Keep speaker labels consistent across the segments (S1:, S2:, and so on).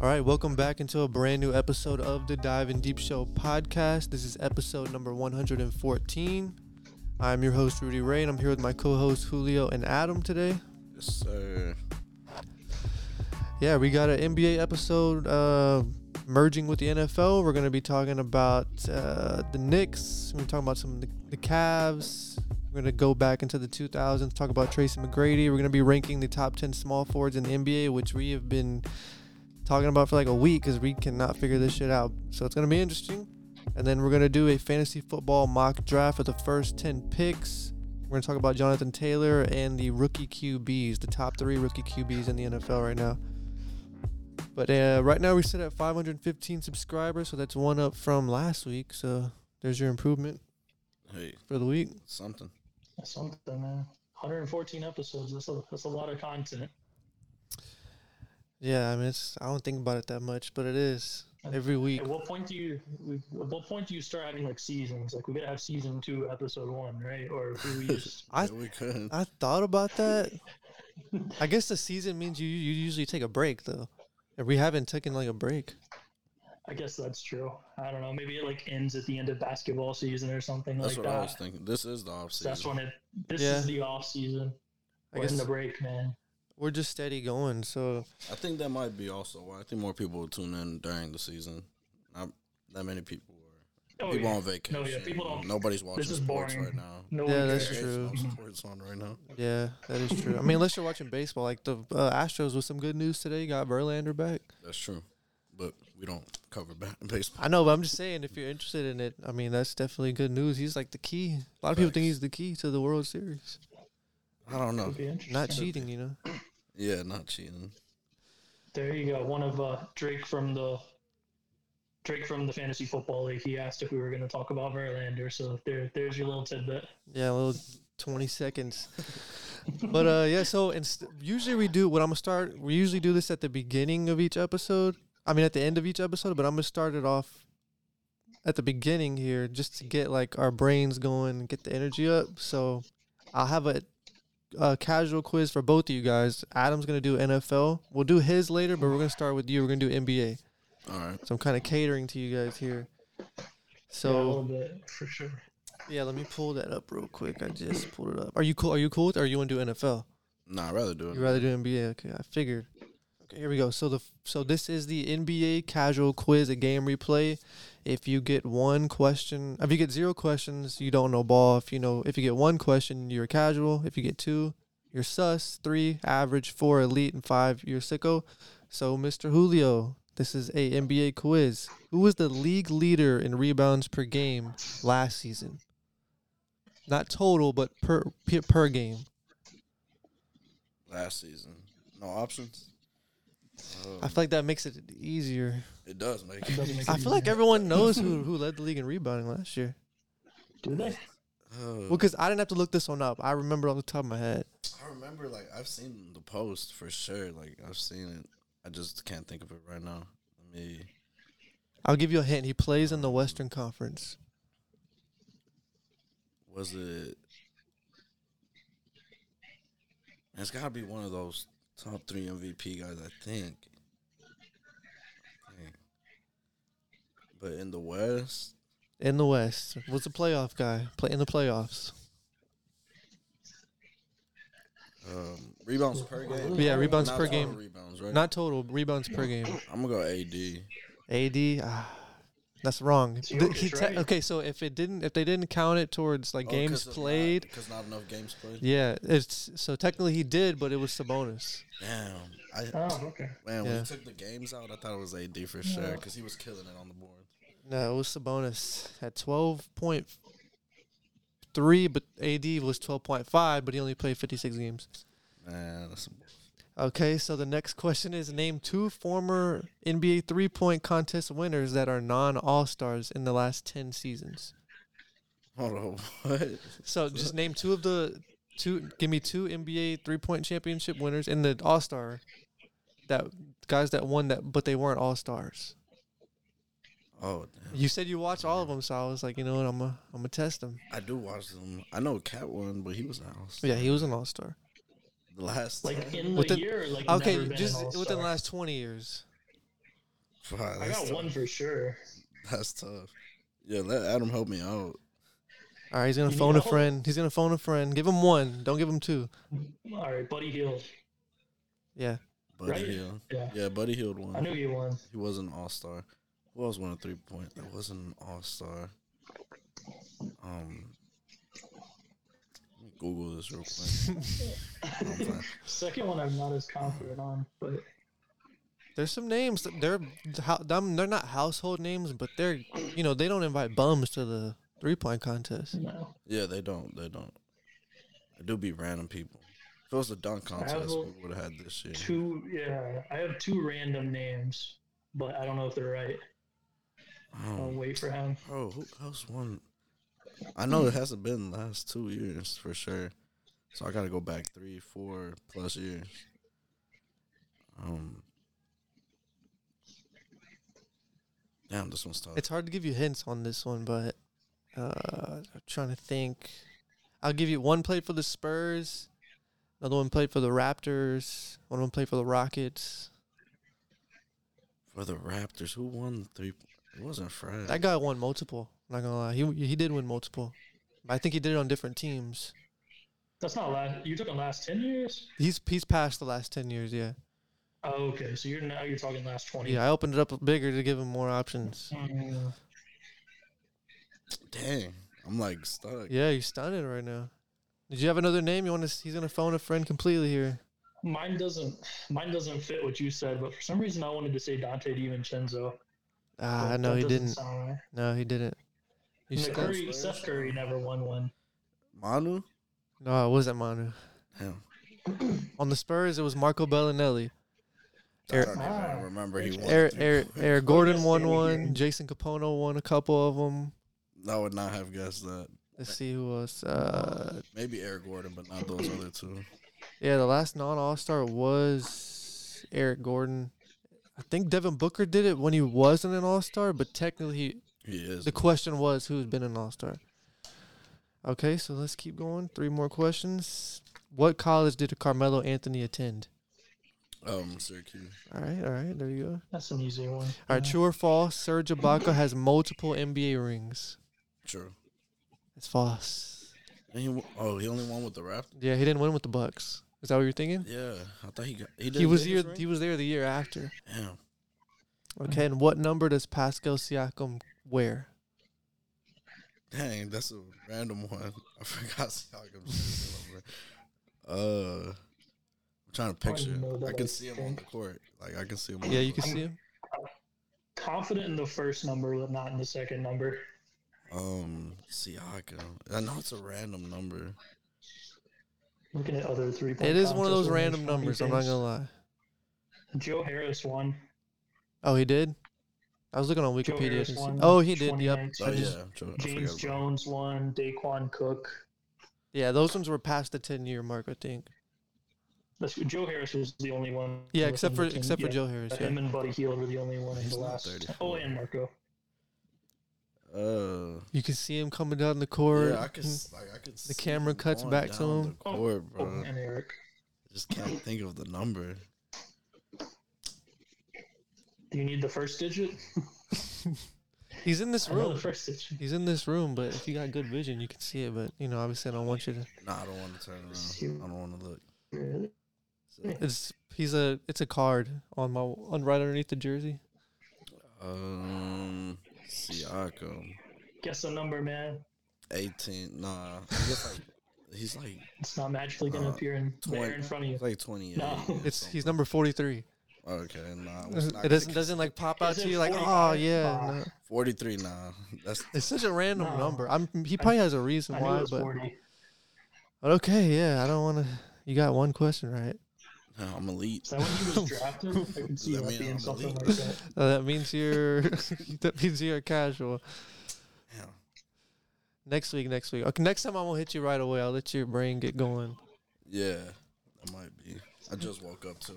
S1: All right, welcome back into a brand new episode of the Dive and Deep Show podcast. This is episode number 114. I'm your host, Rudy Ray, and I'm here with my co hosts, Julio and Adam, today.
S2: Yes, sir.
S1: Yeah, we got an NBA episode uh, merging with the NFL. We're going to be talking about uh, the Knicks. We're talking about some of the, the Cavs. We're going to go back into the 2000s, talk about Tracy McGrady. We're going to be ranking the top 10 small forwards in the NBA, which we have been talking about for like a week because we cannot figure this shit out. So it's going to be interesting. And then we're going to do a fantasy football mock draft with the first 10 picks. We're going to talk about Jonathan Taylor and the rookie QBs, the top three rookie QBs in the NFL right now. But uh, right now we sit at 515 subscribers, so that's one up from last week. So there's your improvement
S2: Hey,
S1: for the week.
S2: something.
S3: That's something, man. 114 episodes. That's a that's a lot of content.
S1: Yeah, I mean, it's, I don't think about it that much, but it is every week.
S3: At what point do you at what point do you start having like seasons? Like we gotta have season two, episode one, right? Or do we just
S1: I-
S2: yeah, we could.
S1: I thought about that. I guess the season means you you usually take a break though. And we haven't taken like a break.
S3: I guess that's true. I don't know. Maybe it like ends at the end of basketball season or something
S2: That's
S3: like
S2: what I
S3: that.
S2: was thinking. This is the off season.
S3: that's when it. This
S1: Yeah.
S3: is the off season.
S1: I
S3: We're in
S1: guess
S3: the break, man.
S1: we're just steady going. So
S2: I think that might be also why. I think more people will tune in during the season. Not that many people are.
S3: Oh,
S2: people
S3: yeah.
S2: on vacation.
S3: No, yeah, people don't-
S2: Nobody's watching
S3: is
S2: sports
S3: boring.
S2: right now.
S3: No
S1: Yeah,
S3: one
S1: that's
S3: cares.
S1: true.
S2: There's no sports on right now.
S1: yeah, that is true. I mean, unless you're watching baseball, like the uh, Astros with some good news today, got Verlander back.
S2: That's true. But we don't cover ba- baseball.
S1: I know, but I'm just saying, if you're interested in it, I mean, that's definitely good news. He's like the key. A lot of people think
S2: Facts.
S1: he's the key to the World Series.
S2: I don't know.
S3: Would be interesting.
S1: Not cheating, you know.
S2: Yeah, not cheating.
S3: There you go. One of uh, Drake from the Drake from the fantasy football league. He asked if we were going to talk about Verlander. So there, there's your little tidbit.
S1: Yeah, a little 20 seconds. but uh yeah, so inst- usually we do what I'm gonna start. We usually do this at the beginning of each episode. I mean, at the end of each episode, but I'm gonna start it off at the beginning here just to get like our brains going and get the energy up. So I'll have a, a casual quiz for both of you guys. Adam's gonna do NFL. We'll do his later, but we're gonna start with you. We're gonna do NBA.
S2: All right.
S1: So I'm kind of catering to you guys here.
S3: Yeah, a
S1: So
S3: little bit for sure.
S1: yeah, let me pull that up real quick. I just pulled it up. Are you cool? Are you cool with? Or you want to do NFL?
S2: Nah, I'd rather do it.
S1: You rather do NBA? Okay, I figured. Okay, here we go. So the f- so this is the NBA casual quiz, a game replay. If you get one question, if you get zero questions, you don't know ball. If you know, if you get one question, you're casual. If you get two, you're sus. Three, average. Four, elite. And five, you're sicko. So, Mr. Julio, this is a NBA quiz. Who was the league leader in rebounds per game last season? Not total, but per per, per game.
S2: Last season. No options.
S1: I feel like that makes it easier.
S2: It does make
S3: It doesn't make
S1: I
S3: it
S1: feel like
S3: easier.
S1: everyone knows who, who led the league in rebounding last year.
S3: Do they?
S2: Oh.
S1: Well, because I didn't have to look this one up. I remember off the top of my head.
S2: I remember, like, I've seen the post for sure. Like, I've seen it. I just can't think of it right now. Let me.
S1: I'll give you a hint. He plays in the Western Conference.
S2: Was it? It's got to be one of those top three MVP guys, I think. I think. But in the West,
S1: In the West. Was a playoff guy. Play in the playoffs.
S2: um, rebounds per game.
S1: Yeah, rebounds
S2: Not
S1: per
S2: total
S1: game.
S2: Rebounds, right?
S1: Not total, rebounds per game.
S2: I'm gonna go AD.
S1: AD, ah, that's wrong.
S3: So you're
S1: Th-
S3: just
S1: he te-
S3: right.
S1: okay, so if it didn't if they didn't count it towards like games played,
S2: because Oh, not enough games played.
S1: yeah, it's so technically he did, but it was Sabonis.
S2: Damn, I
S3: Oh, okay.
S2: man, when
S1: Yeah.
S2: he took the games out, I thought it was AD for sure because he was killing it on the board.
S1: No, it was Sabonis at twelve point three, but AD was twelve point five, but he only played fifty six games.
S2: Man, that's some
S1: Okay, so the next question is: Name two former NBA three point contest winners that are non All Stars in the last ten seasons.
S2: hold on. What?
S1: So just name two of the two. Give me two NBA three point championship winners in the All Star that guys that won that, but they weren't All Stars.
S2: Oh, damn.
S1: You said you watched all of them, so I was like, you know what, I'm gonna I'm gonna test them.
S2: I do watch them. I know Cat won, but he was out
S1: Yeah, he was an All Star.
S2: the last.
S3: Like in the
S1: Within-
S3: year, or, like
S1: Okay,
S3: never been an
S1: just
S3: all-star?
S1: within the last twenty years.
S2: Fuck,
S3: I
S2: that's
S3: got
S2: tough.
S3: one for sure.
S2: That's tough. Yeah, let Adam help me out.
S1: All right, he's gonna
S3: You need
S1: phone a
S3: help?
S1: friend. He's gonna phone a friend. Give him one. Don't give him two.
S3: All right, Buddy Hield.
S1: Yeah.
S2: Buddy
S3: Right?
S2: Hield.
S3: Yeah.
S2: Yeah, Buddy Hield won.
S3: I knew he won.
S2: He was an all star. Who else won a three point? That wasn't an all star. Um, let me Google this real quick. I'm fine.
S3: Second one, I'm not as confident on, but
S1: There's some names. That they're how- them- they're not household names, but they're you know they don't invite bums to the three point contest.
S3: no.
S2: yeah, they don't. They don't. It do be random people. If it was a dunk contest,
S3: a-
S2: we would have had this shit.
S3: Two, yeah. I have two random names, but I don't know if they're right. I'll
S1: Hmm.
S2: Um,
S3: wait for him.
S2: Bro, who else won? I know it hasn't been the last two years for sure. So I gotta go back three, four plus years. Um Damn, this one's tough.
S1: It's hard to give you hints on this one, but uh, I'm trying to think. I'll give you one played for the Spurs, another one played for the Raptors, one of them played for the Rockets.
S2: for the Raptors. Who won the three it wasn't Fred.
S1: That guy won multiple. not gonna lie, he he did win multiple. But I think he did it on different teams.
S3: That's not last. You took the last ten years.
S1: He's he's past the last ten years. Yeah,
S3: Oh, okay. So you're now you're talking last twenty.
S1: yeah. I opened it up bigger to give him more options.
S3: Mm,
S2: Dang. I'm like stuck.
S1: Yeah, you're stunning right now. Did you have another name you want to? He's gonna phone a friend completely here.
S3: mine doesn't. Mine doesn't fit what you said, but for some reason I wanted to say Dante Divincenzo.
S1: Ah,
S3: but
S1: no,
S3: that
S1: he
S3: doesn't
S1: didn't.
S3: Sound right.
S1: No, he didn't. You
S3: And the
S1: said-
S3: Curry,
S2: Spurs?
S3: Seth Curry never won one.
S2: Manu?
S1: no, it wasn't Manu.
S2: Damn.
S1: On the Spurs, it was Marco Bellinelli.
S2: I
S1: Eric-
S2: don't
S3: Ah.
S2: even remember he won. the
S1: Eric,
S2: three
S1: Eric,
S2: point.
S1: Eric Gordon
S3: yes,
S1: won
S3: they were here.
S1: one. Jason Capono won a couple of them.
S2: I would not have guessed that.
S1: Let's see who else. Uh,
S2: Maybe Eric Gordon, but not those other two.
S1: yeah, the last non All Star was Eric Gordon. I think Devin Booker did it when he wasn't an All Star, but technically, he,
S2: He is.
S1: the question was who's been an All Star. Okay, so let's keep going. Three more questions. What college did Carmelo Anthony attend?
S2: Um Syracuse.
S1: All right, all right, there you go.
S3: That's an easy one.
S2: Uh,
S1: All right, true or false? Serge Ibaka has multiple NBA rings.
S2: True.
S1: It's false.
S2: And he, w- oh, he only won with the Raptors.
S1: Yeah, he didn't win with the Bucks. Is that what you're thinking?
S2: Yeah, I thought he got. He,
S1: he
S2: didn't
S1: was
S2: get
S1: here.
S2: his ring? Uh-huh.
S1: He was there the year after.
S2: Damn,
S1: Okay, and what number does Pascal Siakam wear?
S2: dang, that's a random one. I forgot Siakam's number. Uh, I'm trying to picture.
S3: know
S2: him.
S3: that
S2: I
S3: I
S2: can see him on
S3: think.
S2: the court. Like I can see him. On
S1: Yeah,
S2: the
S1: you can
S2: court.
S1: see him.
S3: Confident in the first number, but not in the second number.
S2: Um, Siakam. I know it's a random number.
S3: Looking at other three.
S1: It is one of those random numbers. I'm not gonna lie.
S3: Joe Harris won.
S1: Oh, he did. I was looking on
S3: Joe
S1: Wikipedia. I
S3: Harris
S1: didn't see-
S3: won
S1: Oh, he did. Yep.
S3: 2019.
S2: Oh yeah, I'm trying- I
S3: James
S2: forgot about-
S3: Jones won. Daquan Cook.
S1: Yeah, those ones were past the 10 year mark, I think.
S3: That's, Joe Harris was the only one.
S1: Yeah,
S3: with
S1: except
S3: him
S1: for
S3: that can-
S1: except for
S3: yeah,
S1: Joe Harris. Yeah.
S3: Him and Buddy Heald were the only one in
S2: He's
S3: the
S2: not
S3: last.
S2: 34.
S3: Oh, and Marco.
S2: Uh,
S1: You can see him coming down the court.
S2: yeah, I could.
S1: Mm.
S2: s- Like, I could see
S1: camera
S2: him
S1: cuts
S2: going
S1: back to
S2: down
S1: him.
S2: The court,
S3: Oh,
S2: bro.
S3: and Eric.
S2: Just can't think of the number.
S3: Do you need the first digit?
S1: He's in this
S3: I know
S1: room.
S3: the first digit.
S1: He's in this room, but if you got good vision, you can see it. But you know, obviously, I don't want you to.
S2: Nah, I don't want to turn around. I don't want to look.
S3: Really?
S2: So,
S1: It's he's a it's a card on my on right underneath the jersey.
S2: um, Siakam,
S3: Guess a number, man.
S2: eighteen. Nah, I guess like he's like
S3: It's not magically going to
S2: Uh,
S3: appear in the air
S2: 20.
S3: in front of you.
S2: he's like twenty eight.
S3: No.
S1: It's he's number forty three.
S2: okay. Nah,
S1: It doesn't doesn't like pop out
S3: Is
S1: to
S3: it
S1: you like oh
S3: 45?
S1: yeah.
S3: Nah.
S1: no."
S2: forty three. Nah, that's
S1: It's such a random
S3: No.
S1: number. I'm he probably has a reason
S3: I knew it
S1: why,
S3: was
S1: but
S3: 40.
S1: but okay, yeah. I don't want to. You got one question right.
S2: no, I'm elite.
S3: Is that when he was drafted? I can see
S2: I
S3: that
S2: mean,
S3: being
S2: I'm
S3: something
S2: elite.
S3: like that.
S1: Uh, that means you're that means you're casual.
S2: Damn.
S1: Next week, next week. Okay, next time I won't hit you right away. I'll let your brain get going.
S2: Yeah, that might be. I just woke up too.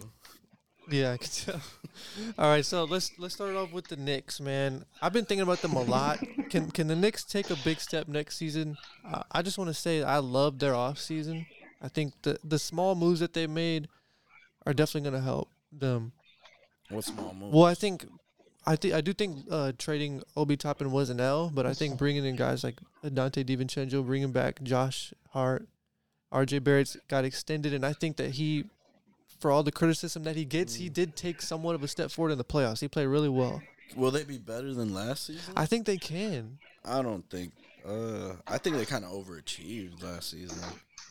S1: Yeah, I can tell. All right, so let's let's start off with the Knicks, man. I've been thinking about them a lot. Can can the Knicks take a big step next season? Uh, I just want to say I love their off season. I think the the small moves that they made are definitely going to help them.
S2: What small move?
S1: Well, I think I think I do think uh, trading Obi Toppin was an L, but I think bringing in guys like Dante Divincenzo, bringing back Josh Hart, R.J. Barrett's got extended, and I think that he, for all the criticism that he gets, he did take somewhat of a step forward in the playoffs. He played really well.
S2: Will they be better than last season?
S1: I think they can.
S2: I don't think. Uh, I think they kind of overachieved last season.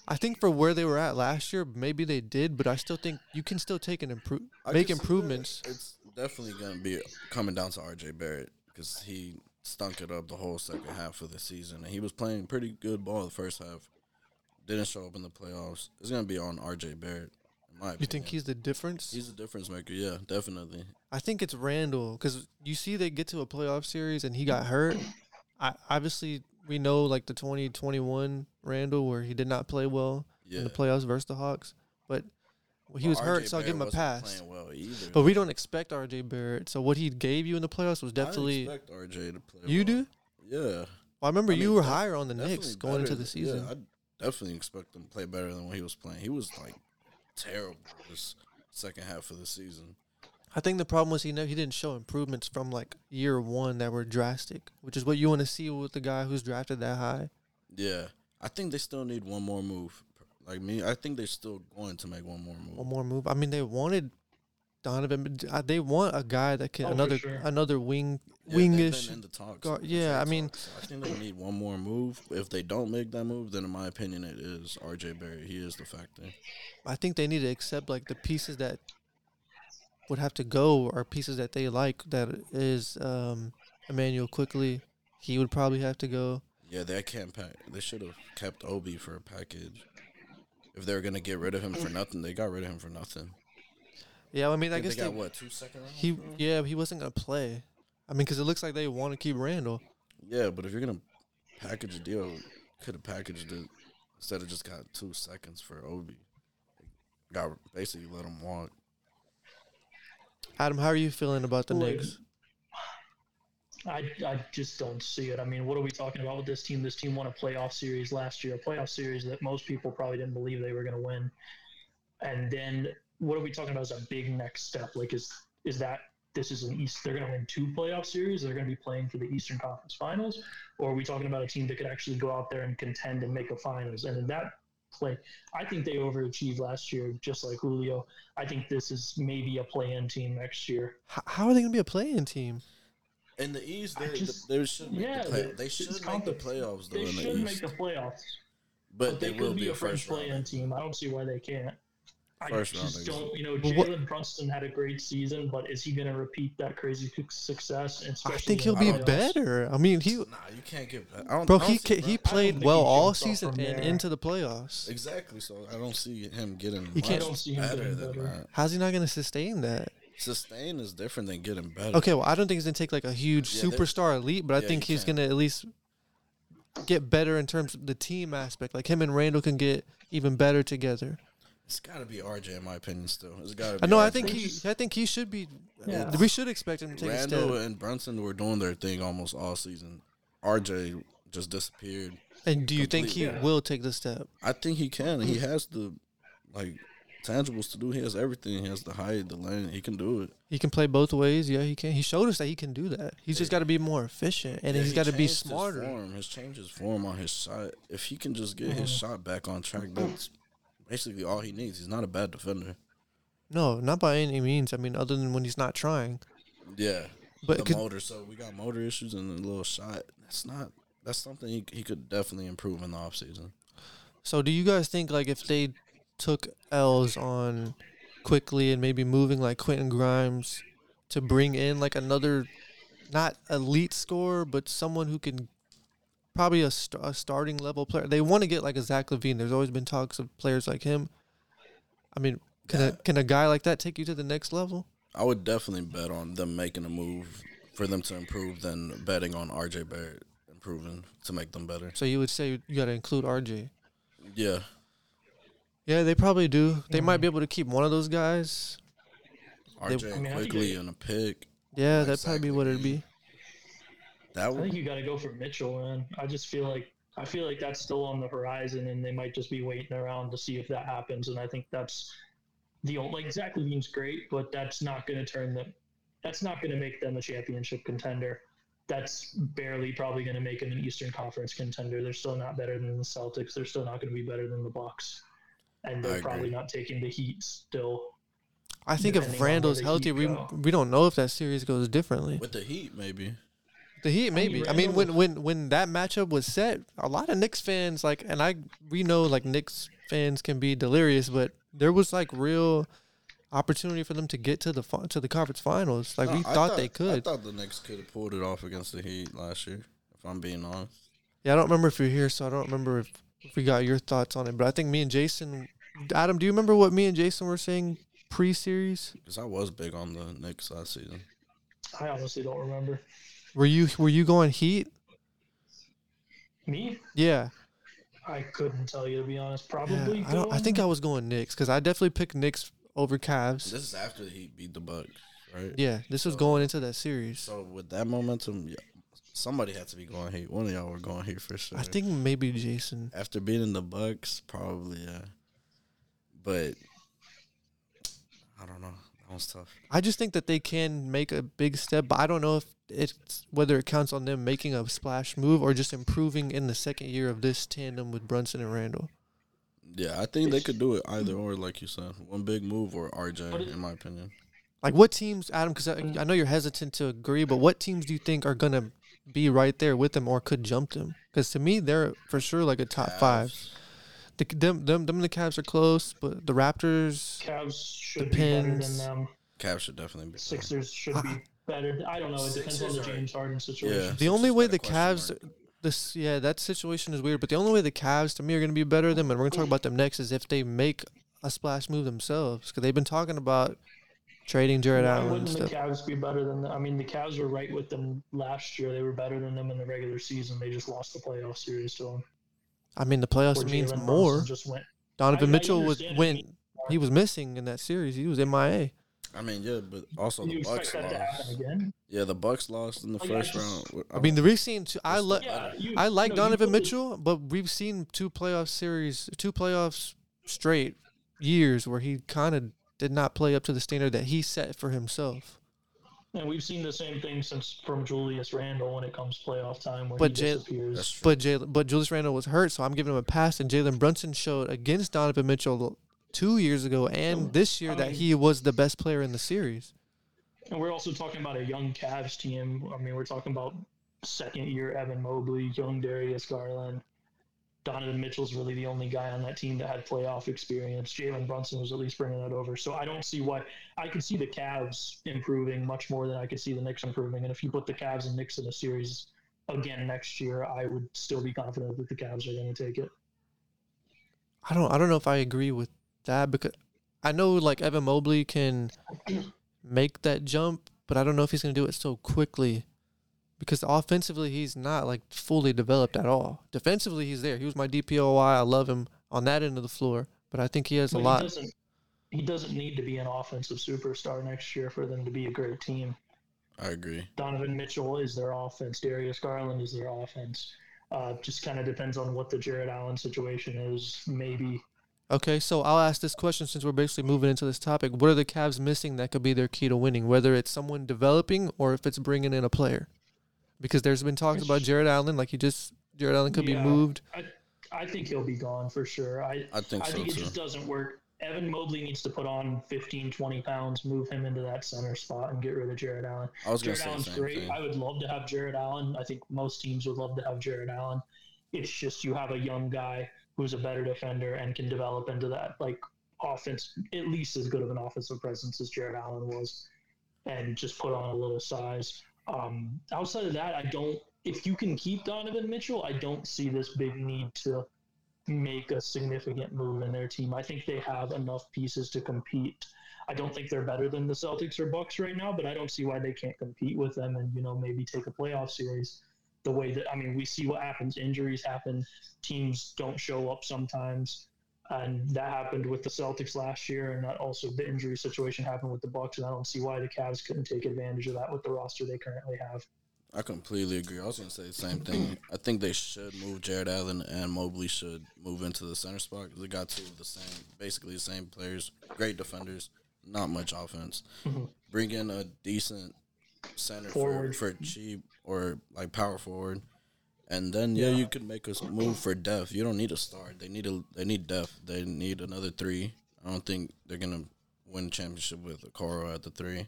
S1: I think for where they were at last year, maybe they did, but I still think you can still take an improve,
S2: I
S1: make
S2: can see that
S1: improvements.
S2: It's definitely going to be coming down to RJ Barrett because he stunk it up the whole second half of the season, and he was playing pretty good ball the first half. Didn't show up in the playoffs. It's going to be on RJ Barrett. In my
S1: You think
S2: opinion.
S1: he's the difference?
S2: he's a difference maker? Yeah, definitely.
S1: I think it's Randall because you see they get to a playoff series and he got hurt. I obviously we know like the 2021 Randall where he did not play well in
S2: Yeah,
S1: the playoffs versus the Hawks, but he was
S2: But
S1: hurt,
S2: RJ
S1: so I'll give him a
S2: Barrett wasn't
S1: pass.
S2: Playing well either.
S1: But we don't expect RJ Barrett, so what he gave you in the playoffs was
S2: I
S1: definitely
S2: expect RJ to play.
S1: you
S2: well.
S1: do.
S2: Yeah.
S1: Well, I remember
S2: I
S1: you
S2: mean,
S1: were
S2: def-
S1: higher on the Knicks
S2: Definitely
S1: going into
S2: better
S1: the
S2: than- yeah,
S1: season.
S2: I definitely expect him to play better than what he was playing. He was like terrible this second half of the season.
S1: I think the problem was he never, he didn't show improvements from like year one that were drastic, which is what you want to see with the guy who's drafted that high.
S2: Yeah, I think they still need one more move. Like me, I think they're still going to make one more move.
S1: one more move. I mean, they wanted Donovan. but uh, They want a guy that can
S3: Oh, for
S1: another
S3: sure.
S1: another wing
S2: Yeah, they've been
S1: wingish.
S2: in the talks.
S1: guard-
S2: the
S1: yeah,
S2: trade
S1: I mean-
S2: talks. I think they need one more move. If they don't make that move, then in my opinion, it is RJ Barry. He is the factor.
S1: I think they need to accept like the pieces that would have to go are pieces that they like. That is um, Emmanuel quickly. He would probably have to go.
S2: Yeah, they can't pack. They should have kept Obi for a package. If they were gonna get rid of him for nothing, they got rid of him for nothing.
S1: Yeah, I mean, I
S2: Think
S1: guess
S2: they
S1: they,
S2: got what two second rounds?
S1: he
S2: for him?
S1: yeah he wasn't gonna play. I mean, because it looks like they want to keep Randall.
S2: Yeah, but if you're gonna package a deal, could have packaged it instead of just got two seconds for Obi. Got basically let him walk.
S1: Adam, how are you feeling about the
S3: Wait.
S1: Knicks?
S3: I, I just don't see it. I mean, what are we talking about with this team? This team won a playoff series last year, a playoff series that most people probably didn't believe they were going to win. And then what are we talking about as a big next step? Like, is is that this is an East? They're going to win two playoff series. They're going to be playing for the Eastern Conference Finals, or are we talking about a team that could actually go out there and contend and make a finals? And in that play, I think they overachieved last year, just like Julio. I think this is maybe a play-in team next year.
S1: H- how are they gonna be a playing team?
S2: In the East,
S3: I
S2: they,
S3: just-
S2: they should make
S3: yeah,
S2: the play-
S3: they-
S2: they
S3: it's
S2: should make the
S3: compli-
S2: playoffs though.
S3: They
S2: in the
S3: should
S2: East,
S3: make the playoffs.
S2: but,
S3: But
S2: they, will be a first
S3: play
S2: round.
S3: in team. I don't see why they can't. I
S2: First round,
S3: just
S2: they-
S3: don't, you know,
S1: But what-
S3: Jalen Brunson had a great season, but is he going to repeat that crazy cu- success? And
S1: I
S3: especially
S1: think
S3: in
S1: he'll
S3: the
S1: be
S3: playoffs?
S1: better. I mean, he
S2: Nah, you can't get. I don't,
S1: Bro,
S2: I don't
S1: he
S2: see-
S1: ca- he
S2: bro,
S3: think
S1: played
S3: he
S1: well
S3: jumps
S1: all
S3: off
S1: season
S3: from
S1: and
S3: there.
S1: into the playoffs.
S2: exactly. So I don't see him getting.
S1: You can't-
S2: much
S1: I
S3: don't see him
S2: better
S3: getting
S2: than
S3: better.
S2: that.
S1: How's he not going to sustain that?
S2: Sustain is different than getting better.
S1: Okay, well, I don't think he's going to take like a huge
S2: Yeah, they're-
S1: superstar elite, but I
S2: Yeah,
S1: think
S2: he
S1: he's
S2: can.
S1: going to at least get better in terms of the team aspect. Like him and Randall can get even better together.
S2: It's got to be RJ in my opinion. Still, it's got to.
S1: I
S2: be
S1: know. I
S2: RJ.
S1: think he. I think he should be.
S3: Yeah.
S1: We should expect him to take a
S2: Randall
S1: step.
S2: and Brunson were doing their thing almost all season. RJ just disappeared.
S1: And do you think he
S3: completely.
S1: will take the step?
S2: I think he can. He
S1: Mm-hmm.
S2: has the like tangibles to do. He has everything. He has the height, the length. He can do it.
S1: He can play both ways. Yeah, he can. He showed us that he can do that. He's just got to be more efficient, and
S2: Yeah,
S1: he's
S2: he
S1: got to be
S2: changed his
S1: smarter.
S2: form. His change his form on his shot. If he can just get
S1: Mm-hmm.
S2: his shot back on track, that's basically all he needs. He's not a bad defender.
S1: No, not by any means. I mean, other than when he's not trying.
S2: Yeah,
S1: But
S2: the
S1: could-
S2: motor. So we got motor issues and a little shot. That's not. That's something he, he could definitely improve in the offseason.
S1: So do you guys think like if they took L's on quickly and maybe moving like Quentin Grimes to bring in like another not elite scorer but someone who can probably a, st- a starting level player. They want to get like a Zach Levine. There's always been talks of players like him. I mean, can a, can a guy like that take you to the next level?
S2: I would definitely bet on them making a move for them to improve than betting on RJ Barrett improving to make them better.
S1: So you would say you got to include RJ.
S2: Yeah.
S1: Yeah, they probably do. They might be able to keep one of those guys.
S2: RJ
S3: I mean, I think
S2: quickly
S3: they-
S2: and a pick.
S1: Yeah,
S2: Like
S1: that'd probably be
S2: Zach
S1: what it'd be.
S2: Levine. That
S3: I think
S2: would
S3: you got to go for Mitchell, man. I just feel like I feel like that's still on the horizon, and they might just be waiting around to see if that happens. And I think that's the only like Zach Levine's great, but that's not going to turn them That's not going to make them a championship contender. That's barely probably going to make them an Eastern Conference contender. They're still not better than the Celtics. They're still not going to be better than the Bucks, and
S2: I
S3: they're
S2: agree.
S3: probably not taking the Heat still.
S1: I think if
S3: Depending on where
S1: Randall's
S3: the
S1: healthy,
S3: Heat
S1: we
S3: go.
S1: we don't know if that series goes differently.
S2: With the Heat, maybe.
S1: The Heat, maybe. I mean, when
S3: Randall
S1: when when that matchup was set, a lot of Knicks fans like, and I we know like Knicks fans can be delirious, but there was like real opportunity for them to get to the fi- to the conference finals. Like
S2: No,
S1: we
S2: I
S1: thought, they
S2: I
S1: could.
S2: thought the Knicks could have pulled it off against the Heat last year. If I'm being honest,
S1: yeah, I don't remember if you're here, so I don't remember if, if we got your thoughts on it. But I think me and Jason, Adam, do you remember what me and Jason were saying pre-series?
S2: because I was big on the Knicks last season.
S3: I honestly don't remember.
S1: Were you were you going Heat?
S3: Me,
S1: Yeah.
S3: I couldn't tell you to be honest.
S1: Yeah,
S3: Probably.
S1: I, don't, I
S3: going-
S1: think I was going Knicks because I definitely picked Knicks over Cavs.
S2: This is after the Heat beat the Bucks, right?
S1: Yeah, this was
S2: So-
S1: going into that series.
S2: So with that momentum, yeah, somebody had to be going Heat. One of y'all were going Heat for sure.
S1: I think maybe Jason.
S2: after being in the Bucks, probably yeah. But I don't know. That was tough.
S1: I just think that they can make a big step, but I don't know if it's whether it counts on them making a splash move or just improving in the second year of this tandem with Brunson and Randall.
S2: Yeah, I think they could do it either or, like you said, one big move or RJ, in my opinion.
S1: Like, what teams, Adam? Because I, I know you're hesitant to agree, but what teams do you think are gonna be right there with them or could jump them? Because to me, they're for sure like a top five.
S2: Cavs.
S1: The, them, them, them, and the Cavs are close, but the Raptors.
S3: Cavs should be better than
S1: Depends.
S3: them.
S2: Cavs should definitely be. there.
S3: Sixers should be better. I don't know. It depends on
S2: Sixers
S3: the
S2: are-
S3: James Harden
S2: Yeah.
S3: situation.
S1: The only
S2: Sixers
S1: way
S2: got a
S1: the
S2: question
S1: Cavs,
S2: mark.
S1: this yeah, that situation is weird. But the only way the Cavs to me are going to be better than them, and we're going to talk about them next, is if they make a splash move themselves, because they've been talking about trading Jared
S3: Why
S1: Allen and
S3: wouldn't the
S1: stuff.
S3: Cavs be better than? The, I mean, the Cavs were right with them last year. They were better than them in the regular season. They just lost the playoff series to them.
S1: I mean, the playoffs
S3: Where
S1: means
S3: Jalen Brunson
S1: more.
S3: Just went.
S1: Donovan
S3: I- I
S1: Mitchell was
S3: understand it
S1: went.
S3: means more.
S1: He was missing in that series. He was MIA.
S2: I mean, yeah, but also
S3: you
S2: the
S3: expect
S2: Bucks
S3: that to happen
S2: lost.
S3: again?
S2: Yeah, the Bucks lost in the
S3: Like, I
S2: first
S3: just-
S2: round.
S1: I mean, the we've seen. Two, I
S2: It's
S1: like.
S3: Yeah, you,
S1: I like
S3: no, you
S1: Donovan
S3: put the-
S1: Mitchell, but we've seen two playoff series, two playoffs straight years where he kind of did not play up to the standard that he set for himself.
S3: And we've seen the same thing since from Julius Randle when it comes playoff time when
S1: But
S3: he
S1: Jay-
S3: disappears.
S2: That's
S1: But Jay, but Julius Randle was hurt, so I'm giving him a pass. And Jalen Brunson showed against Donovan Mitchell two years ago
S3: Oh,
S1: and this year that he was the best player in the series.
S3: And we're also talking about a young Cavs team. I mean, we're talking about second year Evan Mobley, young Darius Garland. Donovan Mitchell's really the only guy on that team that had playoff experience. Jalen Brunson was at least bringing that over. So I don't see why I could see the Cavs improving much more than I could see the Knicks improving. And if you put the Cavs and Knicks in a series again next year, I would still be confident that the Cavs are going to take it.
S1: I don't I don't know if I agree with that because I know like Evan Mobley can make that jump, but I don't know if he's going to do it so quickly because offensively he's not like fully developed at all. Defensively he's there. He was my DPOY. I love him on that end of the floor, but I think he has a
S3: But he
S1: lot.
S3: doesn't- he doesn't need to be an offensive superstar next year for them to be a great team.
S2: I agree.
S3: Donovan Mitchell is their offense. Darius Garland is their offense. Uh, just kind of depends on what the Jared Allen situation is. Maybe
S1: Okay, so I'll ask this question since we're basically moving into this topic. What are the Cavs missing that could be their key to winning, whether it's someone developing or if it's bringing in a player? Because there's been talks about Jared Allen, like you just Jared Allen could
S3: Yeah.
S1: be moved.
S3: I, I think he'll be gone for sure. I,
S2: I think
S3: I
S2: so
S3: think it
S2: too.
S3: just doesn't work. Evan Mobley needs to put on 15, 20 pounds, move him into that center spot, and get rid of Jared Allen.
S2: I was gonna
S3: Jared
S2: say the
S3: Allen's
S2: same
S3: great.
S2: thing.
S3: I would love to have Jared Allen. I think most teams would love to have Jared Allen. It's just you have a young guy who's a better defender and can develop into that like offense, at least as good of an offensive presence as Jared Allen was, and just put on a little size. Um, outside of that, I don't. If you can keep Donovan Mitchell, I don't see this big need to make a significant move in their team. I think they have enough pieces to compete. I don't think they're better than the Celtics or Bucks right now, but I don't see why they can't compete with them and you know maybe take a playoff series. The way that I mean, we see what happens. Injuries happen. Teams don't show up sometimes, and that happened with the Celtics last year, and that also the injury situation happened with the Bucks. And I don't see why the Cavs couldn't take advantage of that with the roster they currently have.
S2: I completely agree. I was gonna say the same thing. I think they should move Jared Allen and Mobley should move into the center spot because they got two of the same, basically the same players, great defenders, not much offense.
S3: Mhm.
S2: Bring in a decent center
S3: Forward.
S2: for for cheap or like power forward, and then yeah,
S3: Yeah.
S2: you could make us move for depth. You don't need a star. They need a they need depth. They need another three. I don't think they're gonna win championship with Okoro at the three.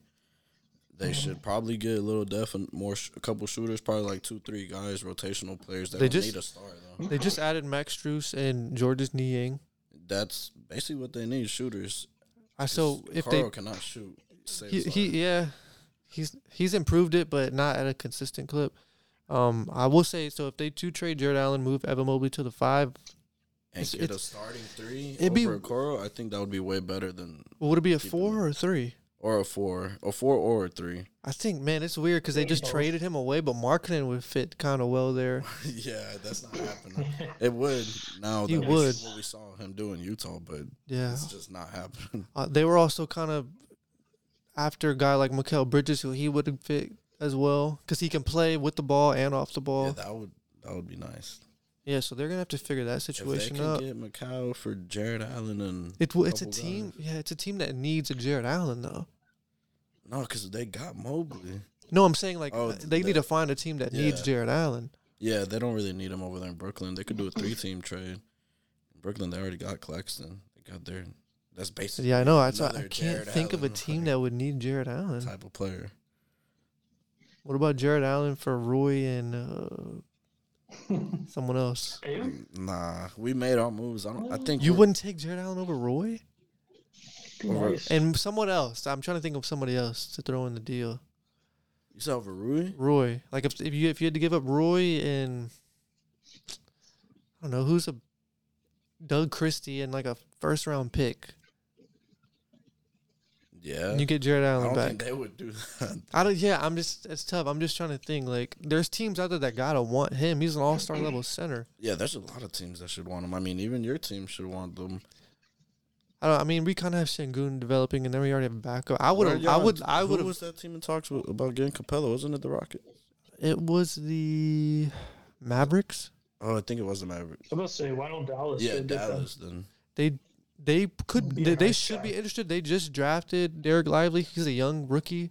S1: Mm-hmm.
S2: They should probably get a little depth and more sh- a couple shooters, probably like two, three guys, rotational players. They,
S1: They
S2: don't
S1: just- Hmm?
S2: need a star though.
S1: They just added Max Struess and Jordan Niang.
S2: That's basically what they need: shooters.
S1: I Uh, so if
S2: Okoro cannot shoot,
S1: they
S2: save
S1: he,
S2: his life.
S1: he yeah, he's he's improved it, but not at a consistent clip. Um, I will say so if they do trade Jared Allen, move Evan Mobley to the five.
S2: and
S1: It's-
S2: get a
S1: it's-
S2: starting three
S1: it'd be-
S2: over Okoro, I think that would be way better than
S1: Would it be a
S2: Keep him
S1: four or a three?
S2: or a four, a four or a three.
S1: I think man, it's weird because they just
S3: Both.
S1: traded him away, but marketing would fit kind of well there.
S2: yeah, that's not happening. It would now.
S1: You
S2: that we-
S1: would.
S2: what we saw him do in Utah, but
S1: Yeah,
S2: it's just not happening.
S1: uh, they were also kind of after a guy like Mikael Bridges, who he would fit as well because he can play with the ball and off the ball.
S2: yeah,
S1: Yeah,
S2: that would that would be nice.
S1: so they're gonna have to figure that
S2: If they
S1: situation
S2: can
S1: out.
S2: get Macau for Jared Allen and
S1: It w- it's a
S2: couple
S1: team.
S2: guys.
S1: Yeah, it's a team that needs a Jared Allen though.
S2: no, because they got Mobley.
S1: No, I'm saying like
S2: Oh,
S1: uh,
S2: th-
S1: they need to
S2: that-
S1: find a team that needs
S2: yeah.
S1: Jared Allen.
S2: Yeah, they don't really need him over there in Brooklyn. They could do a three team trade. In Brooklyn, they already got Claxton. They got their that's basically
S1: Yeah, I know. That's why I
S2: another
S1: can't
S2: Jared
S1: think of a
S2: Allen,
S1: team
S2: like,
S1: that would need Jared Allen.
S2: type of player.
S1: What about Jared Allen for Roy and uh, someone else?
S3: Ayo?
S2: Nah, we made our moves. I don't. I think
S1: You
S2: we're-
S1: wouldn't take Jared Allen over Roy
S2: Over-
S3: Nice.
S1: and someone else. I'm trying to think of somebody else to throw in the deal.
S2: You said over Rui?
S1: Roy, like if if you if you had to give up Roy and I don't know who's a Doug Christie and like a first round pick,
S2: Yeah.
S1: and you get Jared
S2: I
S1: Allen
S2: don't
S1: back.
S2: think they would do that.
S1: I don't. Yeah, I'm just. It's tough. I'm just trying to think. Like, there's teams out there that gotta want him. He's an all star level center.
S2: Yeah, there's a lot of teams that should want him. I mean, even your team should want them.
S1: I don't. I mean, we kind of have Shangun developing, and then we already have a backup. I would. I would. I would
S2: Who
S1: have.
S2: was that team in talks with, about getting Capella? Wasn't it the Rocket?
S1: It was the Mavericks.
S2: Oh, I think it was the Mavericks.
S3: I'm about to say, why don't Dallas?
S2: Yeah,
S3: They did that.
S2: Dallas. Then
S1: They they could.
S3: Be a
S1: They, they
S3: nice
S1: should be
S3: guy.
S1: interested. They just drafted Derek Lively. He's a young rookie,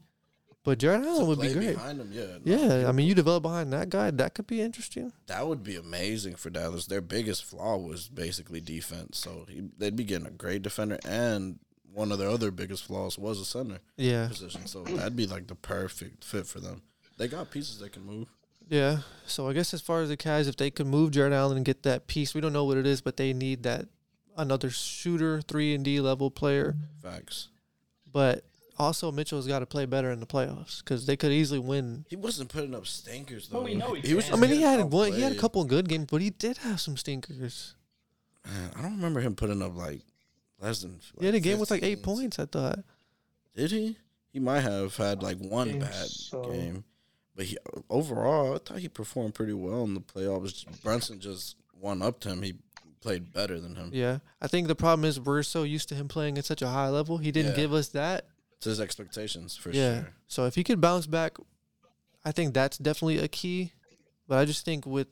S1: but Jared Allen would be
S2: Play
S1: great.
S2: behind him. Yeah, no,
S1: Yeah, I mean, you develop behind that guy. That could be interesting.
S2: that would be amazing for Dallas. Their biggest flaw was basically defense, so he, they'd be getting a great defender, and one of their other biggest flaws was a center
S1: Yeah.
S2: position. So that'd be like the perfect fit for them. They got pieces that can move.
S1: Yeah. So I guess as far as the Cavs, if they could move Jared Allen and get that piece, we don't know what it is, but they need that another shooter, three and D level player.
S2: Facts.
S1: But also Mitchell's got to play better in the playoffs because they could easily win.
S2: He wasn't putting up stinkers though.
S3: Well, we know he
S2: was.
S3: can.
S1: I
S2: just
S1: mean, he
S2: getting
S1: had one. He had a
S2: outplayed.
S1: couple of good games, but he did have some stinkers.
S2: Man, I don't remember him putting up like less than. Like Mm-hmm.
S1: He had a game with like
S2: 15s.
S1: eight points. I thought.
S2: Did he? He might have had like one
S3: Think
S2: bad
S3: so.
S2: game, but he overall I thought he performed pretty well in the playoffs. Brunson just one upped him. He played better than him.
S1: Yeah, I think the problem is we're so used to him playing at such a high level. He didn't
S2: Yeah.
S1: give us that.
S2: It's his expectations for
S1: yeah.
S2: sure.
S1: So if he could bounce back, I think that's definitely a key. But I just think with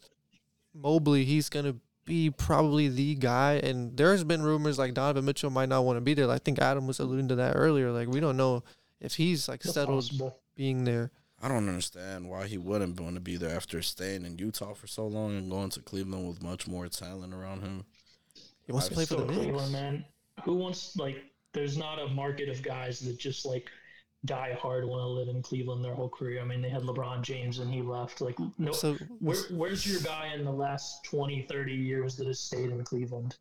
S1: Mobley, he's gonna be probably the guy. And there's been rumors like Donovan Mitchell might not want to be there. I think Adam was alluding to that earlier. Like we don't know if he's like
S3: That's
S1: settled
S3: possible.
S1: being there.
S2: I don't understand why he wouldn't want to be there after staying in Utah for so long and going to Cleveland with much more talent around him.
S1: He wants to play for
S3: So
S1: the Knicks.
S3: Cleveland, man. Who wants like? There's not a market of guys that just like die hard want to live in Cleveland their whole career. I mean, they had LeBron James and he left. Like, no.
S1: So
S3: where, where's your guy in the last 20, 30 years that has stayed in Cleveland?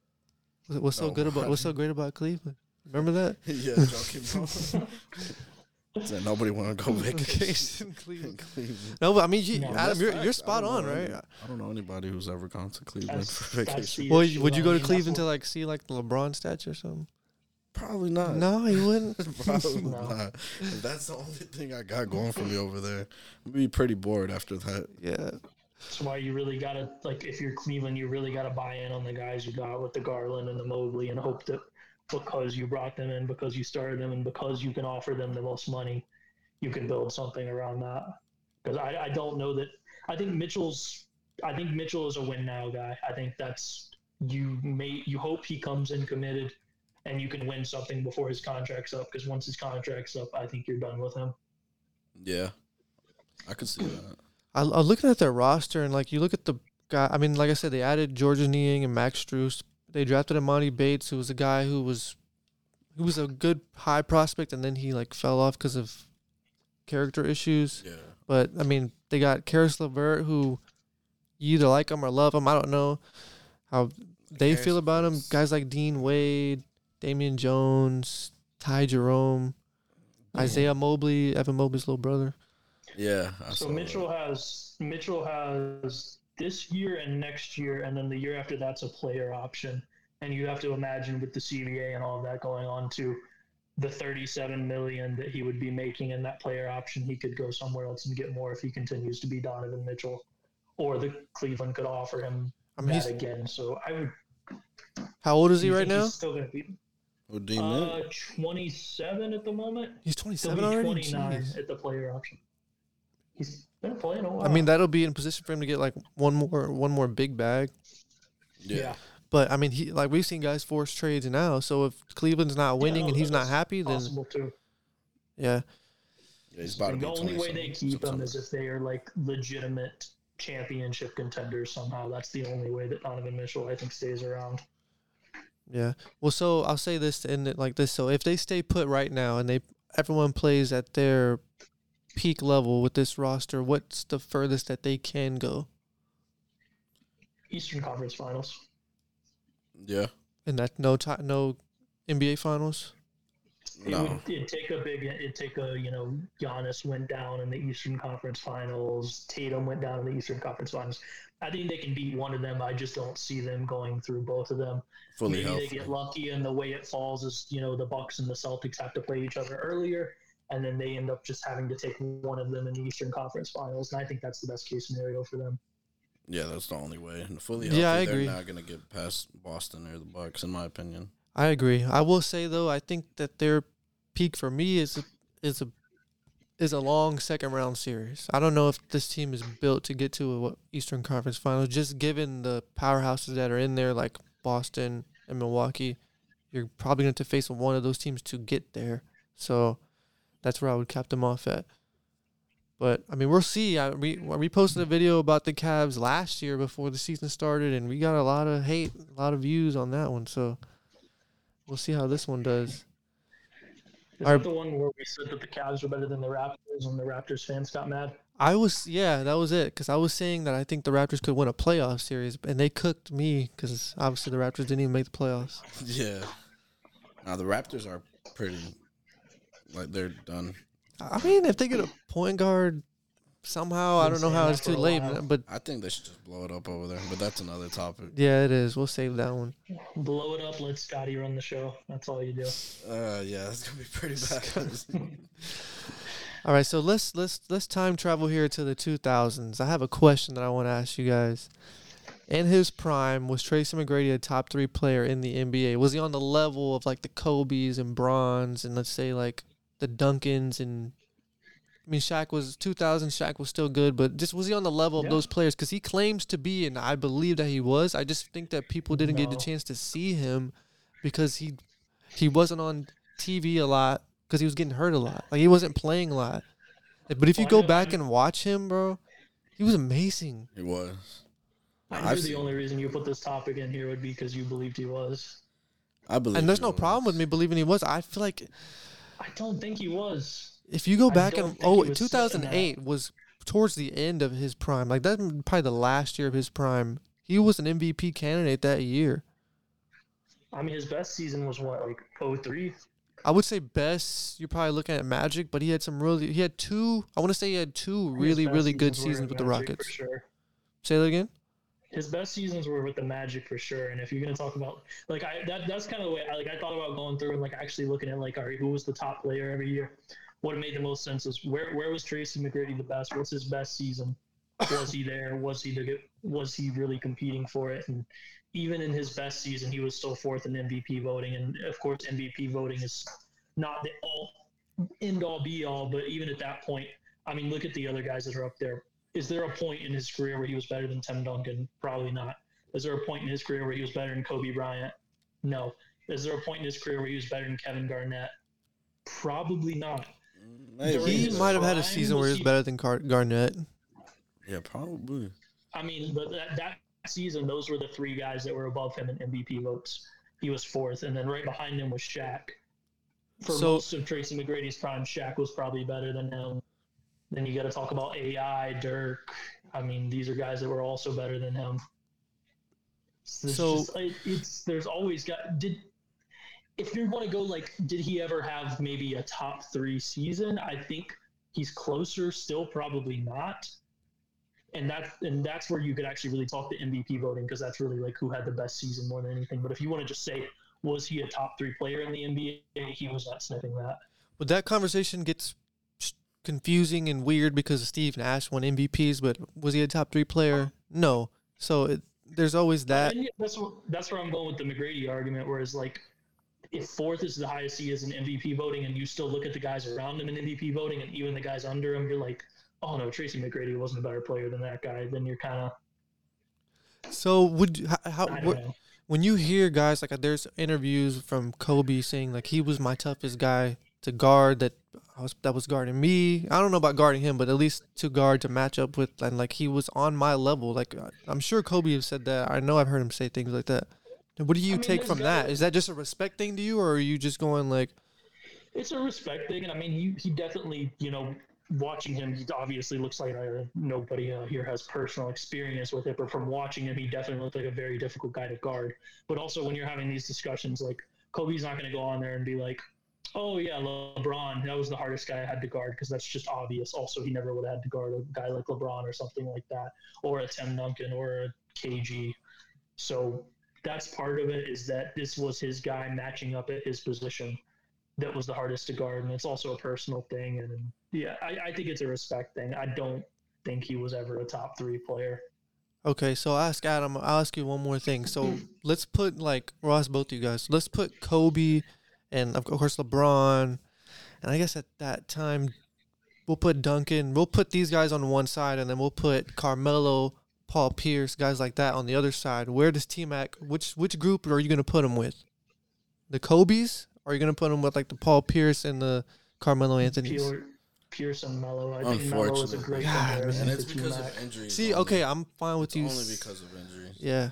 S1: what's so
S2: No.
S1: good about what's so great about Cleveland? Remember that?
S2: yeah, Joakim Noah. Said nobody want to go vacation
S1: Vacation
S2: in
S1: Cleveland.
S2: Cleveland.
S1: No, but I mean, you,
S3: No,
S1: Adam,
S2: That's
S1: you're, you're
S2: facts. I
S1: spot
S2: don't
S1: on,
S2: know
S1: right?
S2: any- I don't know anybody who's ever gone to Cleveland
S3: That's-
S2: for
S3: that's
S2: vacation.
S3: the
S1: Well,
S3: issue.
S1: you- would you
S3: I
S1: go to
S3: mean, that's
S1: Cleveland to
S3: what-
S1: like see like the LeBron statue or something?
S2: Probably not.
S1: No, you wouldn't.
S2: Probably
S3: No.
S2: not. If that's the only thing I got going for me over there. I'm gonna be pretty bored after that.
S1: yeah.
S3: That's why you really gotta like if you're Cleveland, you really gotta buy in on the guys you got with the Garland and the Mobley, and hope that because you brought them in, because you started them, and because you can offer them the most money, you can build something around that. Because I, I don't know that I think Mitchell's I think Mitchell is a win now guy. I think that's you may you hope he comes in committed and you can win something before his contract's up. Because once his contract's up, I think you're done with him.
S2: Yeah, I could see that.
S1: I, I'm looking at their roster and like you look at the guy. I mean, like I said, they added Georges Niang and Max Struess. They drafted Amani Bates, who was a guy who was who was a good high prospect, and then he like fell off because of character issues.
S2: Yeah,
S1: But I mean, they got Karis LeVert, who you either like him or love him. I don't know how they
S2: Karis
S1: feel about him.
S2: LeVert's-
S1: Guys like Dean Wade, Damian Jones, Ty Jerome, Isaiah Mobley, Evan Mobley's little brother.
S2: yeah. I saw
S3: So
S2: that.
S3: Mitchell has Mitchell has this year and next year, and then the year after that's a player option. And you have to imagine with the CBA and all of that going on to the 37 million that he would be making in that player option, he could go somewhere else and get more if he continues to be Donovan Mitchell, or the Cleveland could offer him
S1: I mean,
S3: that
S1: he's,
S3: again. So I would.
S1: how old is
S3: do
S1: he
S3: you
S1: right
S3: think
S1: now?
S3: He's still going to be
S2: Who D
S3: uh,
S2: Mitchell?
S3: 27 at the moment.
S1: He's
S3: He'll
S1: 27
S3: be
S1: already.
S3: 29
S1: Jeez.
S3: at the player option. He's been playing a while.
S1: I mean, that'll be in position for him to get like one more one more big bag.
S2: Yeah.
S1: But I mean, he like we've seen guys force trades now. So if Cleveland's not winning
S3: no,
S1: and he's not
S3: that's
S1: happy, then
S3: possible too.
S1: yeah,
S2: yeah, he's about to
S3: the
S2: be
S3: only
S2: 20
S3: way they
S2: something,
S3: keep him is
S2: September.
S3: if they are like legitimate championship contenders somehow. That's the only way that Donovan Mitchell, I think, stays around.
S1: yeah. Well, so I'll say this to end it like this. So if they stay put right now and they everyone plays at their peak level with this roster, what's the furthest that they can go?
S3: Eastern Conference Finals.
S2: yeah.
S1: And that no ti no NBA finals.
S3: It
S2: No.
S3: would it'd take a big, it'd take a, you know, Giannis went down in the Eastern Conference Finals, Tatum went down in the Eastern Conference Finals. I think they can beat one of them. I just don't see them going through both of them.
S2: fully
S3: Maybe they
S2: healthy.
S3: get lucky, and the way it falls is, you know, the Bucks and the Celtics have to play each other earlier, and then they end up just having to take one of them in the Eastern Conference Finals. And I think that's the best case scenario for them.
S2: Yeah, that's the only way. And fully healthy,
S1: Yeah, I agree.
S2: they're not gonna get past Boston or the Bucks, in my opinion.
S1: I agree. I will say though, I think that their peak for me is is a is a long second round series. I don't know if this team is built to get to a what, Eastern Conference Finals, just given the powerhouses that are in there, like Boston and Milwaukee. You're probably going to face one of those teams to get there. So that's where I would cap them off at. But I mean, we'll see. I, we we posted a video about the Cavs last year before the season started, and we got a lot of hate, a lot of views on that one. So we'll see how this one does.
S3: Is
S1: Our-
S3: that the one where we said that the Cavs were better than the Raptors, and the Raptors fans got mad?
S1: I was yeah, that was it because I was saying that I think the Raptors could win a playoff series, and they cooked me because obviously the Raptors didn't even make the playoffs.
S2: Yeah. Now the Raptors are pretty like they're done.
S1: I mean, if they get a point guard somehow, I don't know how it's too late, but
S2: I think they should just blow it up over there, but that's another topic.
S1: yeah, it is. We'll save that one.
S3: Blow it up, let Scotty run the show. That's all you do.
S2: Uh, yeah, that's gonna be pretty bad.
S1: All right, so let's let's let's time travel here to the 2000s. I have a question that I want to ask you guys. In his prime, was Tracy McGrady a top three player in the NBA? Was he on the level of like the Kobe's and Bronze and let's say like the Duncans and I mean Shaq was 2000. Shaq was still good, but just was he on the level of
S3: Yeah.
S1: those players? Because he claims to be, and I believe that he was. I just think that people didn't get the
S3: No.
S1: chance to see him because he he wasn't on TV a lot because he was getting hurt a lot. Like he wasn't playing a lot. But if you
S3: Well, I
S1: go
S3: know-
S1: back and watch him, bro, he was amazing.
S2: it was.
S3: I
S2: I've
S3: knew the
S2: seen-
S3: only reason you put this topic in here would be because you believed he was.
S2: I believe.
S1: And there's
S2: it
S1: no
S2: was.
S1: problem with me believing he was. I feel like
S3: I don't think he was.
S1: if you go
S3: I
S1: back
S3: don't
S1: and
S3: think
S1: oh,
S3: he was sitting
S1: 2008 was towards the end of his prime. Like that's probably the last year of his prime. He was an MVP candidate that year.
S3: I mean, his best season was what, like 03?
S1: I would say best. You're probably looking at Magic, but he had some really. He had two. I want to say he had two really, really good seasons with the Rockets.
S3: For sure.
S1: Say that again.
S3: his best seasons were with the Magic for sure. And if you're gonna talk about like I that that's kind of the way I, like I thought about going through and like actually looking at like all right, who was the top player every year? What made the most sense is where where was Tracy McGrady the best? What's his best season? Was he there? Was he the was he really competing for it? And even in his best season, he was still fourth in MVP voting. And of course, MVP voting is not the all end all be all. But even at that point, I mean, look at the other guys that are up there is there a point in his career where he was better than Tim Duncan? Probably not. Is there a point in his career where he was better than Kobe Bryant? No. Is there a point in his career where he was better than Kevin Garnett? Probably not.
S2: Maybe.
S1: He
S3: During
S1: might have had a
S3: his
S1: season
S3: prime,
S1: where he was
S3: he-
S1: better than Car- Garnett.
S2: Yeah, probably.
S3: I mean, but that, that season, those were the three guys that were above him in MVP votes. He was fourth, and then right behind him was Shaq. For
S1: So-
S3: most of Tracy McGrady's prime, Shaq was probably better than him. Then you got to talk about AI, Dirk. I mean, these are guys that were also better than him. There's
S1: So-
S3: just- it- it's there's always got did. If you want to go like, did he ever have maybe a top three season? I think he's closer still, probably not and that's and that's where you could actually really talk to MVP voting because that's really like who had the best season more than anything. But if you want to just say was he a top three player in the NBA, he was not sniffing that.
S1: But that conversation gets s- confusing and weird because Steve Nash won MVPs, but was he a top three player? No. So it, there's always that.
S3: and yeah, that's wh- that's where I'm going with the McGrady argument, whereas like if fourth is the highest he is in MVP voting, and you still look at the guys around him in MVP voting, and even the guys under him, you're like, oh no, Tracy McGrady wasn't a better player than that guy. Then you're kind of
S1: So would you- how, how
S3: I
S1: Uh, what-
S3: don't know.
S1: when you hear guys like uh, there's interviews from Kobe saying like he was my toughest guy to guard that I was that was guarding me. I don't know about guarding him, but at least to guard to match up with and like he was on my level. Like I- I'm sure Kobe have said that. I know I've heard him say things like that. And What do you
S3: mean,
S1: take
S3: there's
S1: from that?
S3: gotta-
S1: Is that just a respect thing to you, or are you just going like,
S3: it's a respect thing, and I mean, he he definitely, you know, watching him, he obviously looks like uh, nobody uh, here has personal experience with it, but from watching him, he definitely looked like a very difficult guy to guard. But also, when you're having these discussions, like Kobe's not going to go on there and be like, "Oh yeah, LeBron, that was the hardest guy I had to guard," because that's just obvious. Also, he never would have had to guard a guy like LeBron or something like that, or a Tim Duncan or a KG. So that's part of it is that this was his guy matching up at his position that was the hardest to guard, and it's also a personal thing. And yeah, I, I think it's a respect thing. I don't think he was ever a top three player.
S1: Okay, so I'll ask Adam. I'll ask you one more thing. So
S2: Mm.
S1: let's put like well, I'll ask both you guys. Let's put Kobe and of course LeBron, and I guess at that time we'll put Duncan. We'll put these guys on one side, and then we'll put Carmelo, Paul Pierce, guys like that on the other side. Where does T Mac? Which which group are you gonna put him with? The Kobe's? Or are you gonna put him with like the Paul Pierce and the Carmelo Anthony's?
S3: Pure, Pierce and Mello. I think Mello is a
S2: Unfortunately.
S3: great
S1: God,
S3: comparison.
S2: And it's
S3: to
S2: because
S3: T-Mac.
S2: of injuries.
S1: See,
S2: only.
S1: okay, I'm fine with
S2: It's
S1: you.
S2: only because of injuries.
S1: yeah,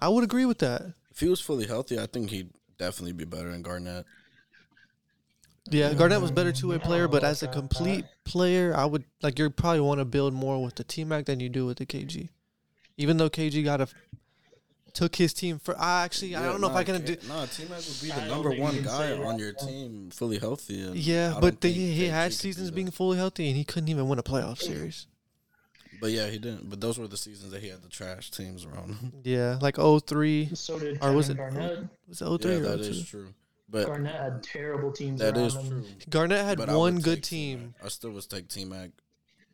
S1: I would agree with that.
S2: If he was fully healthy, I think he'd definitely be better than Garnett.
S1: Yeah, Garnett was better two way
S3: I don't
S1: player,
S3: know
S1: but
S3: about
S1: as a
S3: that.
S1: complete player, I would like you probably want to build more with the T Mac than you do with the KG. Even though KG got a took his team for, I actually I don't know if I can do.
S2: Nah, T Mac would be
S3: I
S2: the
S3: don't
S2: number
S3: think you
S2: one
S3: can
S2: guy
S3: say
S2: on
S3: that.
S2: your team, fully healthy. and I
S1: Yeah,
S2: don't
S1: but the,
S2: think
S1: he
S2: KG
S1: had
S2: could do
S1: seasons
S2: that.
S1: being fully healthy, and he couldn't even win a playoff series.
S2: But yeah, he didn't. But those were the seasons that he had the trash teams around him.
S1: Yeah, like 03.
S3: So did
S1: Or
S3: Kevin
S1: was it-
S3: Garnett.
S1: Was it 03
S2: Yeah,
S1: or
S2: that
S1: 02?
S2: is true. But
S3: Garnett had terrible teams.
S2: that
S3: around
S2: is
S3: him.
S2: true.
S1: Garnett had
S2: But I
S1: one
S2: would
S1: good
S2: take
S1: team.
S2: T-Mac. I still would take T Mac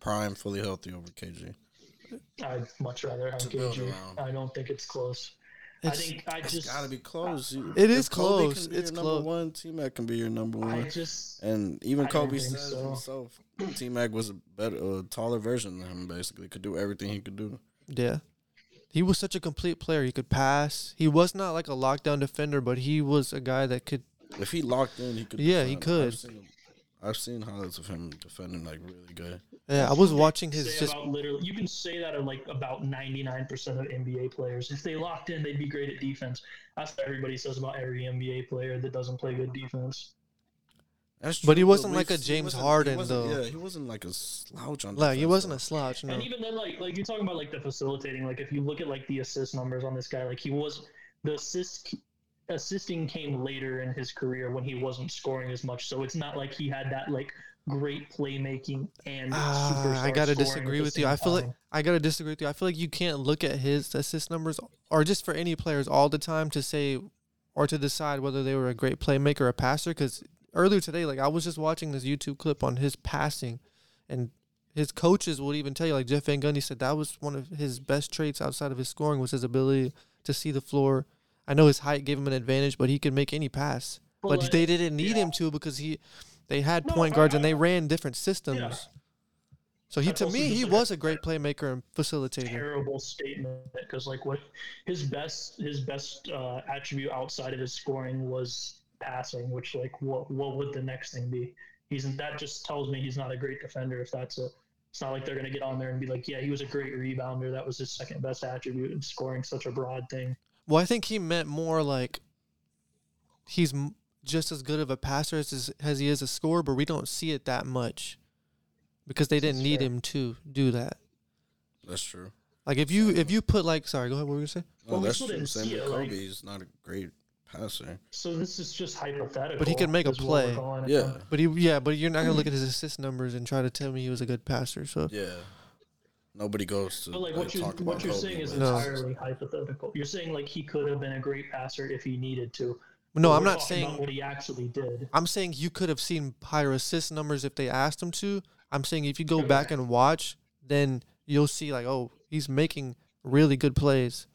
S2: prime, fully healthy over KG.
S3: I'd much rather have
S2: To build
S3: KG.
S2: around.
S3: I don't think it's close. I
S1: It's-
S3: think I
S2: It's
S3: just
S2: got to be close. You-
S1: It
S2: if
S1: is
S2: Kobe
S1: close.
S2: Can be
S1: It's
S2: your
S1: close.
S2: number one. T Mac can be your number
S3: I
S2: one.
S3: just
S2: And even
S3: I don't
S2: Kobe
S3: think
S2: says
S3: so.
S2: himself, T Mac was a better, a taller version of him. Basically, could do everything he could do.
S1: Yeah. He was such a complete player. He could pass. He was not like a lockdown defender, but he was a guy that could
S2: If he locked in, he could.
S1: Yeah, he
S2: defend.
S1: could.
S2: I've seen, him- I've seen highlights of him defending like really good.
S1: Yeah, I was watching his
S3: say
S1: just
S3: about literally you can say that of like about 99% of NBA players. If they locked in, they'd be great at defense. That's what everybody says about every NBA player that doesn't play good defense.
S2: That's
S1: But he
S2: true,
S1: wasn't
S2: we've-
S1: like a
S2: he
S1: James
S2: wasn't- he
S1: Harden,
S2: wasn't-
S1: though.
S2: Yeah, he wasn't like a slouch on.
S1: like he
S2: defense,
S1: wasn't
S2: though.
S1: a slouch. No,
S3: And even then, like like you're talking about like the facilitating. Like if you look at like the assist numbers on this guy, like he was the assist assisting came later in his career when he wasn't scoring as much. So it's not like he had that like great playmaking and
S1: Ah, I
S3: superstar
S1: gotta
S3: scoring
S1: disagree
S3: at the
S1: with you.
S3: same
S1: I feel like
S3: time.
S1: I gotta disagree with you. I feel like you can't look at his assist numbers or just for any players all the time to say or to decide whether they were a great playmaker or passer. Because earlier today, like I was just watching this YouTube clip on his passing, and his coaches would even tell you, like Jeff Van Gundy said, that was one of his best traits outside of his scoring was his ability to see the floor. I know his height gave him an advantage, but he could make any pass.
S3: But,
S1: But
S3: like,
S1: they didn't need
S3: yeah.
S1: him to because he, they had
S3: No,
S1: point
S3: I-
S1: guards
S3: I-
S1: and they ran different systems. So he
S3: That's
S1: to
S3: also
S1: me
S3: just
S1: he
S3: like a
S1: was a great playmaker and facilitator.
S3: terrible statement because like what his best his best uh, attribute outside of his scoring was passing, which like what what would the next thing be? He's that just tells me he's not a great defender if that's it. It's not like they're gonna get on there and be like, yeah, he was a great rebounder. That was his second best attribute, and scoring such a broad thing.
S1: Well, I think he meant more like he's m- just as good of a passer as, his- as he is a scorer, but we don't see it that much because they didn't
S3: That's
S1: need
S3: fair.
S1: him to do that.
S2: That's true.
S1: Like if you if you put like sorry, go ahead. What were you gonna say?
S2: No,
S3: Well, we
S2: that's
S3: still
S2: true.
S3: didn't
S2: Same
S3: see
S2: with
S3: it,
S2: Kobe.
S3: like-
S2: He's not a great passer.
S3: So this is just hypothetical.
S1: But he can make a
S3: is what we're
S1: play.
S3: calling it
S2: Yeah,
S3: from.
S1: But he yeah, but you're not gonna look at his assist numbers and try to tell me he was a good passer. So
S2: yeah. Nobody goes to.
S3: But like what you're
S2: talk
S3: what
S2: about
S3: you're
S2: Kobe,
S3: saying is
S2: but-
S1: No.
S3: entirely hypothetical. You're saying like he could have been a great passer if he needed to.
S1: no,
S3: But
S1: I'm
S3: we're
S1: not
S3: talking about
S1: saying
S3: what he actually did.
S1: I'm saying you could have seen higher assist numbers if they asked him to. I'm saying if you go
S3: Okay.
S1: back and watch, then you'll see like, oh, he's making really good plays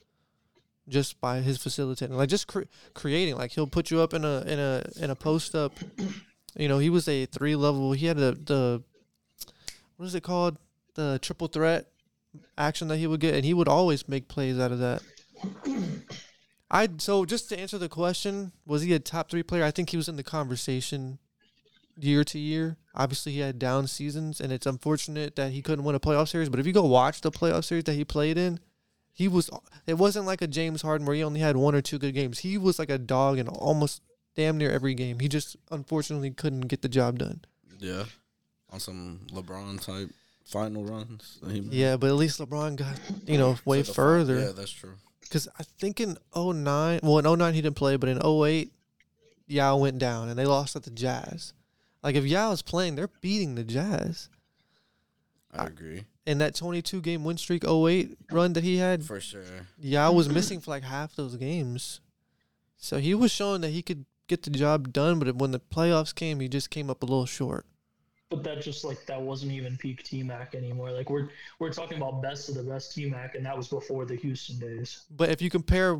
S1: just by his facilitating, like just cre- creating. Like he'll put you up in a in a in a post up. You know, he was a three level. He had a, the what is it called? The triple threat action that he would get, and he would always make plays out of that. I so just to answer the question, was he a top three player? I think he was in the conversation year to year. Obviously, he had down seasons, and it's unfortunate that he couldn't win a playoff series. But if you go watch the playoff series that he played in, he was it wasn't like a James Harden where he only had one or two good games. He was like a dog in almost damn near every game. He just unfortunately couldn't get the job done.
S2: Yeah, on some LeBron type final runs. that he made.
S1: Yeah, but at least LeBron got you know
S2: To
S1: way
S2: the fi-
S1: further.
S2: Yeah, that's true.
S1: because I think in 09, well, in 09 he didn't play, but in 08, Yao went down and they lost at the Jazz. Like, if Yao is playing, they're beating the Jazz.
S2: I
S1: I-
S2: agree
S1: And that 22 game win streak 08 run that he had,
S2: for sure.
S1: Yao was missing for like half those games. So he was showing that he could get the job done, but when the playoffs came, he just came up a little short.
S3: But that just like that wasn't even peak T Mac anymore. Like we're we're talking about best of the best T Mac, and that was before the Houston days.
S1: But if you compare,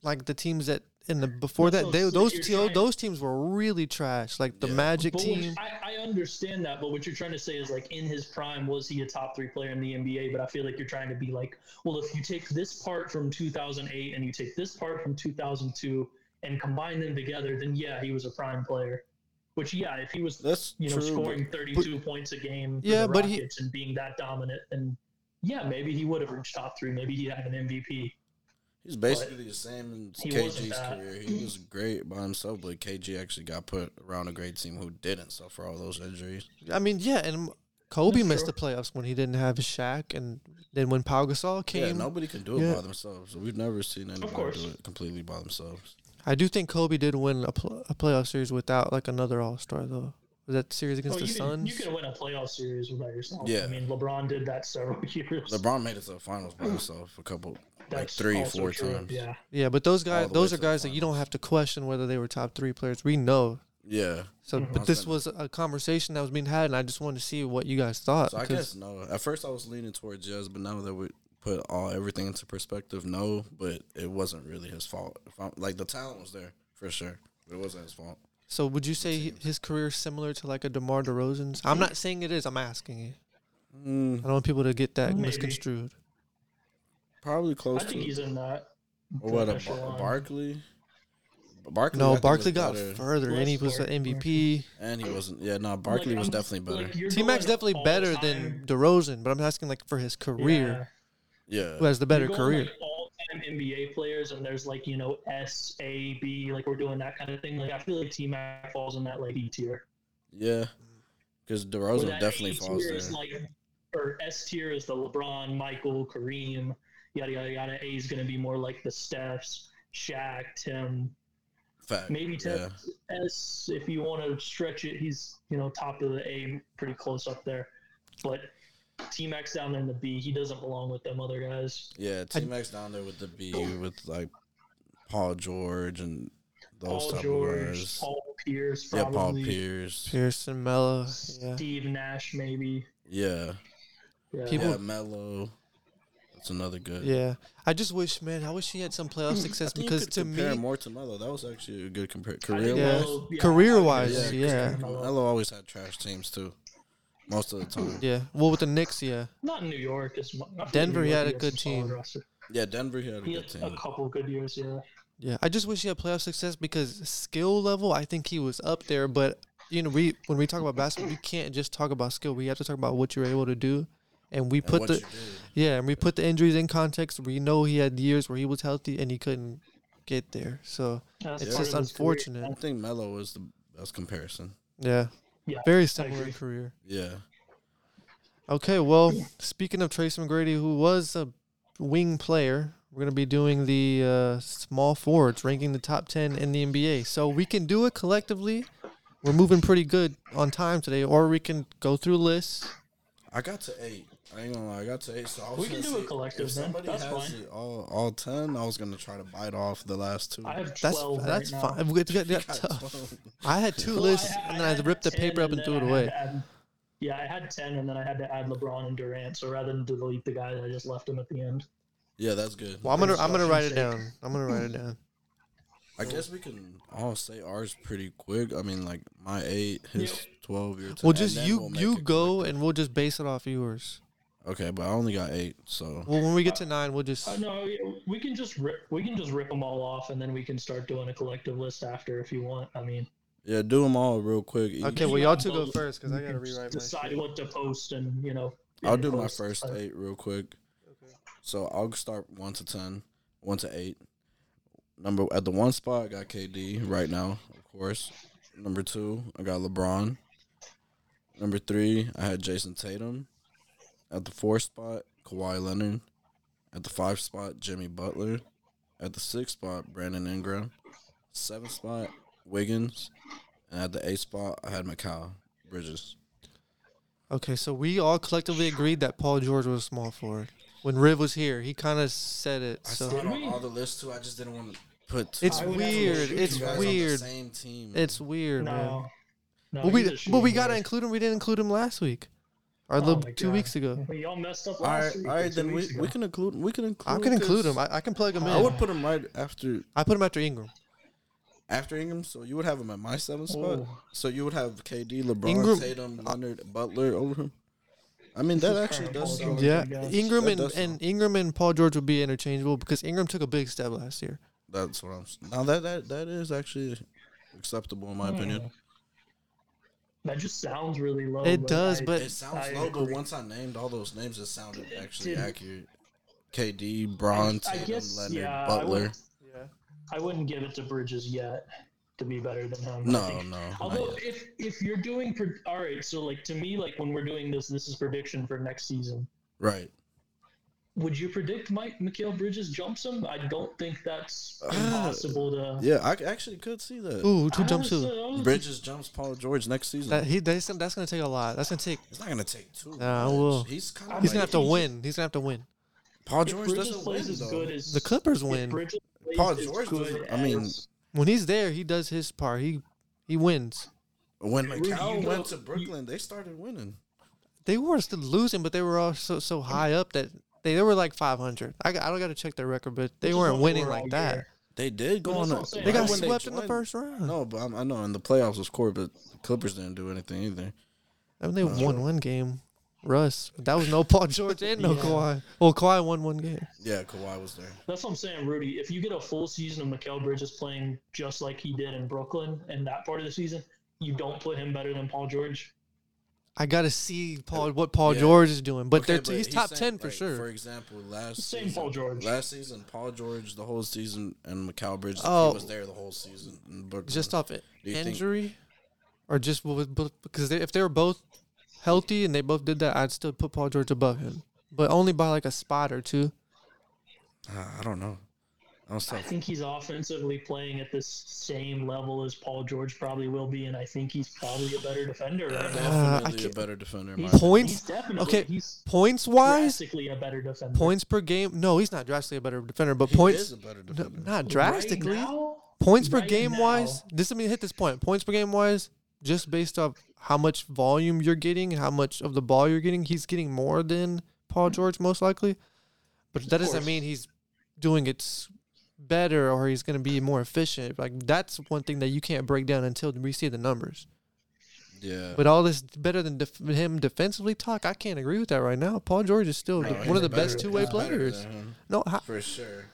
S1: like the teams that in the before that,
S3: That's so
S1: they,
S3: sick,
S1: those
S3: you're
S1: te-
S3: trying-
S1: those teams were really trash. Like the
S2: Yeah.
S1: Magic
S3: But what-
S1: team,
S3: I, I understand that, but what you're trying to say is like in his prime, was he a top three player in the NBA? But I feel like you're trying to be like, well, if you take this part from 2008 and you take this part from 2002 and combine them together, then yeah, he was a prime player. Which yeah, if he was
S2: That's
S3: you know,
S2: true.
S3: scoring 32 points a game for
S1: Yeah,
S3: the
S1: but he-
S3: Rockets and being that dominant. And yeah, maybe he would have reached top three. Maybe he'd have an MVP.
S2: He's basically the same
S3: he
S2: in
S3: wasn't
S2: KG's
S3: that.
S2: career. He was great by himself, but KG actually got put around a great team who didn't suffer all those injuries.
S1: I mean, yeah, and Kobe
S3: That's
S1: missed
S3: true.
S1: the playoffs when he didn't have his Shaq, and then when Pau Gasol
S2: Yeah,
S1: came,
S2: nobody can do it
S1: Yeah.
S2: by themselves. We've never seen anybody
S3: course.
S2: do it completely by themselves.
S1: I do think Kobe did win a, pl- a playoff series without like another All Star though. Was that series against
S2: Oh,
S3: Well,
S1: the
S3: Oh, you, can,
S1: Suns?
S3: you can win a playoff series without yourself.
S2: Yeah.
S3: I mean, LeBron did that several years.
S2: LeBron made it to the finals by himself a couple, like three,
S3: Hmm. also
S2: four
S3: true,
S2: times.
S3: Yeah.
S1: yeah, but those guys,
S2: the way
S1: those
S2: to
S1: are
S2: the
S1: guys that you don't have to question whether they were top three players. We know.
S2: Yeah.
S1: So,
S3: Mhm.
S1: but this was a conversation that was being had, and I just wanted to see what you guys thought.
S2: So I
S1: 'cause-
S2: guess no. At first I was leaning towards yes, but now that we put all everything into perspective, no. But it wasn't really his fault. If I'm, like the talent was there for sure, but it wasn't his fault.
S1: so would you say his career is similar to like a DeMar DeRozan's? I'm not saying it is. I'm asking you. I don't want people to get that
S3: Maybe.
S1: misconstrued.
S2: probably close
S3: I think
S2: to
S3: he's in that.
S2: or what a,
S3: professional
S2: Bar-
S3: line.
S2: Barkley. Barkley. I
S1: No,
S2: think, was
S1: Barkley got
S2: better,
S1: further, and
S3: Less
S1: he was the
S3: Barkley.
S1: MVP.
S2: and he wasn't. Yeah, no, Barkley
S3: Like,
S2: was
S3: I'm-
S2: definitely better.
S3: like, you're
S1: T Mac's
S3: going
S1: definitely
S3: all
S1: better
S3: time-
S1: than DeRozan, but I'm asking like for his career,
S2: yeah,
S1: who has the better
S3: You're going,
S1: career.
S3: Like, all time NBA players, and there's like you know S A B, like we're doing that kind of thing. Like I feel like T Mac falls in that like E tier.
S2: yeah, because
S3: Where
S2: DeRozan
S3: that
S2: definitely
S3: A
S2: falls
S3: tier
S2: there.
S3: is like, or S tier is the LeBron, Michael, Kareem, yada yada yada. A is gonna be more like the Stephs, Shaq, Tim,
S2: Fact.
S3: maybe Tim.
S2: yeah,
S3: S, if you want to stretch it, he's you know top of the A, pretty close up there. But T Max down there in the B, he doesn't belong with them other guys.
S2: yeah. T Mac's down there with the B with like Paul George and those
S3: Paul
S2: type
S3: George,
S2: of guys.
S3: Paul Pierce,
S2: Yeah,
S3: probably
S2: Paul Pierce.
S1: Pearson, Mello, yeah.
S3: Steve Nash, maybe.
S2: Yeah,
S3: Yeah.
S1: People-
S2: yeah, Mello. That's another good.
S1: Yeah. I just wish, man, I wish he had some playoff success
S2: I think you
S1: because
S2: could
S1: to
S2: compare
S1: me,
S2: more to Mello. That was actually a good compare.
S3: I think
S2: Career
S1: Yeah.
S2: wise,
S3: Melo- yeah,
S1: career
S3: I
S1: wise,
S3: think
S1: yeah.
S3: Melo-
S2: Mello always had trash teams too. most of the time.
S1: Yeah. Well, with the Knicks, yeah.
S3: Not in New York. As much.
S1: Denver, he had a good team.
S2: Yeah, Denver he had a
S3: He
S2: good
S3: had a
S1: uh,
S2: team.
S3: couple good years, yeah.
S1: Yeah. I just wish he had playoff success because skill level, I think he was up there. But, you know, we when we talk about basketball, we can't just talk about skill. We have to talk about what you're able to do. And we
S2: And
S1: put
S2: what
S1: the.
S2: you did.
S1: Yeah, and we put the injuries in context. We know he had years where he was healthy and he couldn't get there. So
S3: That's
S1: it's
S2: Yeah.
S1: just
S3: part of his career.
S2: I
S1: unfortunate.
S2: think Melo is the best comparison.
S1: Yeah.
S3: Yeah,
S1: Very similar
S3: agree.
S1: career.
S2: Yeah.
S1: Okay, well, speaking of Trace McGrady, who was a wing player, we're going to be doing the uh, small forwards, ranking the top 10 in the NBA. So we can do it collectively. We're moving pretty good on time today, or we can go through lists.
S2: I got to eight. I ain't gonna lie, I got to eight. So I was
S3: We can
S2: gonna
S3: do a
S2: say,
S3: collective
S2: If
S3: then.
S2: somebody
S3: That's
S2: has
S3: fine.
S2: it all, all ten, I was gonna try to bite off the last two.
S3: I have 12
S1: That's
S3: right
S1: that's
S3: now.
S1: fine. We got- got
S2: Got
S1: tough.
S2: 12.
S1: I had two
S3: Well,
S1: lists,
S3: had-
S1: and then I
S3: had
S1: ripped the
S3: 10
S1: paper up and
S3: then
S1: threw it
S3: I had
S1: away.
S3: to add- yeah, I had 10 and then I had to add LeBron and Durant. So rather than delete the guys, I just left them at the end.
S2: Yeah, that's good.
S1: Well, I'm gonna I'm gonna
S3: Instruction
S1: write it
S3: sake.
S1: down. I'm gonna write it down.
S2: I guess we can all say ours pretty quick. I mean, like my eight, his twelve, your ten.
S1: Well,
S2: and
S1: just
S2: then
S1: you
S2: we'll make
S1: you
S2: it
S1: go, and we'll just base it off yours.
S2: quick. Okay, but I only got eight, so
S1: Well, when we get to nine, we'll just
S3: Uh, no, yeah, we can just rip, we can just rip them all off and then we can start doing a collective list after if you want. I mean,
S2: yeah, do them all real quick. You-
S1: okay. Well,
S3: you
S1: y'all
S3: want
S1: two go
S3: both,
S1: first because I
S3: you
S1: gotta
S3: can
S1: rewrite my.
S3: decide
S1: shit.
S3: what to post and you know.
S2: I'll do my
S3: post.
S2: first
S3: Uh,
S2: eight real quick. So I'll start one to ten, one to eight. Number at the one spot, I got KD right now, of course. Number two, I got LeBron. Number three, I had Jason Tatum. At the four spot, Kawhi Leonard. At the five spot, Jimmy Butler. At the six spot, Brandon Ingram. Seven spot, Wiggins. And at the eight spot, I had Mikal Bridges.
S1: Okay, so we all collectively agreed that Paul George was a small forward. When Riv was here, he kind of said it.
S2: I
S1: So
S2: said
S3: Did
S2: on
S3: we?
S2: all the lists too. I just didn't want to put. too
S1: It's
S2: many people.
S1: weird,
S2: You
S1: it's
S2: guys on the
S1: weird.
S2: same team.
S1: it's weird, man.
S3: No. No,
S1: But we
S3: he's a
S1: but we
S3: shooting
S1: gotta
S3: guard.
S1: include him. We didn't include him last week, or
S3: Oh
S1: little
S3: my
S1: two
S3: God.
S1: weeks ago.
S3: Well, y'all messed up
S2: all
S3: last
S2: right,
S3: week.
S2: all
S3: or
S2: right.
S3: two
S2: Then we,
S3: weeks ago.
S2: we can include we can include.
S1: I can include
S2: 'cause
S1: him. I, I can plug him in.
S2: I would put him right after
S1: I put him after Ingram.
S2: after Ingram. So you would have him at my seventh spot.
S3: Oh.
S2: So you would have KD, LeBron,
S1: Ingram-
S2: Tatum, Leonard, Butler over him. I mean that actually does. Sound
S3: Hold on.
S1: Yeah,
S3: guess.
S1: Ingram
S2: That
S1: and,
S2: does
S1: and
S2: sound-
S1: Ingram and Paul George would be interchangeable because Ingram took a big step last year.
S2: That's what I'm. s- Now that that that is actually acceptable in my
S3: Hmm.
S2: opinion.
S3: That just sounds really low.
S1: It
S3: but
S1: does,
S3: I-
S1: but
S2: It sounds
S3: I
S2: low, but
S3: agree.
S2: once I named all those names, it sounded actually
S3: didn't.
S2: accurate. KD, Bron,
S3: I
S2: Tatum,
S3: guess,
S2: Leonard,
S3: yeah, I
S2: Butler.
S3: wouldn't- I wouldn't give it to Bridges yet to be better than him. I
S2: No,
S3: think.
S2: no.
S3: Although if if you're doing pre- all right, so like to me, like when we're doing this, this is prediction for next season.
S2: Right.
S3: Would you predict Mike Mikhail Bridges jumps him? I don't think that's
S2: Uh,
S3: impossible to.
S2: Yeah, I c- actually could see that.
S1: Ooh, two
S3: I
S1: jumps
S3: was-
S1: too.
S3: I was-
S2: Bridges jumps Paul George next season.
S1: That he that's, that's gonna take a lot. That's gonna take.
S2: it's not gonna take two.
S1: Nah, I
S2: much.
S1: will.
S2: He's kind
S3: I'm
S2: of.
S1: He's gonna
S3: like,
S1: have to
S3: if he-
S1: win. He's gonna have to win.
S2: Paul
S3: if
S2: George
S3: Bridges
S2: doesn't
S3: plays
S2: win
S3: as
S2: though.
S3: good as
S1: The Clippers
S3: if
S1: win
S3: Bridges plays
S2: Paul
S3: as
S2: George
S3: good
S2: doesn't- I mean,
S3: as-
S1: when he's there. He does his part. He he wins.
S2: when
S3: Rudy,
S2: McCall
S3: you
S2: went
S3: know-
S2: to Brooklyn, they started winning.
S1: They were still losing, but they were all so so high up that they, they were like 500. I, got- I don't got to check their record, but they
S3: Which is
S1: weren't
S3: what they
S1: winning
S3: were
S1: like
S3: all
S1: that.
S3: year.
S2: They did go
S3: Well,
S2: on.
S3: that's
S2: A,
S3: what I'm saying.
S1: They got
S2: when
S1: swept in the
S2: joined-
S1: first round.
S2: No, but I'm, I know in the playoffs was court, but the Clippers didn't do anything either.
S1: I mean, they won one game. Russ, but that was no Paul George and no
S3: Yeah.
S1: Kawhi. Well, Kawhi won one game.
S2: Yeah, Kawhi was there.
S3: That's what I'm saying, Rudy. If you get a full season of Mikael Bridges playing just like he did in Brooklyn and that part of the season, you don't put him better than Paul George.
S1: I gotta see Paul what Paul
S2: Yeah.
S1: George is doing, but
S2: Okay,
S1: they're he's top
S2: saying,
S1: ten for
S2: like,
S1: sure.
S2: For example, last
S3: Same
S2: season,
S3: Paul George.
S2: Last season, Paul George the whole season and McCall Bridges
S1: Oh.
S2: he was there the whole season. In Brooklyn.
S1: just off it,
S2: Do you think-
S1: injury, or just with- with- because they, if they were both healthy and they both did that, I'd still put Paul George above him, but only by like a spot or two.
S2: Ah, I don't know. I was
S3: I
S2: tough.
S3: think he's offensively playing at the same level as Paul George probably will be, and I think he's probably a better defender right now.
S1: Uh, I
S2: Definitely a
S1: can't-
S2: better defender. in my
S3: He's,
S2: opinion.
S1: Points?
S3: he's definitely
S1: Okay.
S3: he's
S1: Points wise,
S3: drastically a better defender.
S1: points per game. No, he's not drastically a better defender, but
S2: He
S1: points
S2: is a better
S1: no,
S2: defender.
S1: not
S3: Right
S1: drastically.
S3: now,
S1: points per
S3: right
S1: game
S3: now-
S1: wise. This I mean, hit this point. Points per game wise, just based off how much volume you're getting, how much of the ball you're getting, he's getting more than Paul George most likely. But that doesn't
S3: course.
S1: mean he's doing it s- better or he's going to be more efficient. Like that's one thing that you can't break down until we see the numbers.
S2: Yeah.
S1: But all this better than def- him defensively talk, I can't agree with that right now. Paul George is still
S2: No,
S1: the-
S2: he's
S1: one of the
S2: better-
S1: best two way
S2: he's better
S1: players.
S2: than him,
S1: No, how,
S2: for sure.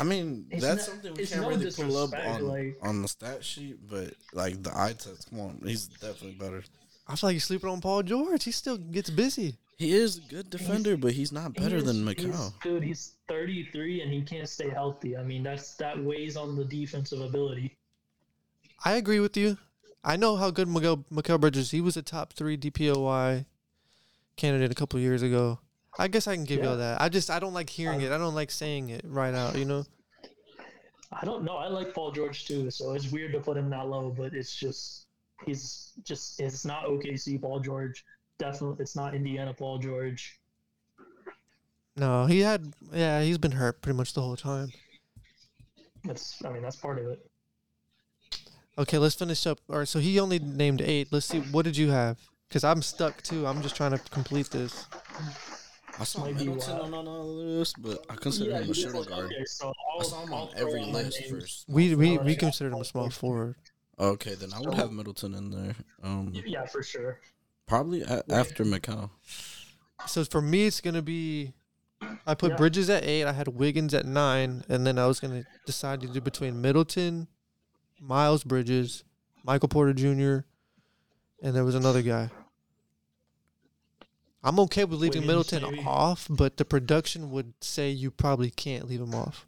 S2: I mean,
S3: It's
S2: that's
S3: not-
S2: something we
S3: it's
S2: can't
S3: no
S2: really pull up
S3: disrespect,
S2: on
S3: like-
S2: on the stat sheet, but like the eye test, come on, he's definitely better.
S1: I feel like you're sleeping on Paul George. He still gets busy.
S2: He is a good defender, but he's not better
S3: He is-
S2: than
S3: he's-
S2: Macau.
S3: Dude, he's 33 and he can't stay healthy. I mean, that's that weighs on the defensive ability.
S1: I agree with you. I know how good Miguel, Mikael Bridges. He was a top three DPOY candidate a couple of years ago. I guess I can give you all that. I just I don't like hearing it. I don't like saying it right out. You know.
S3: I don't know. I like Paul George too, so it's weird to put him that low, but it's just he's just it's not OKC Paul George. Definitely, it's not Indiana Paul George.
S1: No, he had yeah. He's been hurt pretty much the whole time.
S3: That's I mean that's part of it.
S1: Okay, let's finish up. All right, so he only named eight. Let's see. What did you have? Because I'm stuck too. I'm just trying to complete this.
S2: I saw
S3: Might be
S2: Middleton on
S3: wild.
S2: on all of this, but I consider him a
S3: he's
S2: shooting
S3: like,
S2: guard.
S3: okay, so
S2: I
S3: I'll-
S2: saw him
S3: I'll
S2: on
S3: throw
S2: every
S3: my
S2: list
S3: name.
S2: first.
S1: We we
S3: forward.
S1: we considered him a small forward.
S2: Okay, then I would have Middleton in there. Um,
S3: Yeah, for sure.
S2: probably a- after Macau.
S1: So for me, it's gonna be. I put
S3: Yeah.
S1: Bridges at eight. I had Wiggins at nine, and then I was gonna decide to do between Middleton, Miles Bridges, Michael Porter Jr., and there was another guy. I'm okay with leaving
S3: Wiggins,
S1: Middleton
S3: maybe.
S1: off, but the production would say you probably can't leave him off.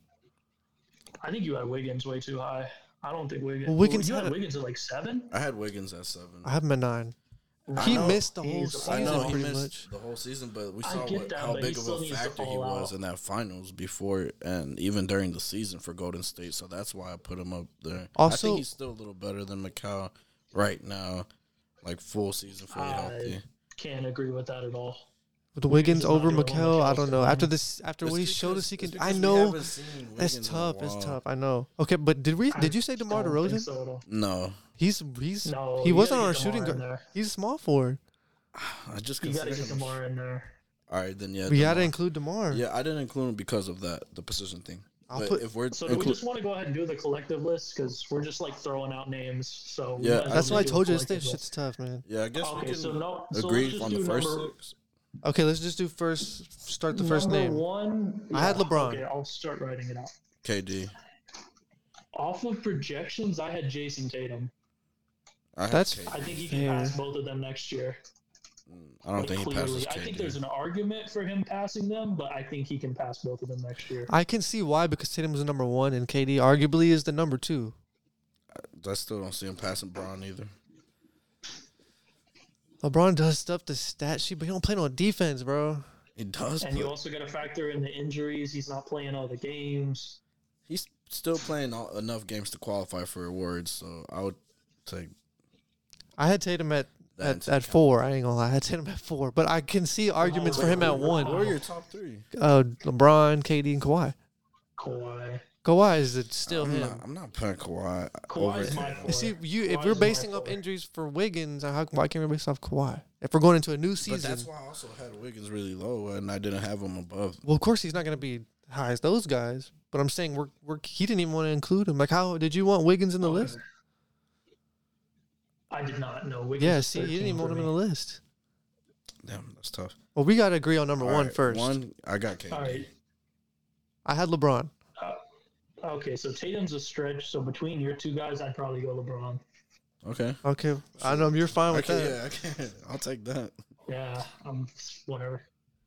S3: I think you had Wiggins way too high. I don't think Wiggins.
S1: Well, Wiggins
S3: you had
S1: had a-
S3: Wiggins at like seven.
S2: I had Wiggins at seven.
S1: I have him at nine.
S2: I
S1: He
S2: know.
S1: missed the whole
S3: He's-
S1: season,
S3: I
S2: I know he
S1: pretty
S2: missed
S1: much.
S2: the whole season, but we
S3: I
S2: saw
S3: get
S2: what,
S3: that,
S2: how
S3: but he
S2: big of
S3: still
S2: a
S3: needs to
S2: factor he
S3: fall
S2: was
S3: out.
S2: in that finals before and even during the season for Golden State. So that's why I put him up there. I
S1: Also-
S2: think he's still a little better than Macau right now, like full season fully
S1: Uh,
S3: I-
S2: healthy.
S3: Can't agree with that at all.
S1: With Wiggins
S3: Wiggins is not
S1: over
S3: doing well
S1: Mikel,
S3: with
S1: I
S3: Kelsey
S1: don't know.
S3: at
S1: After
S3: all.
S1: this, after what he showed us, he can. I
S2: We
S1: know
S2: haven't seen Wiggins
S1: that's
S2: in a
S1: tough. It's
S2: while.
S1: tough. I know. Okay, but did we? Did you say Demar
S3: I don't think
S1: Derozan?
S3: so at all.
S2: No,
S1: He's he's
S3: No,
S1: he
S3: you
S1: wasn't
S3: gotta
S1: on our
S3: get
S1: shooting guard.
S3: DeMar in there.
S1: He's a small forward.
S2: I just
S3: You gotta
S2: consider
S3: get
S2: him. All
S3: Demar in there.
S2: right, then yeah,
S1: We gotta
S2: Demar.
S1: include Demar.
S2: Yeah, I didn't include him because of that the position thing.
S1: I'll
S2: but
S1: put-
S2: if we're
S3: So do we
S2: inclu-
S3: just want to go ahead and do the collective list because we're just like throwing out names. So we
S2: Yeah,
S3: might as
S1: That's
S3: well
S1: why I
S3: do a
S1: told you this thing
S3: collective
S1: shit's
S3: list.
S1: tough, man.
S2: yeah, I guess we
S3: Okay,
S2: can
S3: so no, so let's
S2: agree
S3: just
S2: on
S3: do
S2: the first
S3: number,
S2: six.
S1: Okay, let's just do first. Start the first
S3: number
S1: name.
S3: One,
S1: I had LeBron.
S3: Okay, I'll start writing it out.
S2: KD.
S3: Off of projections, I had Jason Tatum.
S2: I have
S1: That's-
S2: KD.
S3: I think he can
S1: Fair.
S3: pass both of them next year.
S2: I don't think he
S3: clearly,
S2: passes
S3: I think
S2: KD.
S3: there's an argument for him passing them, but I think he can pass both of them next year.
S1: I can see why because Tatum was the number one and KD arguably is the number two.
S2: I still don't see him passing Braun either.
S1: LeBron does stuff to stat sheet, but he don't play no defense, bro.
S2: He does,
S3: And you
S2: but
S3: also got to factor in the injuries. He's not playing all the games.
S2: he's still playing all, enough games to qualify for awards. So I would take
S1: I had Tatum at
S2: That
S1: at,
S2: doesn't
S1: at four. I ain't gonna lie. I had Tatum at four, but I can see arguments for him at
S2: Who are
S1: one.
S2: your top three?
S1: Uh, LeBron, KD, and Kawhi.
S3: Kawhi.
S1: Kawhi is it still
S2: I'm
S1: him?
S2: not, I'm not putting Kawhi over.
S3: Kawhi's my four.
S1: You see, you if
S3: Kawhi
S1: we're
S3: is my
S1: basing up
S3: four.
S1: injuries for Wiggins, how why can't we base off Kawhi? If we're going into a new
S2: But
S1: season,
S2: that's why I also had Wiggins really low, and I didn't have him above.
S1: well, of course he's not going to be high as those guys. But I'm saying we're we're he didn't even want to include him. Like, how did you want Wiggins
S3: Oh,
S1: in the list?
S3: I did not know. Wiggins
S1: Yeah,
S3: is
S1: see, you
S3: 13
S1: didn't even
S3: for
S1: want him
S3: me.
S1: in the list.
S2: Damn, that's tough.
S1: Well, we got to agree on number
S2: All
S1: one
S2: right,
S1: first.
S2: One, I got KD.
S3: All right.
S1: I had LeBron.
S3: Okay, so Tatum's a stretch. So between your two guys, I'd probably go LeBron.
S2: Okay.
S1: Okay, I know you're fine with
S2: Okay,
S1: that.
S2: yeah, I can. I'll take that.
S3: Yeah, I'm whatever.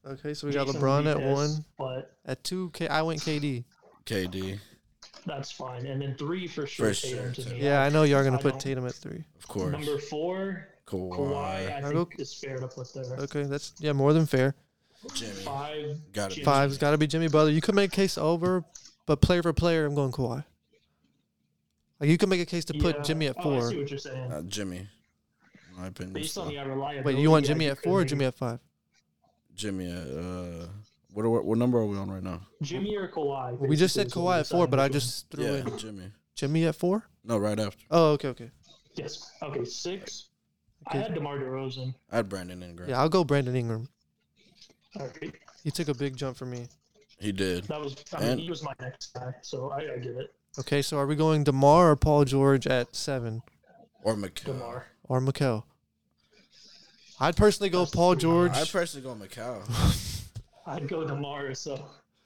S1: Okay, so we got
S3: Jason
S1: LeBron
S3: would
S1: at
S3: be pissed,
S1: one.
S3: but
S1: At two, K, I went KD.
S2: KD,
S3: that's fine. And then three for sure.
S2: For sure,
S3: Tatum to
S2: Tatum.
S3: me.
S1: Yeah, I know y'all gonna
S3: I
S1: put
S3: don't-
S1: Tatum at three.
S2: of course.
S3: Number four,
S2: Kawhi,
S3: Kawhi. I
S1: Now
S3: think
S1: go-
S3: is fair to put there.
S1: Okay, that's yeah more than fair.
S2: Jimmy.
S3: Five.
S2: Got it.
S3: Jimmy.
S1: Five's got to be Jimmy Butler. You could make a case over, but player for player, I'm going Kawhi. Like you could make a case to put
S3: Yeah.
S1: Jimmy at
S3: Oh, I
S1: four.
S3: see what you're saying.
S2: Uh, Jimmy. in My opinion.
S3: Based on
S2: still.
S3: the reliability.
S1: Wait, you want
S3: I
S1: Jimmy
S3: think
S1: at
S3: could
S1: four or
S3: be-
S1: Jimmy at five?
S2: Jimmy, at, uh, what, are, we- what number are we on right now?
S3: Jimmy or Kawhi?
S1: Well, we just said
S3: basically is what
S1: Kawhi at four,
S3: deciding
S1: but I
S3: between.
S1: just threw
S2: Yeah,
S1: in
S2: Jimmy.
S1: Jimmy at four.
S2: No, right after.
S1: Oh, okay, okay.
S3: Yes. Okay, six.
S1: Okay.
S3: I had DeMar DeRozan.
S2: I had Brandon Ingram.
S1: Yeah, I'll go Brandon Ingram.
S3: All right.
S1: He took a big jump for me.
S2: He did.
S3: That was, I mean,
S2: And-
S3: he was my next guy, so I, I get it.
S1: Okay, so are we going Demar or Paul George at seven?
S2: Or McKell.
S3: DeMar.
S1: or Mikel. I'd personally go Paul George.
S2: I personally go Macau.
S3: I'd go Demar. So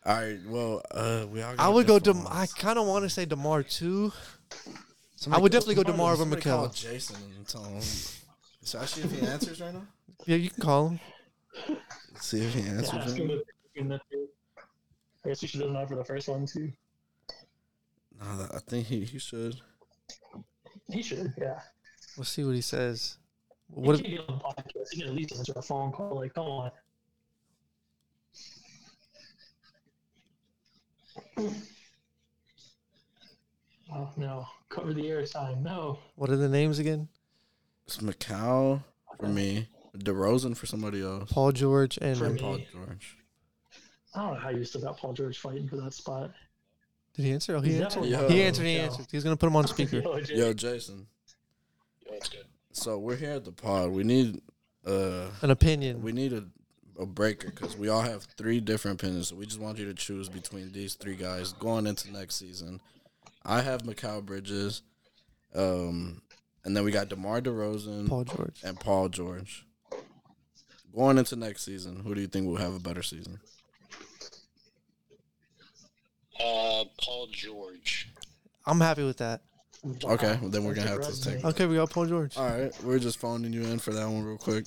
S2: All right. Well, uh, we all.
S1: I
S2: got
S1: would go.
S2: different
S1: Dem- I
S2: ones.
S1: kind of want to say Demar too.
S2: Somebody
S1: I would
S2: call-
S1: definitely go DeMar over
S2: somebody call
S1: Mikal.
S2: Jason and tell him. So I see if he answers right now.
S1: Yeah, you can call him.
S2: See if he answers.
S3: ask
S2: Right
S3: him
S2: now.
S3: if he can- I guess you should have done that for the first one too.
S2: No, that- I think he, he should.
S3: He should, yeah.
S1: We'll see what he says.
S3: What
S1: What?
S3: he
S1: If,
S3: can get on the podcast. He can at least answer a phone call. Like, come on. Oh no! Cover the air time. No.
S1: what are the names again?
S2: It's Macau for me. DeRozan for somebody else.
S1: Paul George and
S3: For
S2: and
S3: me.
S2: Paul George.
S3: I don't know how you still got Paul George fighting for that spot.
S1: did he answer? Oh, he
S3: He's
S1: answered.
S3: definitely
S2: Yeah.
S3: not
S1: He answered. He
S3: Mikel.
S1: answered. He's gonna put him on speaker.
S3: Yo, Jay,
S2: Yo, Jason. So we're here at the pod. We need uh
S1: An opinion.
S2: we need a a breaker because we all have three different opinions. So we just want you to choose between these three guys going into next season. I have Macau Bridges, um, and then we got DeMar DeRozan
S1: Paul George.
S2: and Paul George. Going into next season, who do you think will have a better season?
S4: Uh, Paul George.
S1: I'm happy with that.
S3: wow.
S2: Okay, well, then we're gonna have to
S3: That's
S2: take.
S3: a
S1: Okay, we got Paul George.
S2: All right, we're just phoning you in for that one real quick.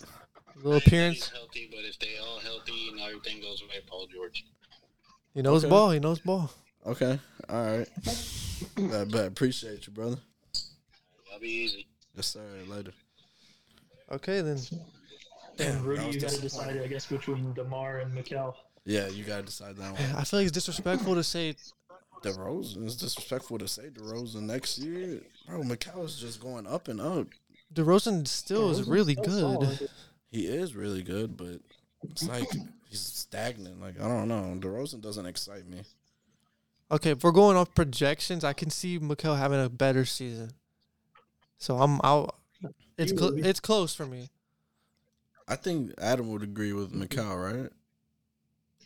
S1: Little
S4: He's
S1: appearance.
S4: healthy, but if they all healthy and everything goes away, Paul George.
S1: He knows
S2: Okay.
S1: ball. He knows ball.
S2: Okay, all right. I bet. Appreciate you, brother.
S4: That'll be easy.
S2: Yes, sir. Later.
S1: Okay, then.
S3: resume.
S2: Damn, that
S3: Rudy,
S2: was
S3: you got to
S2: disappointing.
S3: decide, I guess, between Demar and Mikel.
S2: Yeah, you gotta decide that one.
S1: I feel like it's disrespectful to say
S2: DeRozan. It's disrespectful to say DeRozan next year. Bro, Macau is just going up and up.
S1: DeRozan still is really good.
S2: He is really good, but it's like he's stagnant. Like, I don't know. DeRozan doesn't excite me.
S1: Okay, if we're going off projections, I can see Mikel having a better season. So I'm out. It's cl- it's close for me.
S2: I think Adam would agree with Macau, right?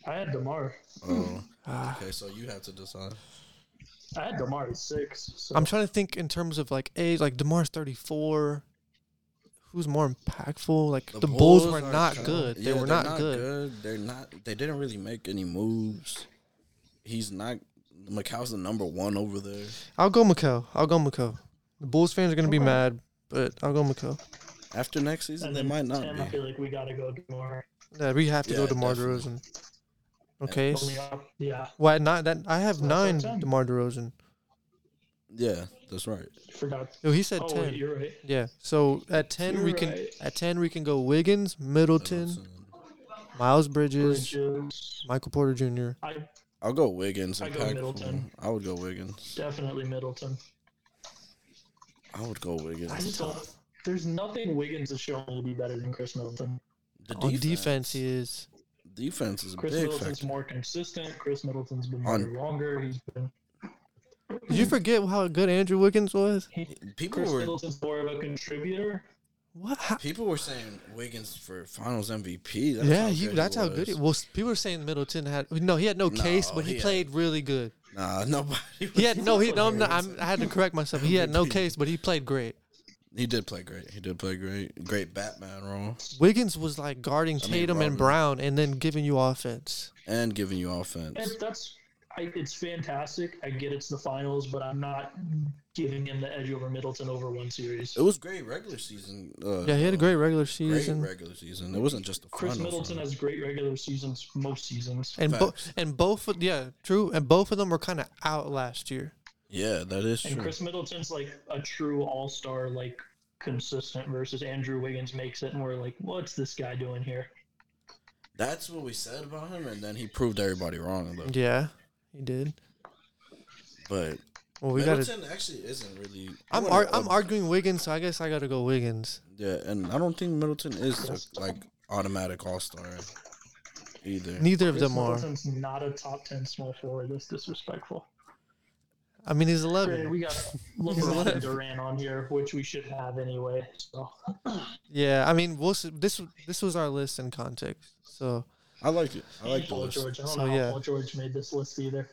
S3: I had Demar.
S2: Oh,
S1: Ah.
S2: okay. So you have to decide.
S3: I had Demar at six. So.
S1: I'm trying to think in terms of like age. Like Demar's 34. Who's more impactful? Like the, Bulls, were
S2: are
S1: not
S2: kinda-
S1: good.
S2: yeah,
S1: they were
S2: they're
S1: not, good.
S2: They're not. They didn't really make any moves. He's not. Macau's the number one over there.
S1: I'll go Mikel. I'll go Mikel. The Bulls fans are gonna be
S3: Okay.
S1: mad, but I'll go Mikel.
S2: After next season,
S3: And
S2: they
S3: then
S2: might not
S3: Tim, I
S2: be.
S3: feel like we got to go Demar.
S1: Yeah, we have to go
S2: Yeah,
S1: DeMar
S2: definitely.
S1: DeRozan. Okay. s-
S3: Only up- Yeah,
S1: Why not? That I have
S3: So that's
S1: nine
S3: ten.
S1: DeMar DeRozan.
S2: Yeah, that's right.
S3: forgot.
S1: No, he said
S3: Oh,
S1: ten.
S3: wait, you're right.
S1: Yeah. So at 10 we
S3: You're
S1: can
S3: right.
S1: at 10 we can go Wiggins, Middleton,
S2: Middleton.
S1: Miles Bridges,
S3: Bridges.
S1: Michael Porter Jr.
S3: I
S2: I'll go Wiggins.
S3: I go
S2: impactful.
S3: Middleton.
S2: I would go Wiggins.
S3: definitely Middleton.
S2: I would go
S3: I
S2: Wiggins.
S3: just don't. There's nothing Wiggins has shown to be better than Chris Middleton.
S2: The
S1: On defense he is.
S2: defense is a
S3: Chris
S2: big
S3: Middleton's
S2: factor.
S3: more consistent. Chris Middleton's been
S2: On-
S3: better longer. He's been.
S1: Did you forget how good Andrew Wiggins was?
S2: People
S3: Chris
S2: were
S3: Middleton's more of a contributor.
S1: What? How?
S2: people were saying Wiggins for Finals MVP. That's
S1: yeah,
S2: how
S1: he,
S2: good
S1: that's how
S2: was.
S1: good it was. People were saying Middleton had no, he had no case,
S2: No,
S1: but he,
S2: he had-
S1: played really good.
S2: Nah, nobody.
S1: He had no, he no, I'm not, I'm,
S2: Wiggins.
S1: I had to correct myself. He had no
S2: MVP.
S1: case, but he played great.
S2: He did play great. He did play great. Great Batman role
S1: Wiggins was like guarding
S2: mean,
S1: Tatum and
S2: Robin.
S1: Brown, and then giving you offense.
S2: and giving you offense.
S3: It, that's. I, it's fantastic. I get it's the finals, but I'm not giving him the edge over Middleton over one series.
S2: It was great regular season. Uh,
S1: Yeah, he had a great regular
S2: great
S1: season.
S2: regular season. It wasn't just the
S3: Chris
S2: finals
S3: Middleton
S2: run.
S3: has great regular seasons, most seasons.
S1: and both
S2: Facts.
S1: and both of- yeah true and both of them were kind of out last year
S2: Yeah, that is
S3: And
S2: true.
S3: Chris Middleton's like a true all star, like consistent versus Andrew Wiggins makes it, and we're like, what's this guy doing here?
S2: That's what we said about him, and then he proved everybody wrong. Though.
S1: yeah he did
S2: But
S1: well we got to
S2: Middleton actually isn't really. I
S1: I'm
S2: wouldn't
S1: ar- I'm
S2: up-
S1: arguing Wiggins so I guess I got to go Wiggins
S2: Yeah, and I don't think Middleton is a, like automatic All Star either.
S1: neither of
S3: Chris
S1: them are
S3: Middleton's not a top 10 small forward. That's disrespectful.
S1: I mean he's
S3: Granted,
S1: 11
S3: we got LeBron and Durant on here, which we should have anyway. So
S1: yeah I mean we'll see. this this was our list in context so
S2: I like it. I like
S3: And
S2: the
S3: Paul
S2: list.
S3: George. I don't
S1: So,
S3: know
S1: yeah.
S3: how Paul George made this list either.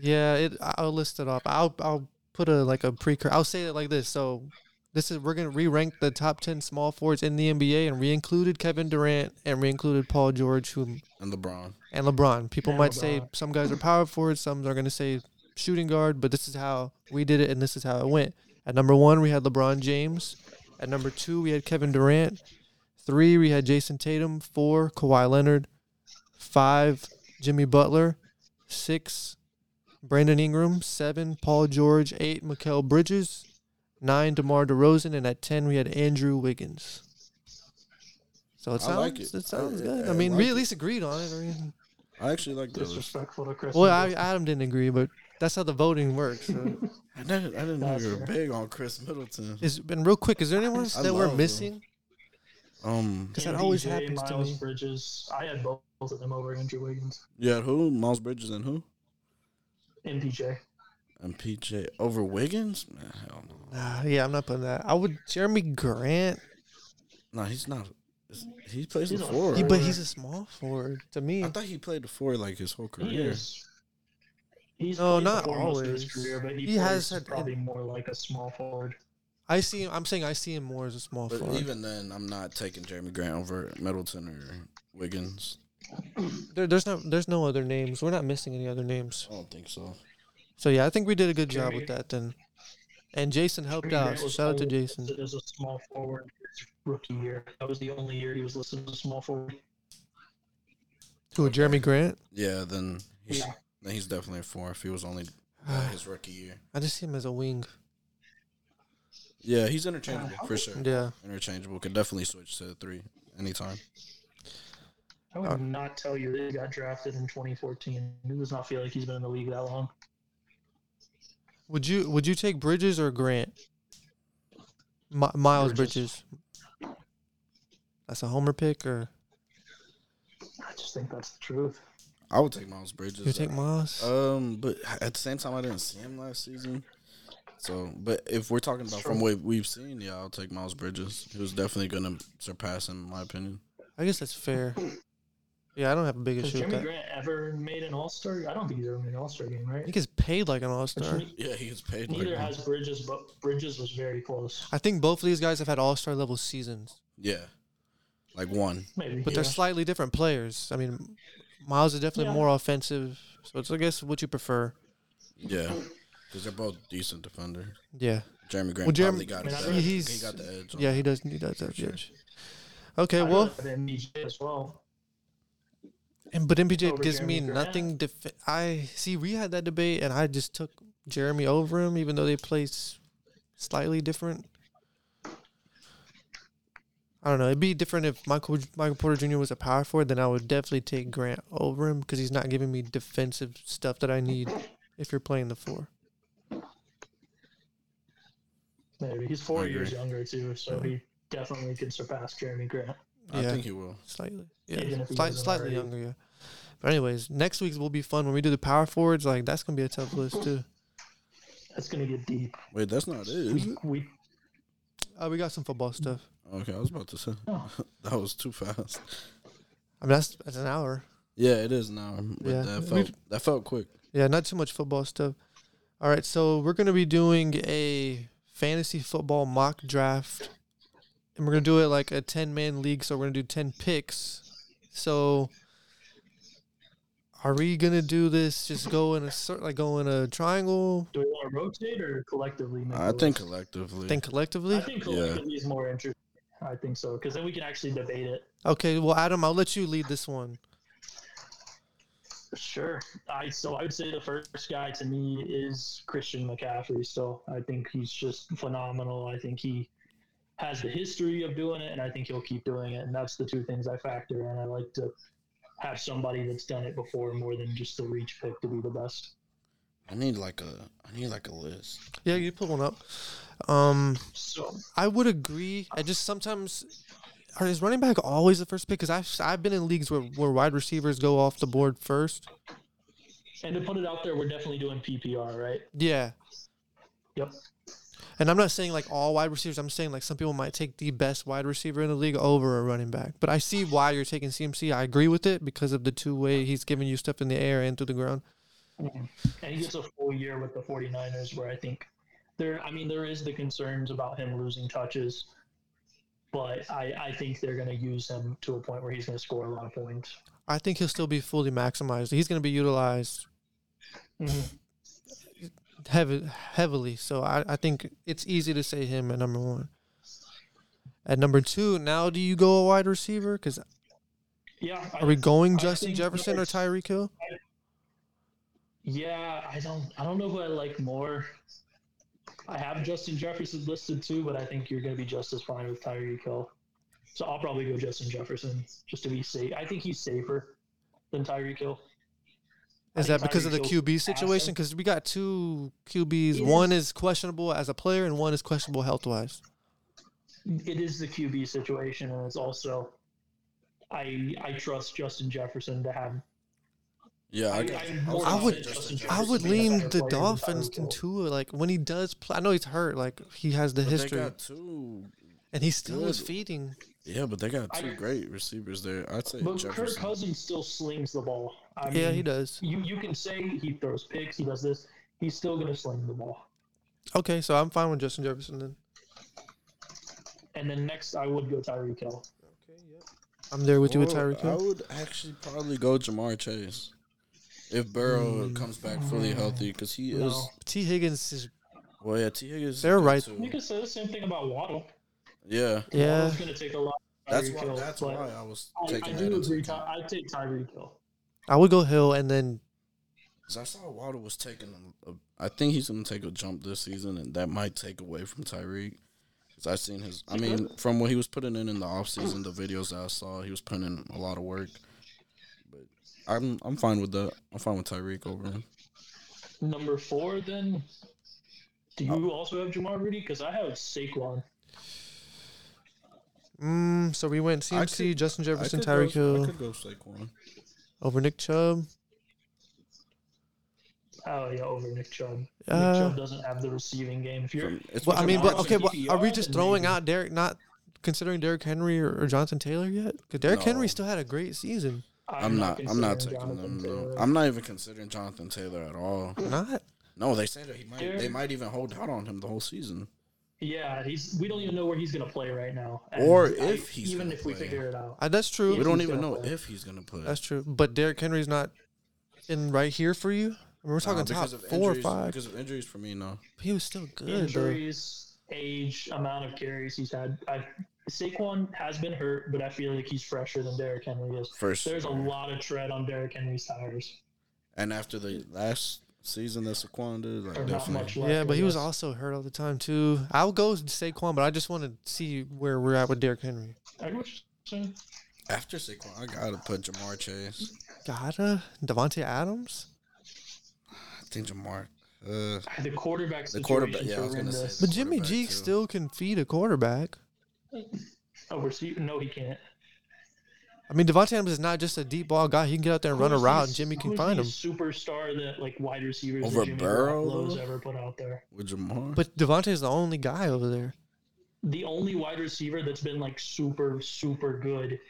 S1: yeah it I- I'll list it off I'll I'll put a like a precursor I'll say it like this so This is we're gonna re-rank the top ten small forwards in the NBA, and we included Kevin Durant and we included Paul George, who
S2: And LeBron.
S1: and LeBron. People
S3: And
S1: might say
S3: LeBron.
S1: some guys are power forwards, some are going to say shooting guard, but this is how we did it and this is how it went. At number one, we had LeBron James. At number two, we had Kevin Durant. Three, we had Jason Tatum. Four, Kawhi Leonard. Five, Jimmy Butler. Six, Brandon Ingram. Seven, Paul George. Eight, Mikael Bridges. Nine, DeMar DeRozan. And at 10, we had Andrew Wiggins. So it
S2: I
S1: sounds,
S2: like
S1: it.
S2: it. I-
S1: sounds good.
S2: I
S1: I mean,
S2: like
S1: we
S2: it.
S1: at least agreed on it. I mean,
S2: I actually like those.
S3: Disrespectful to Chris.
S1: well, I,
S3: Middleton.
S1: Adam didn't agree, but that's how the voting works. so.
S2: I didn't, I didn't know you were
S3: Gotcha.
S2: big on Chris Middleton.
S1: Is and real quick, is there anyone else
S2: I
S1: that we're
S2: love him.
S1: missing?
S2: Um,
S1: 'Cause that
S3: MPJ,
S1: always happens to
S3: Miles
S1: me.
S3: Bridges. I had both of them over Andrew Wiggins.
S2: yeah, who? Miles Bridges and who?
S3: MPJ.
S2: And PJ over Wiggins? Nah, hell no.
S1: Nah, yeah, I'm not putting that. I would Jeremy Grant,
S2: No, he's not. is- He plays
S3: He's
S2: the
S3: on
S2: four.
S1: he, but he's
S3: Forward.
S1: a small forward to me.
S2: I thought he played the four like his whole
S3: He
S2: career.
S3: is. He's
S1: No,
S3: played the
S1: not
S3: four most of his
S1: always.
S3: career, but he,
S1: He has
S3: has
S1: had-
S3: probably more like a small forward.
S1: I see. I'm saying I see him more as a small
S2: But
S1: forward.
S2: even then, I'm not taking Jeremy Grant over Middleton or Wiggins.
S1: There, there's no there's no other names. We're not missing any other names.
S2: I don't think so.
S1: So yeah, I think we did a good job
S3: Jeremy-
S1: with that then. And Jason helped
S3: Jeremy
S1: out.
S3: Grant
S1: So
S3: was
S1: shout out to
S3: always
S1: Jason.
S3: listed As a small forward his rookie year, that was the only year he was listed as a small forward.
S1: Who Jeremy Grant?
S2: Yeah, then he's,
S3: Yeah.
S2: then he's definitely a four if he was only uh,
S1: I
S2: his rookie year.
S1: just see him as a wing.
S2: Yeah, he's interchangeable
S3: Uh,
S2: for sure.
S1: Yeah.
S2: Interchangeable. Could definitely switch to the three anytime.
S3: I would
S1: Uh,
S3: not tell you that he got drafted in 2014. He does not feel like he's been in the league that long.
S1: Would you would you take Bridges or Grant? Mi- Miles Bridges.
S3: Bridges.
S1: That's a homer pick, or
S3: I just think that's the truth.
S2: I would take Miles Bridges.
S1: you take Miles?
S2: Um, but at the same time, I didn't see him last season. So, but if we're talking about from what we've seen, yeah, I'll take Miles Bridges. He was definitely going to surpass him, in my opinion.
S1: I guess that's fair. Yeah, I don't have a big
S3: Has
S1: issue with
S3: Jeremy
S1: that.
S3: Grant ever made an All Star? I don't think he's ever made an All Star game, right?
S1: He gets paid like an all
S3: Which
S1: star.
S3: ne-
S2: Yeah, he was paid. like
S3: Neither
S2: him.
S3: has Bridges, but Bridges was very close.
S1: I think both of these guys have had all star level seasons,
S2: yeah, like one.
S3: Maybe,
S1: but
S3: yeah.
S1: they're slightly different players. I mean, Miles is definitely
S3: Yeah.
S1: more offensive, so it's I guess what you prefer.
S2: Yeah, because they're both decent defenders.
S1: Yeah,
S2: Jeremy Grant
S1: Well, Jeremy-
S2: probably got his
S3: Man, I
S2: edge.
S3: think
S1: he's-
S2: he got the edge. on
S1: yeah,
S2: that.
S1: he does. He does have the
S2: Sure.
S1: edge. Okay,
S3: I
S1: well,
S3: really like MPJ E as well.
S1: And but MPJ
S3: over
S1: gives
S3: Jeremy
S1: me
S3: Grant.
S1: nothing. Def- I see we had that debate, and I just took Jeremy over him, even though they play s- slightly different. I don't know. It'd be different if Michael Michael Porter Jr. was a power forward. Then I would definitely take Grant over him because he's not giving me defensive stuff that I need. If you're playing the four,
S3: Maybe he's
S2: I
S3: four
S2: agree.
S3: years younger too, so he definitely could surpass Jeremy Grant.
S2: I
S1: Yeah.
S2: think he will.
S1: slightly, yeah,
S3: Even if he
S1: slight,
S3: wasn't
S1: slightly
S3: already.
S1: younger, yeah. But anyways, next week's will be fun when we do the power forwards. Like that's gonna be a tough list too.
S3: That's gonna get deep.
S2: Wait, that's not it, is it?
S3: We
S1: Uh, we got some football stuff.
S2: Okay, I was about to say
S3: No.
S2: that was too fast.
S1: I mean, that's that's an hour.
S2: Yeah, it is now. But
S1: Yeah.
S2: that felt
S1: We've-
S2: that felt quick.
S1: Yeah, not too much football stuff. All right, so we're gonna be doing a fantasy football mock draft, and we're gonna do it like a ten man league. So we're gonna do ten picks. So, are we gonna do this? Just go in a cer like go in a triangle.
S3: do we want to rotate or collectively? make
S2: I
S3: the
S2: think
S3: list?
S2: collectively.
S1: Then
S3: I
S1: collectively.
S3: think
S2: Yeah.
S3: collectively is more interesting. I think so because then we can actually debate it.
S1: Okay, well, Adam, I'll let you lead this one.
S3: Sure. I so I would say the first guy to me is Christian McCaffrey. So I think he's just phenomenal. I think he has the history of doing it, and I think he'll keep doing it. And that's the two things I factor in. I like to have somebody that's done it before more than just the reach pick to be the best.
S2: I need like a I need like a list.
S1: Yeah, you put one up. Um,
S3: So
S1: I would agree. I just sometimes are is running back always the first pick? Because I've I've been in leagues where where wide receivers go off the board first.
S3: and to put it out there, we're definitely doing PPR, right?
S1: Yeah.
S3: Yep.
S1: And I'm not saying like all wide receivers. I'm saying like some people might take the best wide receiver in the league over a running back. But I see why you're taking CMC. I agree with it because of the two way he's giving you stuff in the air and through the ground.
S3: And he gets a full year with the 49ers, where I think there. I mean, there is the concerns about him losing touches, but I, I think they're going to use him to a point where he's going to score a lot of points.
S1: I think he'll still be fully maximized. He's going to be utilized Mm-hmm.
S3: Mhm.
S1: heavy, heavily. So I, I think it's easy to say him at number one. At number two, now do you go a wide receiver? Because
S3: Yeah. I-
S1: are we going
S3: I
S1: Justin
S3: think
S1: Jefferson or
S3: it's-
S1: Tyreek Hill?
S3: Yeah, I don't I don't know who I like more. I have Justin Jefferson listed too, but I think you're going to be just as fine with Tyreek Hill. So I'll probably go Justin Jefferson just to be safe. I think he's safer than Tyreek Hill. I
S1: Is
S3: think
S1: that because of the
S3: Tyreek Hill-
S1: QB situation? Because we got two QBs.
S3: Yeah.
S1: One is questionable as a player, and one is questionable health wise.
S3: It is the QB situation, and it's also I I trust Justin Jefferson to have.
S2: Yeah, I,
S3: I-
S2: got-
S3: I'm more
S2: was
S1: I would-
S2: thinking
S3: Justin
S2: Jefferson.
S1: I
S3: Jefferson
S1: would
S3: being a
S1: lean
S3: better
S1: the
S3: player than
S1: Dolphins
S3: Tyreek Hill.
S1: into it. Like when he does play, I know he's hurt. Like he has the
S2: But
S1: history,
S2: They got two.
S1: and he still is
S2: good-
S1: feeding.
S2: Yeah, but they got
S3: I-
S2: two great receivers there. I'd say
S3: But Kirk
S2: Jefferson.
S3: Cousins still slings the ball. I
S1: yeah,
S3: mean,
S1: he does.
S3: You you can say he throws picks, he does this. He's still going to sling the ball.
S1: Okay, so I'm fine with Justin Jefferson then.
S3: And then next, I would go Tyreek Hill.
S1: Okay, yep. I'm there with you with
S2: Or
S1: Tyreek
S2: I
S1: Hill.
S2: would actually probably go Jamar Chase if Burrow
S1: Mm.
S2: comes back fully healthy because he
S3: No.
S2: is.
S1: T. Higgins is
S2: Well, yeah, T Higgins. is
S1: They're
S2: good,
S1: right.
S2: too.
S3: You could say the same thing about Waddle.
S2: Yeah,
S1: yeah.
S3: Waddle's going to take a lot. of
S2: that's
S3: Tyreek
S2: why.
S3: Hill,
S2: That's
S3: but
S2: why I was
S3: I,
S2: taking
S3: I
S2: that
S3: do
S2: into
S3: agree.
S2: account.
S3: Ty- I'd take Tyreek Hill.
S1: I would go Hill and then
S2: Cause I saw Waddle was taking. A, a, I think he's gonna take a jump this season, and that might take away from Tyreek. Cause I seen his. I mean, from what he was putting in in the offseason, the videos that I saw, he was putting in a lot of work. But I'm I'm fine with that. I'm fine with Tyreek over him.
S3: Number four, then. Do you
S2: Oh.
S3: also have Jamar Rudy? Because I have Saquon.
S1: mm, so we went
S2: I
S1: CMC,
S2: could-
S1: Justin Jefferson,
S2: I could
S1: Tyreek
S2: go- I
S1: Hill
S2: could go Saquon.
S1: over Nick Chubb.
S3: Oh yeah, over Nick Chubb.
S1: Uh,
S3: Nick Chubb doesn't have the receiving game. If you're,
S2: It's
S1: Well, I
S2: what
S1: mean,
S2: you
S1: but
S2: want.
S1: okay,
S3: Watson,
S1: but are we
S3: DPR,
S1: just
S3: then
S1: throwing
S3: maybe.
S1: out Derek? Not considering Derek Henry or, or Jonathan Taylor yet? Because Derek Henry
S2: No.
S1: still had a great season.
S2: I'm not. I'm not taking
S3: considering
S2: them.
S3: Jonathan
S2: No.
S3: Taylor.
S2: I'm not even considering Jonathan Taylor at all.
S1: Not
S2: No, they said that he might. They
S3: Derek-
S2: might even hold out on him the whole season.
S3: Yeah, he's. We don't even know where he's going to play right now. And
S2: Or
S3: I-
S2: if he's
S3: even
S2: gonna
S3: if we
S2: play.
S3: figure it out.
S1: I, Uh, that's true.
S2: We don't
S3: he's
S2: even
S3: gonna
S2: know
S3: play.
S2: if he's gonna play.
S1: That's true. But Derrick Henry's not in right here for you. I mean, we're
S2: Nah,
S1: talking top
S2: because of
S1: four
S2: injuries-
S1: or five.
S2: because of injuries for me. No,
S1: He was still good,
S3: injuries, age, amount of carries he's had. I, Saquon has been hurt, but I feel like he's fresher than Derrick Henry is.
S2: first
S3: There's a lot of tread on Derrick Henry's tires,
S2: And after the last season that Saquon did, like
S3: or not much
S2: definitely.
S1: though.
S3: left.
S1: Yeah,
S3: I
S1: but he was
S3: guess.
S1: also hurt all the time too. I'll go Saquon, but I just want to see where we're at with Derrick Henry.
S3: I know what you're saying.
S2: After Saquon, I gotta put Jamar Chase.
S1: Gotta Devontae Adams.
S2: I think Jamar. Uh,
S3: The quarterback
S2: The
S3: situation.
S2: quarterback- yeah, I was gonna
S3: horrendous.
S2: say
S1: But Jimmy
S2: Quarterback,
S1: G
S2: too.
S1: still can feed a quarterback.
S3: Oh, receiver? No, he can't.
S1: I mean, Devontae Adams is not just a deep ball guy. He can get out there and run a
S3: Who's
S1: route,
S3: the-
S1: and Jimmy can
S3: who's
S1: find
S3: the
S1: him.
S3: Superstar that like wide receivers
S2: Over
S3: that Jimmy
S2: Burrow,
S3: Garoppolo's
S2: though?
S3: ever put out there.
S2: with Jamar.
S1: But Devontae's the only guy over there.
S3: The only wide receiver that's been like super super good.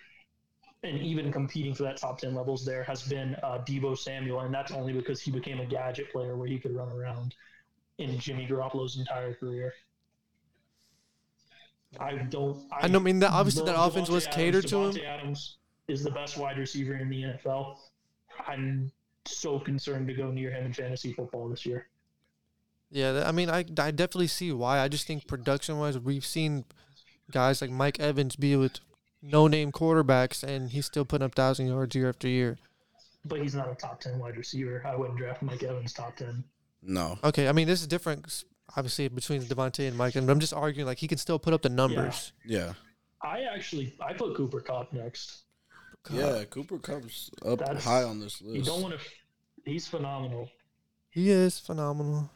S3: And even competing for that top ten levels, there has been uh, Debo Samuel, and that's only because he became a gadget player where he could run around in Jimmy Garoppolo's entire career. I don't.
S1: I know. I mean, that obviously
S3: Love
S1: that offense was
S3: Devontae
S1: catered
S3: Adams.
S1: to him.
S3: Devontae Adams is the best wide receiver in the NFL. I'm so concerned to go near him in fantasy football this year.
S1: Yeah, that- I mean, I, I definitely see why. I just think production wise, we've seen guys like Mike Evans be with no name quarterbacks, and he's still putting up thousand yards year after year.
S3: But he's not a top ten wide receiver. I wouldn't draft Mike Evans top ten.
S2: no,
S1: Okay, I mean, this is different, s- obviously, between Devontae and Mike, and I'm just arguing like he can still put up the numbers.
S2: yeah,
S3: I actually I put Cooper Cup next.
S2: yeah. Cooper Cup's up
S3: That's-
S2: high on this
S3: You
S2: list.
S3: don't want to. He's phenomenal.
S1: He is phenomenal.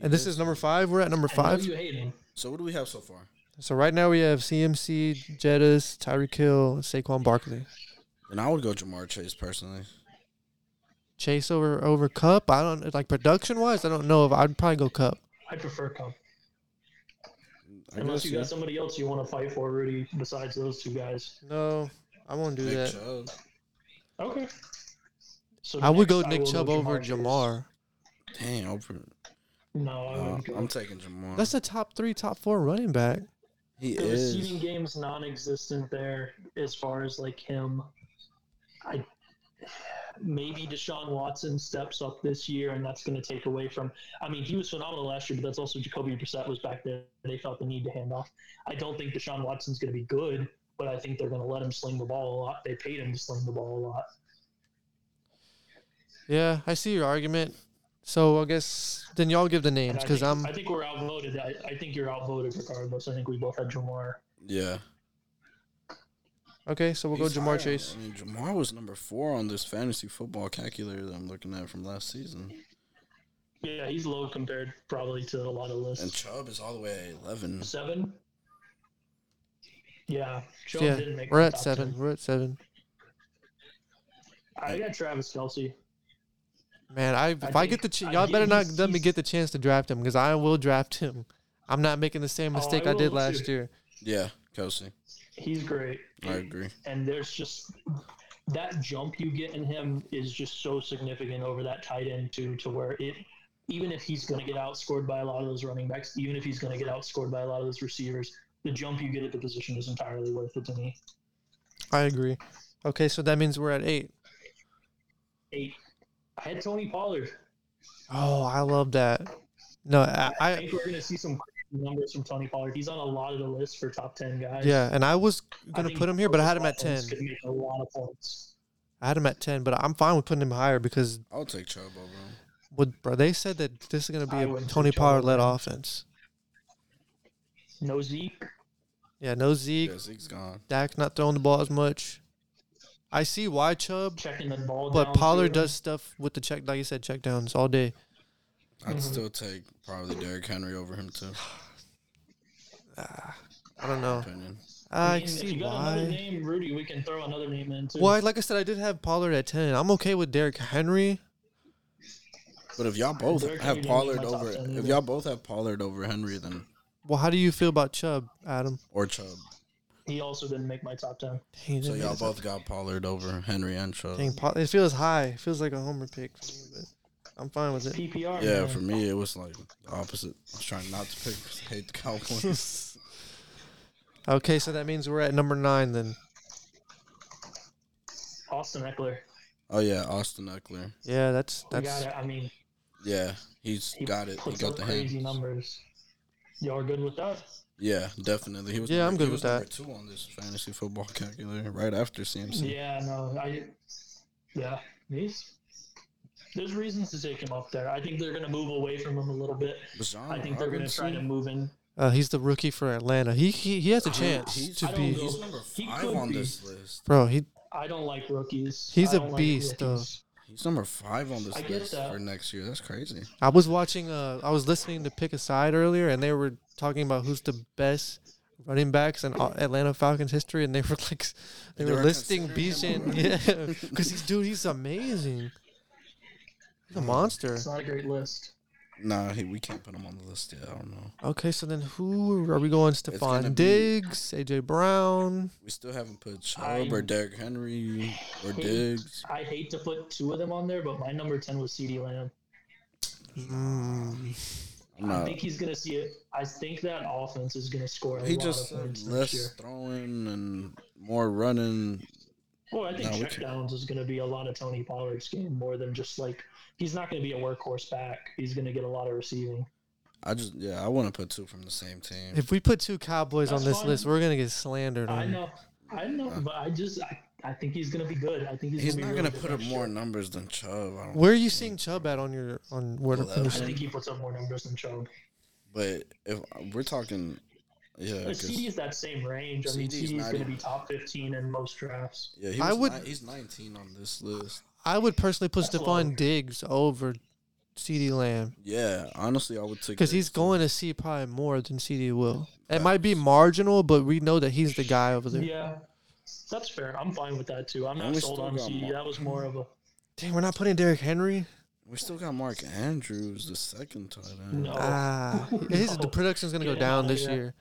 S1: And this is number five. We're at number
S3: I know
S1: five.
S3: You hate him.
S2: so what do we have so far?
S1: So right now we have CMC, Jettis, Tyreek Hill, Saquon Barkley.
S2: And I would go Jamar Chase personally.
S1: Chase over over Cup. I don't like production wise. I don't know if I'd probably go Cup.
S3: I prefer Cup.
S2: I
S3: Unless you
S2: yeah.
S3: got somebody else you want to fight for, Rudy, besides those two guys.
S1: No, I won't do
S2: Nick
S1: that.
S2: Chubb.
S3: Okay. So
S1: I would
S3: next
S1: go Nick
S3: will
S1: Chubb over
S3: Chase.
S1: Jamar.
S2: Dang, Oprah.
S3: No, I
S2: Uh,
S3: wouldn't go.
S2: I'm taking Jamar.
S1: That's the top three, top four running back.
S2: he
S3: the receiving
S2: is.
S3: game's non-existent there as far as like him. I maybe Deshaun Watson steps up this year, and that's going to take away from. I mean, he was phenomenal last year, but that's also Jacoby Brissett was back there. They felt the need to hand off. I don't think Deshaun Watson's going to be good, but I think they're going to let him sling the ball a lot. They paid him to sling the ball a lot.
S1: Yeah, I see your argument. So I guess then y'all give the
S3: And
S1: names
S3: I
S1: because
S3: think-
S1: I'm
S3: I think we're outvoted. I, I think you're outvoted regardless. I think we both had Jamar.
S2: Yeah.
S1: okay. So we'll go
S2: He's
S1: Jamar
S2: higher.
S1: Chase.
S2: I mean, Jamar was number four on this fantasy football calculator that I'm looking at from last season.
S3: Yeah, he's low compared probably to a lot of lists.
S2: And Chubb is all the way at 11.
S3: seven. Yeah, Chubb
S1: yeah,
S3: didn't make
S1: we're
S3: the
S1: at
S3: top
S1: seven.
S3: 10.
S1: We're at seven.
S3: I got Travis Kelsey.
S1: Man, I if I,
S3: think-
S1: get the ch-
S3: I
S1: y'all
S3: think
S1: better not
S3: he's-
S1: let me
S3: he's-
S1: get the chance to draft him because I will draft him. I'm not making the same
S3: Oh, I
S1: mistake I, did
S3: will
S1: last
S3: too.
S1: year.
S2: Yeah, Kelsey.
S3: He's great,
S2: I agree.
S3: and there's just that jump you get in him is just so significant over that tight end too, to where it. Even if he's going to get outscored by a lot of those running backs, even if he's going to get outscored by a lot of those receivers, the jump you get at the position is entirely worth it to me.
S1: I agree. Okay, so that means we're at eight.
S3: Eight. I had Tony Pollard.
S1: Oh, I love that. No, I,
S3: I
S1: I
S3: think we're going to see some crazy numbers from Tony Pollard. He's on a lot of the lists for top ten guys.
S1: yeah, and I was
S3: I
S1: gonna
S3: think
S1: put him here, but I had him at
S3: Broncos
S1: ten.
S3: offense Could make a lot of points.
S1: I had him at ten, but I'm fine with putting him higher because
S2: I'll take Chubb over him.
S1: would bro, they said that this is gonna
S3: I
S1: be a
S3: wouldn't
S1: Tony
S3: take Joe
S1: Pollard led offense.
S3: No Zeke.
S1: Yeah, no Zeke,
S2: Yeah, Zeke's gone.
S1: Dak not throwing the ball as much. I see why Chubb,
S3: checking the ball.
S1: but
S3: down
S1: Pollard
S3: to him.
S1: does stuff with the check, like you said, check downs all day.
S2: I'd
S1: Mm-hmm.
S3: Mhm.
S2: still take probably Derrick Henry over him, too.
S1: Ah, I don't know.
S2: Opinion.
S1: I
S3: mean, if
S1: see
S3: you got another
S1: why.
S3: name, Rudy, we can throw another name in too.
S1: Well, I- like I said, I did have Pollard at ten. I'm okay with Derrick Henry.
S2: But if y'all both
S3: Derrick Henry
S2: have
S3: didn't make my
S2: Pollard
S3: top
S2: over,
S3: 10
S2: if
S3: either.
S2: y'all both have Pollard over Henry, then
S1: Well, how do you feel about Chubb, Adam?
S2: or Chubb.
S3: he also didn't make my top ten.
S1: Dang,
S2: So
S1: that
S2: y'all
S1: made it-
S2: both got Pollard over Henry and Chubb.
S1: Dang, Poll- it feels high. It feels like a homer pick for me, but I'm fine with it.
S3: PPR.
S2: Yeah,
S3: man.
S2: for me it was like the opposite. I was trying not to pick. 'cause I hate the Cowboys.
S1: Okay, so that means we're at number nine then.
S3: Austin Eckler.
S2: oh yeah, Austin Eckler.
S1: Yeah, that's
S3: We
S1: that's
S3: got it. I mean,
S2: Yeah, he's
S3: he
S2: got it. He
S3: puts
S2: got
S3: up
S2: the
S3: crazy
S2: hand.
S3: numbers. Y'all are good with that?
S2: Yeah, definitely. He was.
S1: Yeah,
S2: number-
S1: I'm good
S2: he
S1: with
S2: was number Two on this fantasy football calculator, right after CMC.
S3: Yeah. No. I. Yeah. He's. There's reasons to take him up there. I think they're going to move away from him a little bit.
S2: Bijan
S3: I think they're going to try to
S2: Robinson?
S3: move in.
S1: uh, he's the rookie for Atlanta. He he, he has a chance
S2: He's,
S1: to
S3: I don't
S1: be.
S3: know.
S2: he's number
S3: He
S2: five
S3: could
S2: on
S3: be.
S2: this list.
S1: Bro, he
S3: I don't like rookies.
S1: He's
S3: I
S1: a
S3: don't like
S1: beast, though.
S3: rookies.
S2: He's number five on this
S3: I get
S2: list
S3: that.
S2: for next year. That's crazy.
S1: I was watching. Uh, I was listening to Pick a Side earlier, and they were talking about who's the best running backs in all- Atlanta Falcons history, and they were like, they,
S2: They
S1: were,
S2: were
S1: listing
S2: considering him
S1: Bijan, yeah, because he's dude, he's amazing. He's a monster.
S3: It's not a great list.
S2: Nah, he, we can't put him on the list yet. I don't know.
S1: Okay, so then who are we going?
S2: gonna
S1: Stephon
S2: be-
S1: Diggs, AJ Brown.
S2: We still haven't put Chubb
S3: I-
S2: or Derrick Henry or
S3: Hey.
S2: Diggs.
S3: I hate to put two of them on there, but my number ten was CD Lamb.
S1: Mm,
S2: I'm
S3: I
S2: not.
S3: think he's gonna see it. I think that offense is gonna score a
S2: He
S3: lot
S2: just said
S3: of points
S2: less
S3: next year.
S2: throwing and more running.
S3: Well, I think
S2: No, we
S3: check
S2: can't.
S3: checkdowns is gonna be a lot of Tony Pollard's game more than just like he's not gonna be a workhorse back. He's gonna get a lot of receiving.
S2: I just yeah, I want to put two from the same team.
S1: if we put two Cowboys on
S3: That's
S1: this
S3: fine.
S1: list, we're gonna get slandered.
S3: I
S1: On.
S3: know, I know, but I just I, I think he's gonna be good. I think he's,
S2: He's
S3: gonna
S2: not
S3: be
S2: gonna
S3: really
S2: put
S3: good
S2: up
S3: next
S2: more
S3: year.
S2: numbers than Chubb. I don't
S1: Where are you seeing Chubb at on your on where?
S2: Well,
S1: who's-
S3: I think he puts up more numbers than Chubb.
S2: But if we're talking, yeah,
S3: But
S2: 'cause-
S3: CD is that same range. I mean,
S2: CD is
S3: CD
S2: not
S3: is going to
S2: even-
S3: be top 15 in most drafts.
S2: yeah, he
S1: I
S2: was
S1: would-
S2: ni- he's 19 on this list.
S1: I would personally put
S3: That's a lot.
S1: Stephon Diggs over C.D. Lamb.
S2: Yeah, honestly, I would take
S1: Because he's
S2: Diggs.
S1: going to see probably more than CD will. It might be marginal, but we know that he's the guy over there.
S3: Yeah, that's fair. I'm fine with that too. I'm
S2: And
S3: not
S2: we
S3: sold
S2: still
S3: on
S2: got
S3: CD.
S2: Mar-
S3: That was more of a
S1: Dang, we're not putting Derrick Henry.
S2: We still got Mark Andrews, the second tight end.
S3: no.
S1: Ah, his, the
S3: No.
S1: production's gonna go
S3: Get him
S1: down
S3: outta
S1: this
S3: here.
S1: year.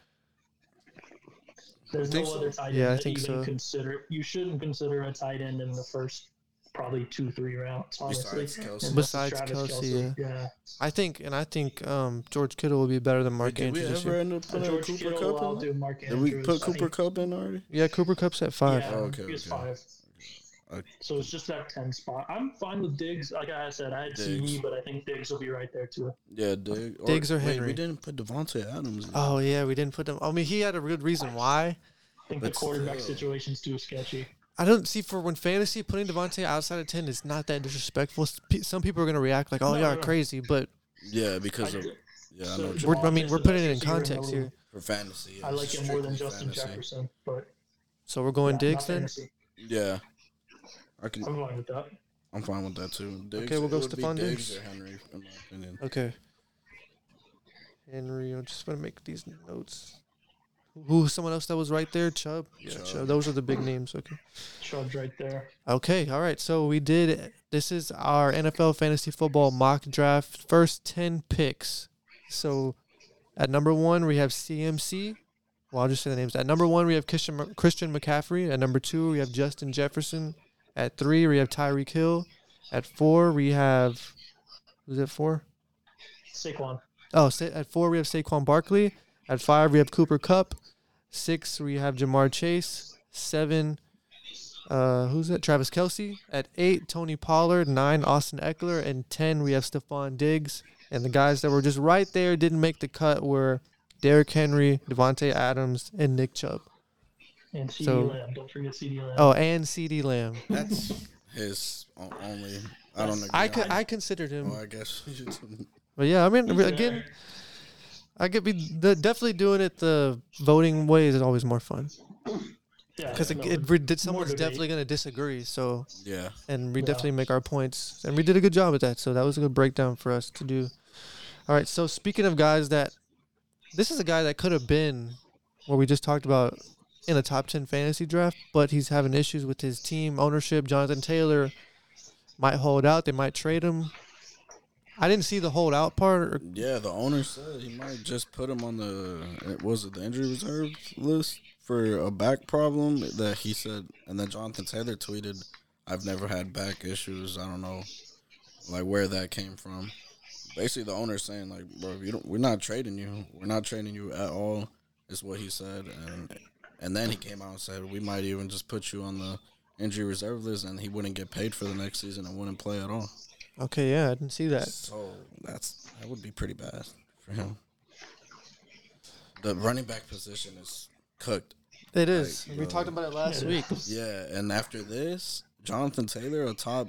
S3: There's
S2: think
S3: no
S2: so.
S3: other tight end
S1: Yeah, I
S3: that
S1: think
S3: even
S1: so.
S3: consider. You shouldn't consider a tight end in the first probably two, three rounds, honestly.
S2: Besides Kelsey.
S3: And this is
S1: Besides Kelsey,
S3: Yeah.
S1: I think, and I think um, George Kittle will be better than Mark
S2: Did we
S1: Andrews this
S2: ever
S1: year.
S2: end up
S3: Uh,
S2: putting
S3: George
S2: Cooper
S3: Kittle,
S2: Cup
S3: I'll
S2: in?
S3: do Mark
S2: Did we
S3: Andrews.
S2: put
S3: I think-
S2: Cooper Cup in already?
S1: Yeah, Cooper Cup's at five.
S3: Yeah,
S2: Oh, okay,
S3: he was
S2: okay.
S3: five.
S2: Okay.
S3: So it's just that ten spot. I'm fine with Diggs. Like I said, I had
S2: Diggs.
S3: CD, but I think Diggs will be right there too.
S2: Yeah, Dig, or,
S1: Diggs or
S2: wait,
S1: Henry?
S2: we didn't put Devontae Adams. In.
S1: Oh yeah, we didn't put him. I mean, he had a good reason why.
S3: I think
S2: But
S3: the quarterback
S2: still.
S3: situation's too sketchy.
S1: I don't see for when fantasy putting Devontae outside of ten is not that disrespectful. S- pe- Some people are gonna react like, "Oh,
S3: No,
S1: y'all are
S3: no.
S1: crazy," but
S2: yeah, because of yeah, I know. what you-
S1: We're- I mean,
S3: Jamal
S1: we're
S3: Chase
S1: putting
S3: is
S1: it in
S3: actually zero
S1: context
S3: notable.
S1: here.
S2: For fantasy, yeah,
S3: I like him more than
S2: strictly
S3: Justin
S2: fantasy.
S3: Jefferson, but
S1: so we're going
S3: yeah,
S1: Diggs
S3: not
S1: then.
S3: fantasy.
S2: Yeah, I can.
S3: I'm fine with that.
S2: I'm fine with that too. Diggs,
S1: Okay, we'll
S2: it
S1: go
S2: would be
S1: Stephon
S2: Diggs
S1: Diggs.
S2: or Henry, in my opinion.
S1: Okay. Henry, I just want to make these notes. Who? Someone else that was right there? Chubb. Yeah,
S2: Chubb.
S1: Chubb. Those are the big names. Okay.
S3: Chubb's right there.
S1: Okay, all right. So we did. This is our NFL fantasy football mock draft. First ten picks. So at number one we have CMC. Well, I'll just say the names. At number one we have Christian Christian McCaffrey. At number two we have Justin Jefferson. At three we have Tyreek Hill. At four we have who's at four?
S3: Saquon.
S1: Oh, Sa- at four we have Saquon Barkley. At five we have Cooper Cup. Six we have Jamar Chase. Seven, uh, who's that? Travis Kelsey. At eight Tony Pollard. Nine Austin Eckler. And ten we have Stephon Diggs. And the guys that were just right there didn't make the cut were Derrick Henry, Devontae Adams, and Nick Chubb.
S3: And CD
S1: So-
S3: Lamb. Don't forget CD Lamb.
S1: Oh, and C.D. Lamb.
S2: That's his o- only. I don't know.
S1: I could, I considered him,
S2: Well, I guess. you should-
S1: but yeah, I mean,
S3: He's
S1: again,
S3: there.
S1: I could be the, definitely doing it the voting way is always more fun.
S3: Yeah,
S1: because it,
S3: no,
S1: it, we did, someone's
S3: debate.
S1: definitely going to disagree. So,
S2: yeah,
S1: and we
S3: Yeah.
S1: definitely make our points, and we did a good job at that. So that was a good breakdown for us to do. All right. So speaking of guys that, this is a guy that could have been, what we just talked about, in a top ten fantasy draft, but he's having issues with his team ownership. Jonathan Taylor might hold out. They might trade him. I didn't see the hold out part. Or,
S2: yeah. The owner said he might just put him on the it was it the injury reserve list for a back problem that he said, and then Jonathan Taylor tweeted, "I've never had back issues. I don't know, like where that came from." Basically, the owner saying like, "Bro, you don't, we're not trading you. We're not trading you at all." Is what he said, and and then he came out and said, "We might even just put you on the." Injury reserve list, and he wouldn't get paid for the next season and wouldn't play at all.
S1: okay, yeah, I didn't see that.
S2: So that's that would be pretty bad for him. The running back position is cooked.
S1: It is. we
S2: bro.
S1: talked about it last week.
S2: Yeah, and after this, Jonathan Taylor, a top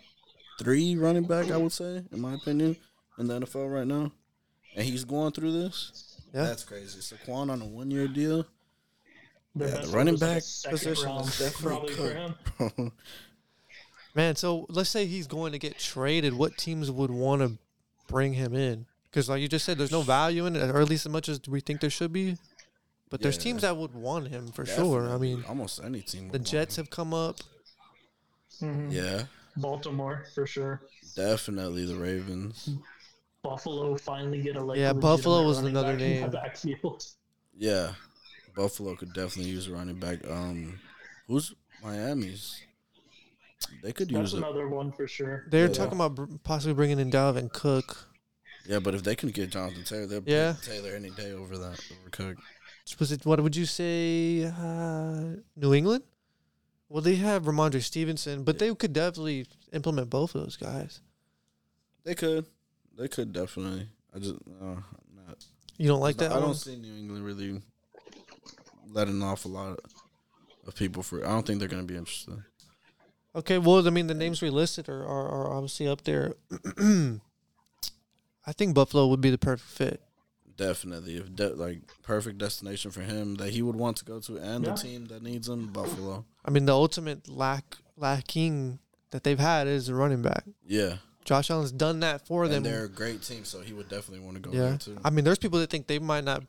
S2: three running back, I would say, in my opinion, in the NFL right now, and he's going through this.
S1: Yeah.
S2: That's crazy. Saquon on a one-year deal.
S3: Their
S2: Yeah,
S3: best
S2: the running
S3: was, like, a
S2: back
S3: second
S2: position
S3: round
S2: is definitely
S3: probably for him.
S2: cooked.
S1: Man, so let's say he's going to get traded. What teams would want to bring him in? Because, like you just said, there's no value in it, or at least as much as we think there should be. But there's
S2: Yeah.
S1: teams that would want him for sure. I mean,
S2: almost any team.
S1: the
S2: would want
S1: Jets have come up.
S2: him.
S3: Mhm.
S2: Yeah,
S3: Baltimore for sure.
S2: definitely the Ravens.
S3: Buffalo finally get a like.
S1: Yeah, Buffalo
S3: legitimate
S1: was
S3: running
S1: another
S3: back in the
S1: name.
S3: Backfield.
S2: Yeah, Buffalo could definitely use a running back. Um, who's Miami's? They could
S3: That's
S2: use it.
S3: another one for sure.
S1: They're
S2: Yeah.
S1: talking about br- possibly bringing in Dalvin Cook.
S2: Yeah, but if they can get Jonathan Taylor, they'll
S1: Yeah.
S2: pick Taylor any day over that over Cook.
S1: Was it what would you say? Uh, New England. Well, they have Ramondre Stevenson, but they could definitely implement both of those guys.
S2: They could. They could definitely. I just uh, not
S1: You don't like that?
S2: I
S1: one?
S2: don't see New England really letting off a lot of people for. I don't think they're gonna be interested.
S1: Okay, well, I mean, the names we listed are, are, are obviously up there. I think Buffalo would be the perfect fit.
S2: Definitely, if de- like perfect destination for him that he would want to go to, and
S3: Yeah.
S2: the team that needs him, Buffalo.
S1: I mean, the ultimate lack lacking that they've had is a running back.
S2: Yeah,
S1: Josh Allen's done that for
S2: and they're
S1: them.
S2: a great team, so he would definitely want to go
S1: Yeah,
S2: there too.
S1: I mean, there's people that think they might not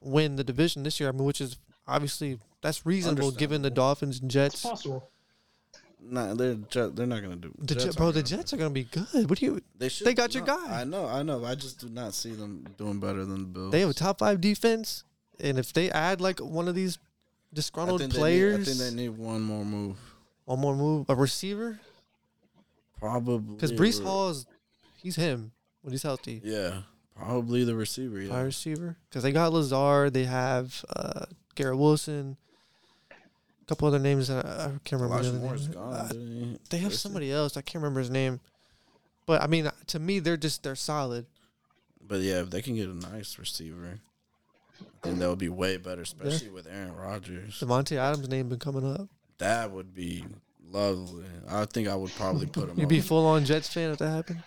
S1: win the division this year. I mean, which is obviously that's reasonable given the
S2: Understandable.
S1: Dolphins and
S3: It's
S1: Jets.
S3: possible.
S2: Nah, they're ju- they're not gonna do.
S1: The Jets,
S2: Jets
S1: bro,
S2: aren't
S1: the
S2: gonna-
S1: Jets are gonna be good. What do you?
S2: They should.
S1: they got your
S2: no,
S1: guy.
S2: I know, I know. I just do not see them doing better than the Bills.
S1: They have a top five defense, and if they add like one of these
S2: I
S1: disgruntled
S2: think they need-
S1: players,
S2: I think they need one more move.
S1: one more move, a receiver.
S2: Probably
S1: Because Brees Hall is, he's him when he's healthy.
S2: Yeah, probably the receiver.
S1: Wide
S2: Yeah.
S1: receiver. Because they got Lazard, they have uh, Garrett Wilson, a couple other names that I, I can't remember. the
S2: Elijah
S1: other
S2: Moore's
S1: names.
S2: gone.
S1: Uh,
S2: didn't he?
S1: they have
S2: Listen,
S1: somebody else. I can't remember his name. But I mean, to me, they're just they're solid.
S2: But yeah, if they can get a nice receiver, I think that would be way better, especially with Aaron Rodgers.
S1: Devontae Adams' name been coming up.
S2: That would be lovely. I think I would probably put him.
S1: You'd be
S2: on.
S1: full on Jets fan if that happened.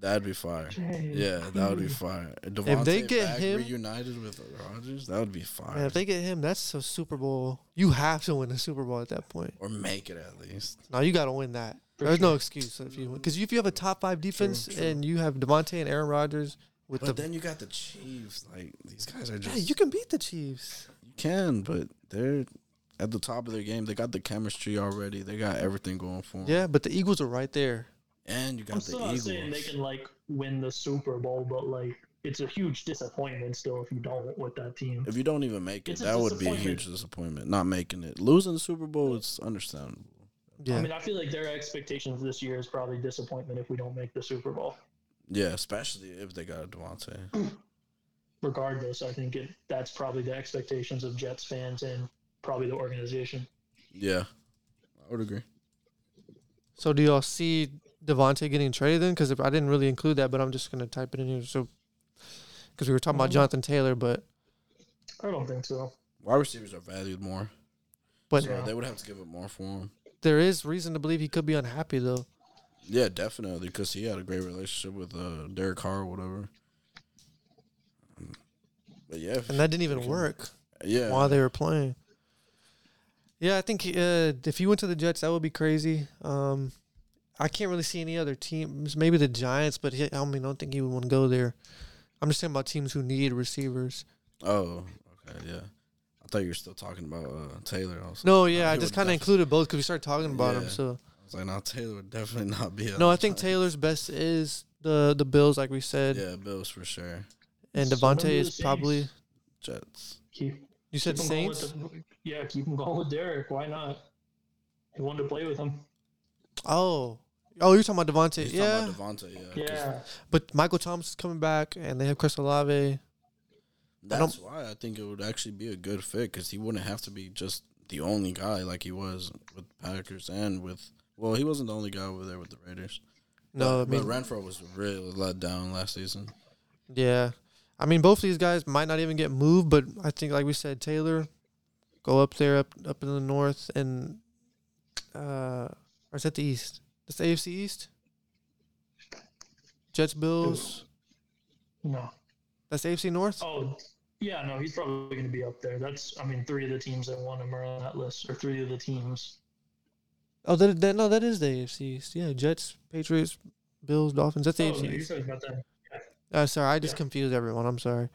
S2: That'd be fire.
S3: Dang.
S2: Yeah, that would be fire.
S1: If they
S2: Devontae
S1: get
S2: back
S1: him-
S2: reunited with Rodgers, that would be fire.
S1: Man, if they get him, that's a Super Bowl. You have to win a Super Bowl at that point.
S2: or make it at least.
S1: Now you got to win that. There's no excuse if you because if you have a top five defense
S2: true.
S1: and you have Devontae and Aaron Rodgers with
S2: But
S1: the
S2: then you got the Chiefs. Like these guys are
S1: yeah,
S2: just
S1: you can beat the Chiefs.
S2: You can, but they're at the top of their game. They got the chemistry already. They got everything going for them.
S1: Yeah, but the Eagles are right there.
S2: And you got
S3: I'm
S2: the
S3: still not
S2: Eagles.
S3: saying they can like win the Super Bowl, but like it's a huge disappointment still if you don't with that team.
S2: if you don't even make it,
S3: It's a
S2: that would be a
S3: disappointment.
S2: huge disappointment. Not making it. Losing the Super Bowl is understandable.
S1: Yeah,
S3: I mean, I feel like their expectations this year is probably disappointment if we don't make the Super Bowl.
S2: Yeah, especially if they got a Devontae.
S3: Regardless, I think it, that's probably the expectations of Jets fans and probably the organization.
S2: Yeah. I would agree.
S1: So do y'all see Devontae getting traded then? Because I didn't really include that, but I'm just gonna type it in here. So because we were talking about
S3: Mhm.
S1: Jonathan Taylor, but
S3: I don't think so.
S2: Wide receivers are valued more.
S1: but
S2: So they would have to give up more for him.
S1: there is reason to believe he could be unhappy though.
S2: Yeah, definitely, because he had a great relationship with uh, Derek Carr or whatever. But yeah, if-
S1: And that didn't even
S2: Okay.
S1: work
S2: yeah,
S1: while they were playing. Yeah, I think uh, if he went to the Jets, that would be crazy. Um, I can't really see any other teams. Maybe the Giants, but he, I mean, I don't think he would want to go there. I'm just talking about teams who need receivers.
S2: Oh, okay, yeah. I thought you were still talking about uh, Taylor. Also.
S1: No, yeah,
S2: he
S1: I just kind of
S2: would definitely-
S1: included both because we started talking about
S2: Yeah.
S1: him. So
S2: I was like, no, Taylor would definitely not be. on
S1: no, I
S2: the
S1: think
S2: Giants.
S1: Taylor's best is the the Bills, like we said,
S2: Yeah, Bills for sure.
S1: and
S3: So maybe
S1: Devontae
S3: the
S1: is probably.
S3: Saints.
S2: Jets.
S3: Keep,
S1: You said
S3: keep 'em going
S1: Saints.
S3: with the- yeah, keep him going with Derek. Why not? He wanted to play with him.
S1: Oh, oh, you're talking about Devontae.
S2: He's
S1: Yeah,
S2: talking about Devontae. Yeah. 'cause
S3: Yeah.
S1: but Michael Thomas coming back, and they have Chris Olave.
S2: That's why I think it would actually be a good fit because he wouldn't have to be just the only guy like he was with Packers and with. Well, he wasn't the only guy over there with the Raiders.
S1: No, I
S2: but,
S1: mean
S2: but Renfro was really let down last season.
S1: Yeah. I mean, both of these guys might not even get moved, but I think, like we said, Taylor, go up there, up up in the north, and uh, or is that the east? That's the AFC East. Jets, Bills.
S3: No.
S1: That's the AFC North.
S3: Oh, yeah, no, he's probably going to be up there. That's, I mean, three of the teams that won him are on that list, or three of the teams.
S1: Oh, that, that no, that is the AFC East. Yeah, Jets, Patriots, Bills, Dolphins. That's the
S3: Oh, no,
S1: AFC
S3: you're
S1: East.
S3: talking about that.
S1: Uh, sorry, I just
S3: Yeah.
S1: confused everyone. I'm sorry.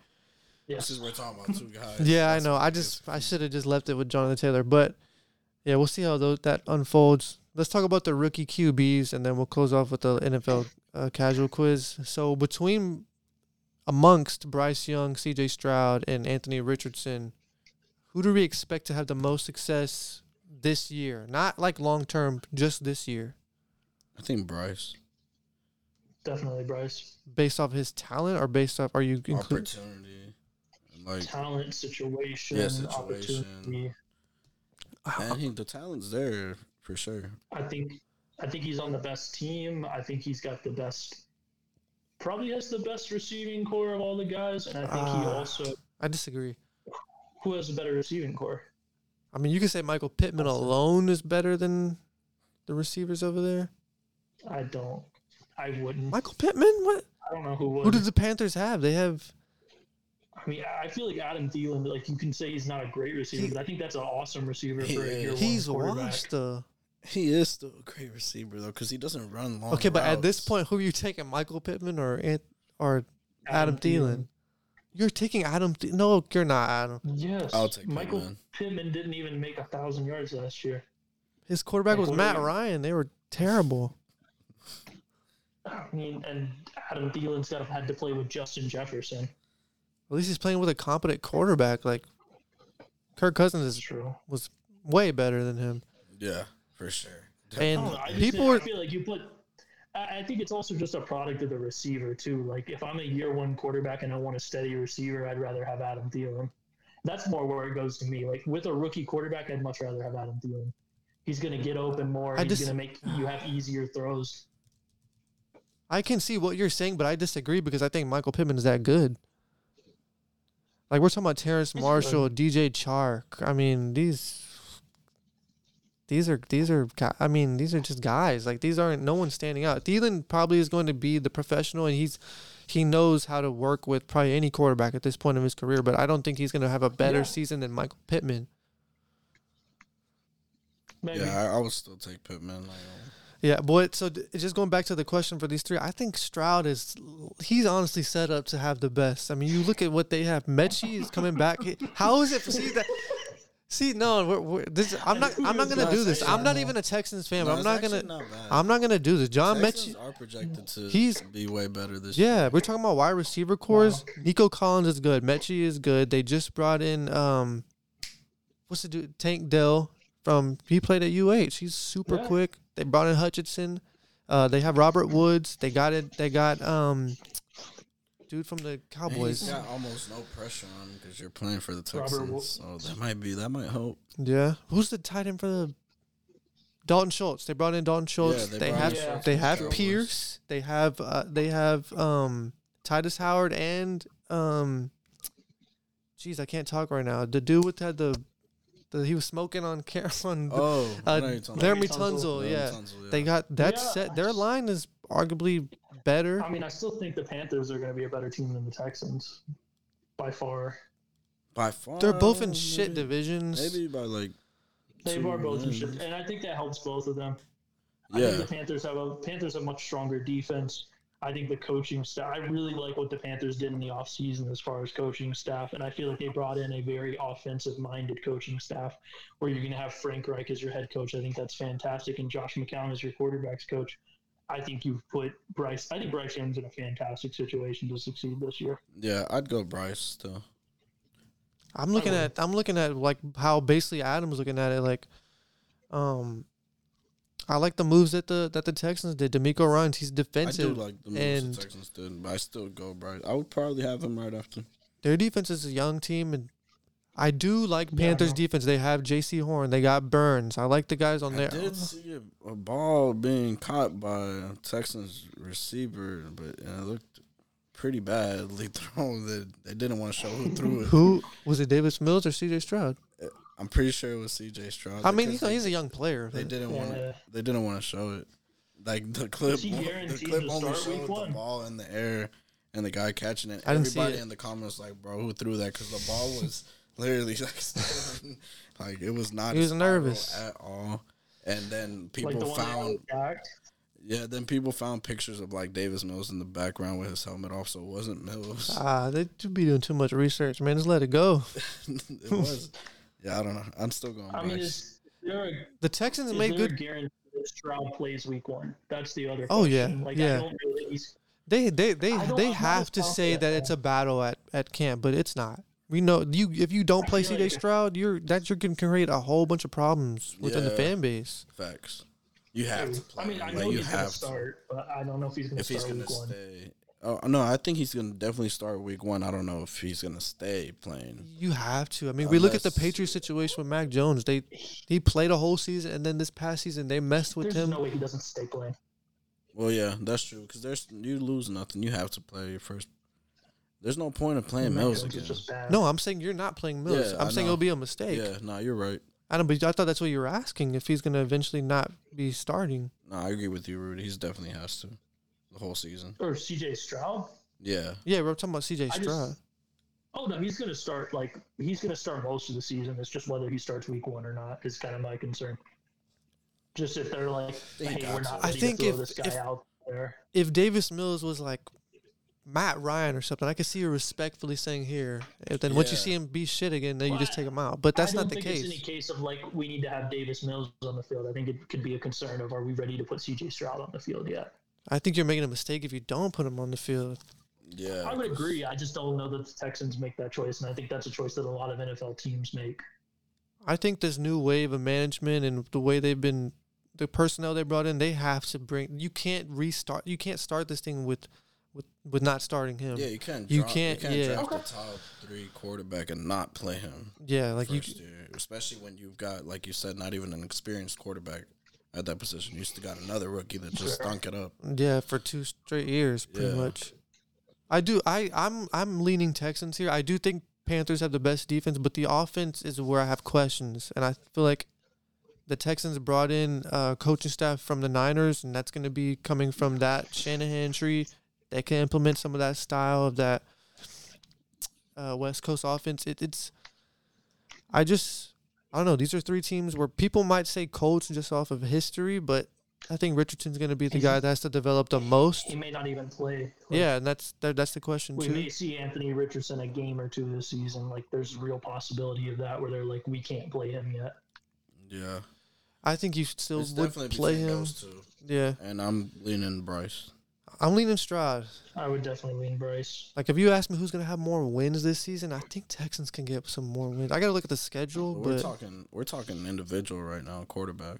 S3: Yeah.
S2: This is we're talking about two guys.
S1: Yeah, I
S2: That's
S1: know.
S2: what
S1: I
S2: it is.
S1: just I should have just left it with Jonathan Taylor, but yeah, we'll see how those, that unfolds. Let's talk about the rookie QBs, and then we'll close off with the NFL uh, casual quiz. So between amongst Bryce Young, C.J. Stroud, and Anthony Richardson, who do we expect to have the most success this year? Not like long term, just this year,
S2: I think Bryce
S3: Definitely Bryce.
S1: based off his talent, or based off are you including?
S2: opportunity, and like,
S3: Talent, situation,
S2: Yeah, situation.
S3: opportunity.
S2: and he, the talent's there for sure.
S3: I think, I think he's on the best team. I think he's got the best, probably has the best receiving core of all the guys, and I think he
S1: Ah.
S3: also
S1: I disagree.
S3: who has a better receiving core.
S1: I mean, you could say Michael Pittman alone is better than the receivers over there.
S3: I don't. I wouldn't.
S1: Michael Pittman? What?
S3: I don't know who would.
S1: Who did the Panthers have? They have.
S3: I mean, I I feel like Adam Thielen. Like you can say he's not a great receiver,
S2: He-
S3: but I think that's an awesome receiver
S2: He
S3: for
S2: is.
S3: a year
S1: He's
S3: one quarterback.
S1: washed though.
S2: He is still a great receiver though, because he doesn't run long.
S1: Okay, but at this
S2: routes.
S1: point, who are you taking, Michael Pittman or Ant- or Adam, Thielen? You're taking Adam. Th- no, you're not Adam.
S3: Yes.
S2: I'll take
S3: Michael
S2: Pittman.
S3: didn't even make a thousand yards last year.
S1: His quarterback was
S3: Like, what
S1: Matt
S3: are you-
S1: Ryan. They were terrible.
S3: I mean, and Adam Thielen's got to had to play with Justin Jefferson.
S1: At least he's playing with a competent quarterback. Like Kirk Cousins
S3: That's
S1: is
S3: true.
S1: was way better than him.
S2: yeah, for sure.
S1: And
S3: Oh, I don't know, I just
S1: people
S3: think-
S1: were
S3: I feel like you put I I think it's also just a product of the receiver too. Like if I'm a year one quarterback and I want a steady receiver, I'd rather have Adam Thielen. That's more where it goes to me. Like with a rookie quarterback, I'd much rather have Adam Thielen. He's going to get open more.
S1: I
S3: He's
S1: just-
S3: going to make you have easier throws.
S1: I can see what you're saying, but I disagree because I think Michael Pittman is that good. Like we're talking about Terrence
S3: He's
S1: Marshall, DJ Chark. I mean these. These are these are gu- I mean these are just guys like these aren't no one's standing out. Thielen probably is going to be the professional and he's he knows how to work with probably any quarterback at this point of his career. But I don't think he's going to have a better
S3: Yeah.
S1: season than Michael Pittman.
S3: Maybe.
S2: Yeah, I, I would still take Pittman. Like,
S1: Yeah, boy. So d- just going back to the question for these three, I think Stroud is he's honestly set up to have the best. I mean, you look at what they have. Mechie is coming back. How is it? See that? See, no, we're, we're, this. I'm not. I'm not gonna do this. I'm not even a Texans fan.
S2: No,
S1: But I'm
S2: it's
S1: not
S2: actually
S1: gonna.
S2: Not bad.
S1: I'm not gonna do this. John Mechie.
S2: Texans are projected to
S1: He's-
S2: be way better this year.
S1: Yeah, we're talking about wide receiver cores. Nico Collins is good. Mechie is good. They just brought in um, what's the dude? Tank Dell from he played at UH. He's super
S3: Yeah.
S1: quick. They brought in Hutchinson. Uh, they have Robert Woods. They got it. They got um, dude from the
S2: And He's
S1: Cowboys.
S2: got almost no pressure on him because you're playing for the
S3: Robert Wo-
S2: Texans. So that might be that might help.
S1: Yeah, who's the tight end for the? Dalton Schultz. They brought in Dalton Schultz.
S2: they
S1: they,
S2: brought in
S1: have
S3: Schultz
S1: they
S2: from the
S1: have
S2: Cowboys.
S1: Pierce. They have uh, they have um Titus Howard and um jeez, I can't talk right now. The dude with had the, the he was smoking on camera on
S2: Oh,
S1: uh,
S2: no, you're talking about-
S1: Laramie
S3: Tunsil.
S1: Tunzel,
S2: Laramie
S1: yeah.
S2: Tunsil, yeah.
S1: They got that
S3: Yeah.
S1: set their line is arguably better.
S3: I mean, I still think the Panthers are going to be a better team than the Texans by far.
S2: by far.
S1: They're both in
S2: maybe-
S1: shit divisions.
S2: Maybe by like
S3: They
S2: two
S3: are both in
S2: wins.
S3: shit, and I think that helps both of them. I
S2: Yeah,
S3: think the Panthers have a Panthers have much stronger defense. I think the coaching staff. I really like what the Panthers did in the offseason as far as coaching staff, and I feel like they brought in a very offensive-minded coaching staff, where you're going to have Frank Reich as your head coach. I think that's fantastic, and Josh McCown as your quarterbacks coach. I think you've put Bryce. I think Bryce Young's in a fantastic situation to succeed this year.
S2: yeah. I'd go Bryce though.
S1: I'm looking
S3: would.
S1: at I'm looking at like how basically Adam's looking at it like um I like the moves that the that the Texans did. D'Amico runs. He's
S2: I do
S1: defensive.
S2: like the moves
S1: and-
S2: the Texans did, but I still go Bryce. I would probably have him right after.
S1: their defense is a young team and I do like
S3: Yeah, I
S1: Panthers
S3: know.
S1: defense. They have JC Horn. They got Burns. I like the guys on
S2: I
S1: there.
S2: did see a, a ball being caught by a Texans receiver, but it looked pretty badly thrown. That they didn't want to show who threw it.
S1: Who was it Davis Mills or CJ Stroud?
S2: I'm pretty sure it was C.J. Stroud.
S1: I mean,
S2: because
S1: he's, he's a young player.
S2: they, they
S1: but-
S2: didn't want to.
S3: Yeah.
S2: They didn't want to show it. Like the clip,
S3: he
S2: the
S3: guaranteed
S2: clip
S3: to
S2: only
S3: start week
S2: showed
S3: one?
S2: the ball in the air and the guy catching it.
S1: I didn't see
S2: Everybody
S1: it.
S2: in the comments like, "Bro, who threw that?" Because the ball was literally like, like it was not.
S1: He was
S2: his ball
S1: nervous.
S2: at all. And then people
S3: like the one
S2: found
S3: that got
S2: Yeah, then people found pictures of like Davis Mills in the background with his helmet off, so it wasn't Mills.
S1: Ah, they do be doing too much research, man. Just let it go.
S2: it was. Yeah, I don't know. I'm still going.
S3: I mean,
S2: Bryce.
S3: is there a
S1: The Texans
S3: Is
S1: made
S3: there a
S1: good.
S3: guarantee that Stroud plays week one? That's the other.
S1: Oh, yeah,
S3: question. like,
S1: yeah.
S3: I don't know that he's,
S1: They they they
S3: I don't-
S1: they
S3: I'm not
S1: have to
S3: as
S1: say
S3: confident,
S1: that it's a battle at at camp, but it's not. We know you if you don't play
S3: feel
S1: CJ
S3: like-
S1: Stroud, you're that you can create a whole bunch of problems within the
S2: Yeah.
S1: fan base.
S2: Facts. You have to play.
S3: I mean, I
S2: like,
S3: know
S2: you
S3: he's going
S2: have
S3: to start, but I don't know if he's going
S2: to.
S3: to
S2: If he's
S3: start
S2: gonna
S3: week one.
S2: stay, oh no, I think he's gonna definitely start week one. I don't know if he's gonna stay playing.
S1: You have to. I mean, we look at the
S2: Unless-
S1: Patriots situation with Mac Jones. They he played a whole season, and then this past season they messed with
S3: There's
S1: him.
S3: no way he doesn't stay playing.
S2: Well, yeah, that's true. Because there's you lose nothing. You have to play your first. There's no point in playing
S3: Mac
S2: Mills
S3: Jones is
S2: again.
S3: just bad.
S1: No, I'm saying you're not playing Mills.
S2: Yeah,
S1: I'm
S2: I
S1: saying
S2: know.
S1: it'll be a mistake.
S2: Yeah, no, you're right.
S1: I don't. But I thought that's what you were asking. If he's going to eventually not be starting,
S2: No, I agree with you, Rudy. He's definitely has to, the whole season.
S3: Or C.J. Stroud.
S2: Yeah,
S1: yeah, we're talking about C.J.
S3: I just-
S1: Stroud.
S3: Oh no, he's going to start. Like he's going to start most of the season. It's just whether he starts week one or not is kind of my concern. Just if they're like,
S2: They
S3: hey,
S2: got
S3: we're
S2: to.
S3: not
S1: I
S3: ready
S1: think
S3: to throw
S1: if-
S3: this guy
S1: if-
S3: out there.
S1: if Davis Mills was like Matt Ryan or something, I could see you respectfully saying here. If then once you
S2: Yeah.
S1: see him be shit again, then you just
S3: Well,
S1: take him out. But that's
S3: I don't
S1: not the
S3: think
S1: case.
S3: It's any case of like we need to have Davis Mills on the field. I think it could be a concern of are we ready to put CJ Stroud on the field yet?
S1: I think you're making a mistake if you don't put him on the field.
S2: yeah.
S3: I would agree. I just don't know that the Texans make that choice, and I think that's a choice that a lot of NFL teams make.
S1: I think this new wave of management and the way they've been the personnel they brought in, they have to bring. You can't restart. You can't start this thing with with with not starting him.
S2: Yeah, you can't.
S1: You
S2: Drop,
S1: can't-
S2: You can't
S1: yeah.
S2: draft
S3: Okay.
S2: the top three quarterback and not play him.
S1: Yeah, like you.
S2: first year, especially when you've got, like you said, not even an experienced quarterback at that position. You still got another rookie that just
S3: Sure.
S2: stunk it up.
S1: Yeah, for two straight years, pretty
S2: Yeah.
S1: much. I do. I I'm I'm leaning Texans here. I do think Panthers have the best defense, but the offense is where I have questions, and I feel like the Texans brought in uh, coaching staff from the Niners, and that's going to be coming from that Shanahan tree. They can implement some of that style of that uh, West Coast offense. It, it's I just I don't know. These are three teams where people might say Colts just off of history, but I think Richardson's going to be the guy that has to develop the most.
S3: He may not even play. Like,
S1: Yeah, and that's that, that's the question
S3: We may
S1: too.
S3: see Anthony Richardson a game or two this season. Like, there's a real possibility of that where they're like, we can't play him yet.
S2: Yeah,
S1: I think you still
S2: it's
S1: would
S2: definitely
S1: play
S2: between
S1: him.
S2: those two.
S1: Yeah,
S2: And I'm leaning Bryce.
S1: I'm leaning Stroud.
S3: I would definitely lean Bryce.
S1: Like if you ask me who's going to have more wins this season, I think Texans can get some more wins. I got to look at the schedule,
S2: But we're
S1: but
S2: talking. We're talking individual right now, quarterback.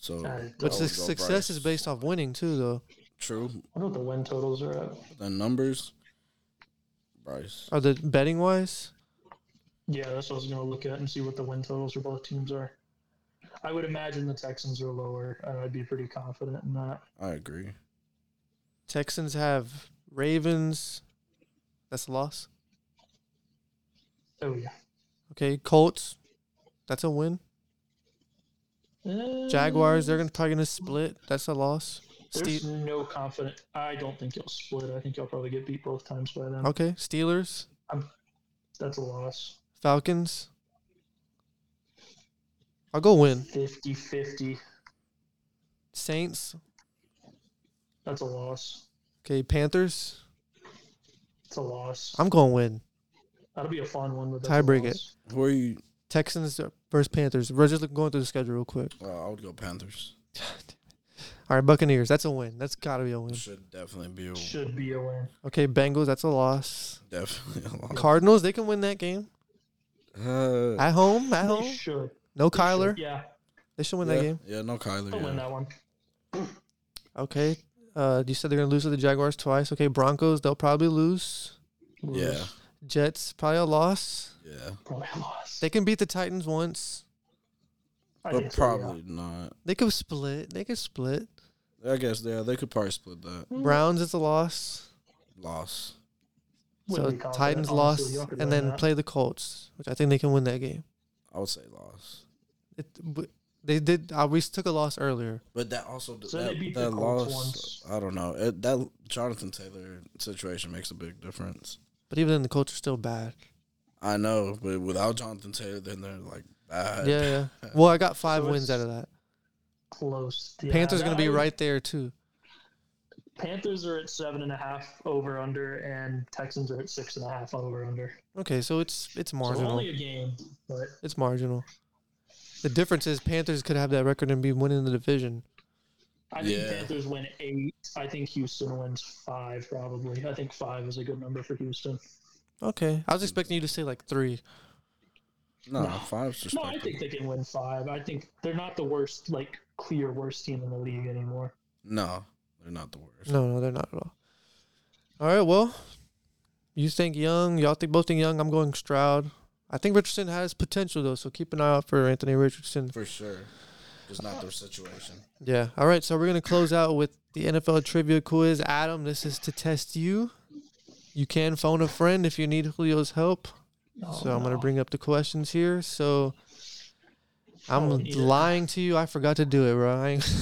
S2: So,
S3: Uh,
S2: I
S1: but
S2: would
S1: su-
S2: go
S1: success is
S2: Bryce.
S1: based off winning too, though.
S2: True.
S3: I wonder what the win totals are at.
S2: The numbers. Bryce.
S1: Are the betting wise?
S3: Yeah, that's what I was going to look at and see what the win totals for both teams are. I would imagine the Texans are lower, and I'd be pretty confident in that.
S2: I agree.
S1: Texans have Ravens. That's a loss.
S3: Oh, yeah.
S1: Okay, Colts. That's a win.
S3: Uh,
S1: Jaguars. They're gonna probably going to split. That's a loss.
S3: There's
S1: Ste-
S3: no confident. I don't think he'll split. I think he'll probably get beat both times by them.
S1: okay, Steelers.
S3: That's a loss.
S1: Falcons. I'll go win.
S3: 50 50.
S1: Saints.
S3: That's a loss.
S1: Okay, Panthers.
S3: It's a loss.
S1: I'm going win.
S3: That'll be a fun one. but that's a
S1: Tiebreak it.
S3: loss.
S2: Who are you?
S1: Texans versus Panthers. We're just going through the schedule real quick.
S2: Uh, I would go Panthers.
S1: All right, Buccaneers. That's a win. That's got to be a win.
S2: Should definitely be a,
S3: Should be a win.
S1: Okay, Bengals. That's a loss.
S2: definitely a loss.
S1: Cardinals. They can win that game
S2: Uh,
S1: at home. At
S3: They
S1: home.
S3: should.
S1: No Kyler.
S3: Yeah,
S1: They should win
S2: yeah,
S1: that game.
S2: Yeah, no Kyler.
S3: they'll win
S2: Yeah.
S3: that one.
S1: Okay. Uh, you said they're gonna lose to the Jaguars twice. Okay, Broncos. They'll probably lose.
S2: yeah,
S1: Jets. Probably a loss.
S2: yeah.
S3: Probably a loss.
S1: They can beat the Titans once.
S3: I
S2: But
S3: think so, yeah.
S2: probably not.
S1: They could split. They could split.
S2: I guess yeah, they could probably split that
S1: Browns. It's a loss.
S2: loss.
S3: Wouldn't
S1: So
S3: be confident,
S1: Titans
S3: honestly.
S1: lost
S3: Y'all could
S1: and
S3: win
S1: then
S3: that.
S1: play the Colts, which I think they can win that game.
S2: I would say loss.
S1: It, but they did. Uh, we took a loss earlier.
S2: But that also
S3: So they
S2: that,
S3: beat the
S2: that
S3: Colts
S2: loss.
S3: once.
S2: I don't know. It, that Jonathan Taylor situation makes a big difference.
S1: But even then, the Colts are still bad.
S2: I know, but without Jonathan Taylor, then they're like bad.
S1: yeah, yeah. Well, I got five
S3: Uh, So
S1: wins out
S3: it's-
S1: of that.
S3: close. Yeah,
S1: Panthers going
S3: that-
S1: to be right there too.
S3: Panthers are at seven and a half over under, and Texans are at six and a half over under.
S1: Okay, so it's it's
S3: So
S1: marginal.
S3: only a game, but
S1: It's marginal. The difference is Panthers could have that record and be winning the division.
S3: I think
S2: Yeah.
S3: Panthers win eight. I think Houston wins five, probably. I think five is a good number for Houston.
S1: Okay, I was expecting you to say like three.
S2: No,
S3: No.
S2: five's
S3: No,
S2: respectable.
S3: I think they can win five. I think they're not the worst, like clear worst team in the league anymore.
S2: no, they're not the worst.
S1: No, no, they're not at all. All right, well, you think Young, y'all think both think Young. I'm going Stroud. I think Richardson has potential though, so keep an eye out for Anthony Richardson.
S2: For sure. Just not their situation.
S1: Yeah. All right. So we're going to close out with the NFL trivia quiz. Adam, this is to test you. You can phone a friend if you need Julio's help.
S3: Oh,
S1: so I'm going to
S3: no.
S1: bring up the questions here. So I'm
S3: Oh, yeah.
S1: lying to you. I forgot to do it, bro. I, ain't-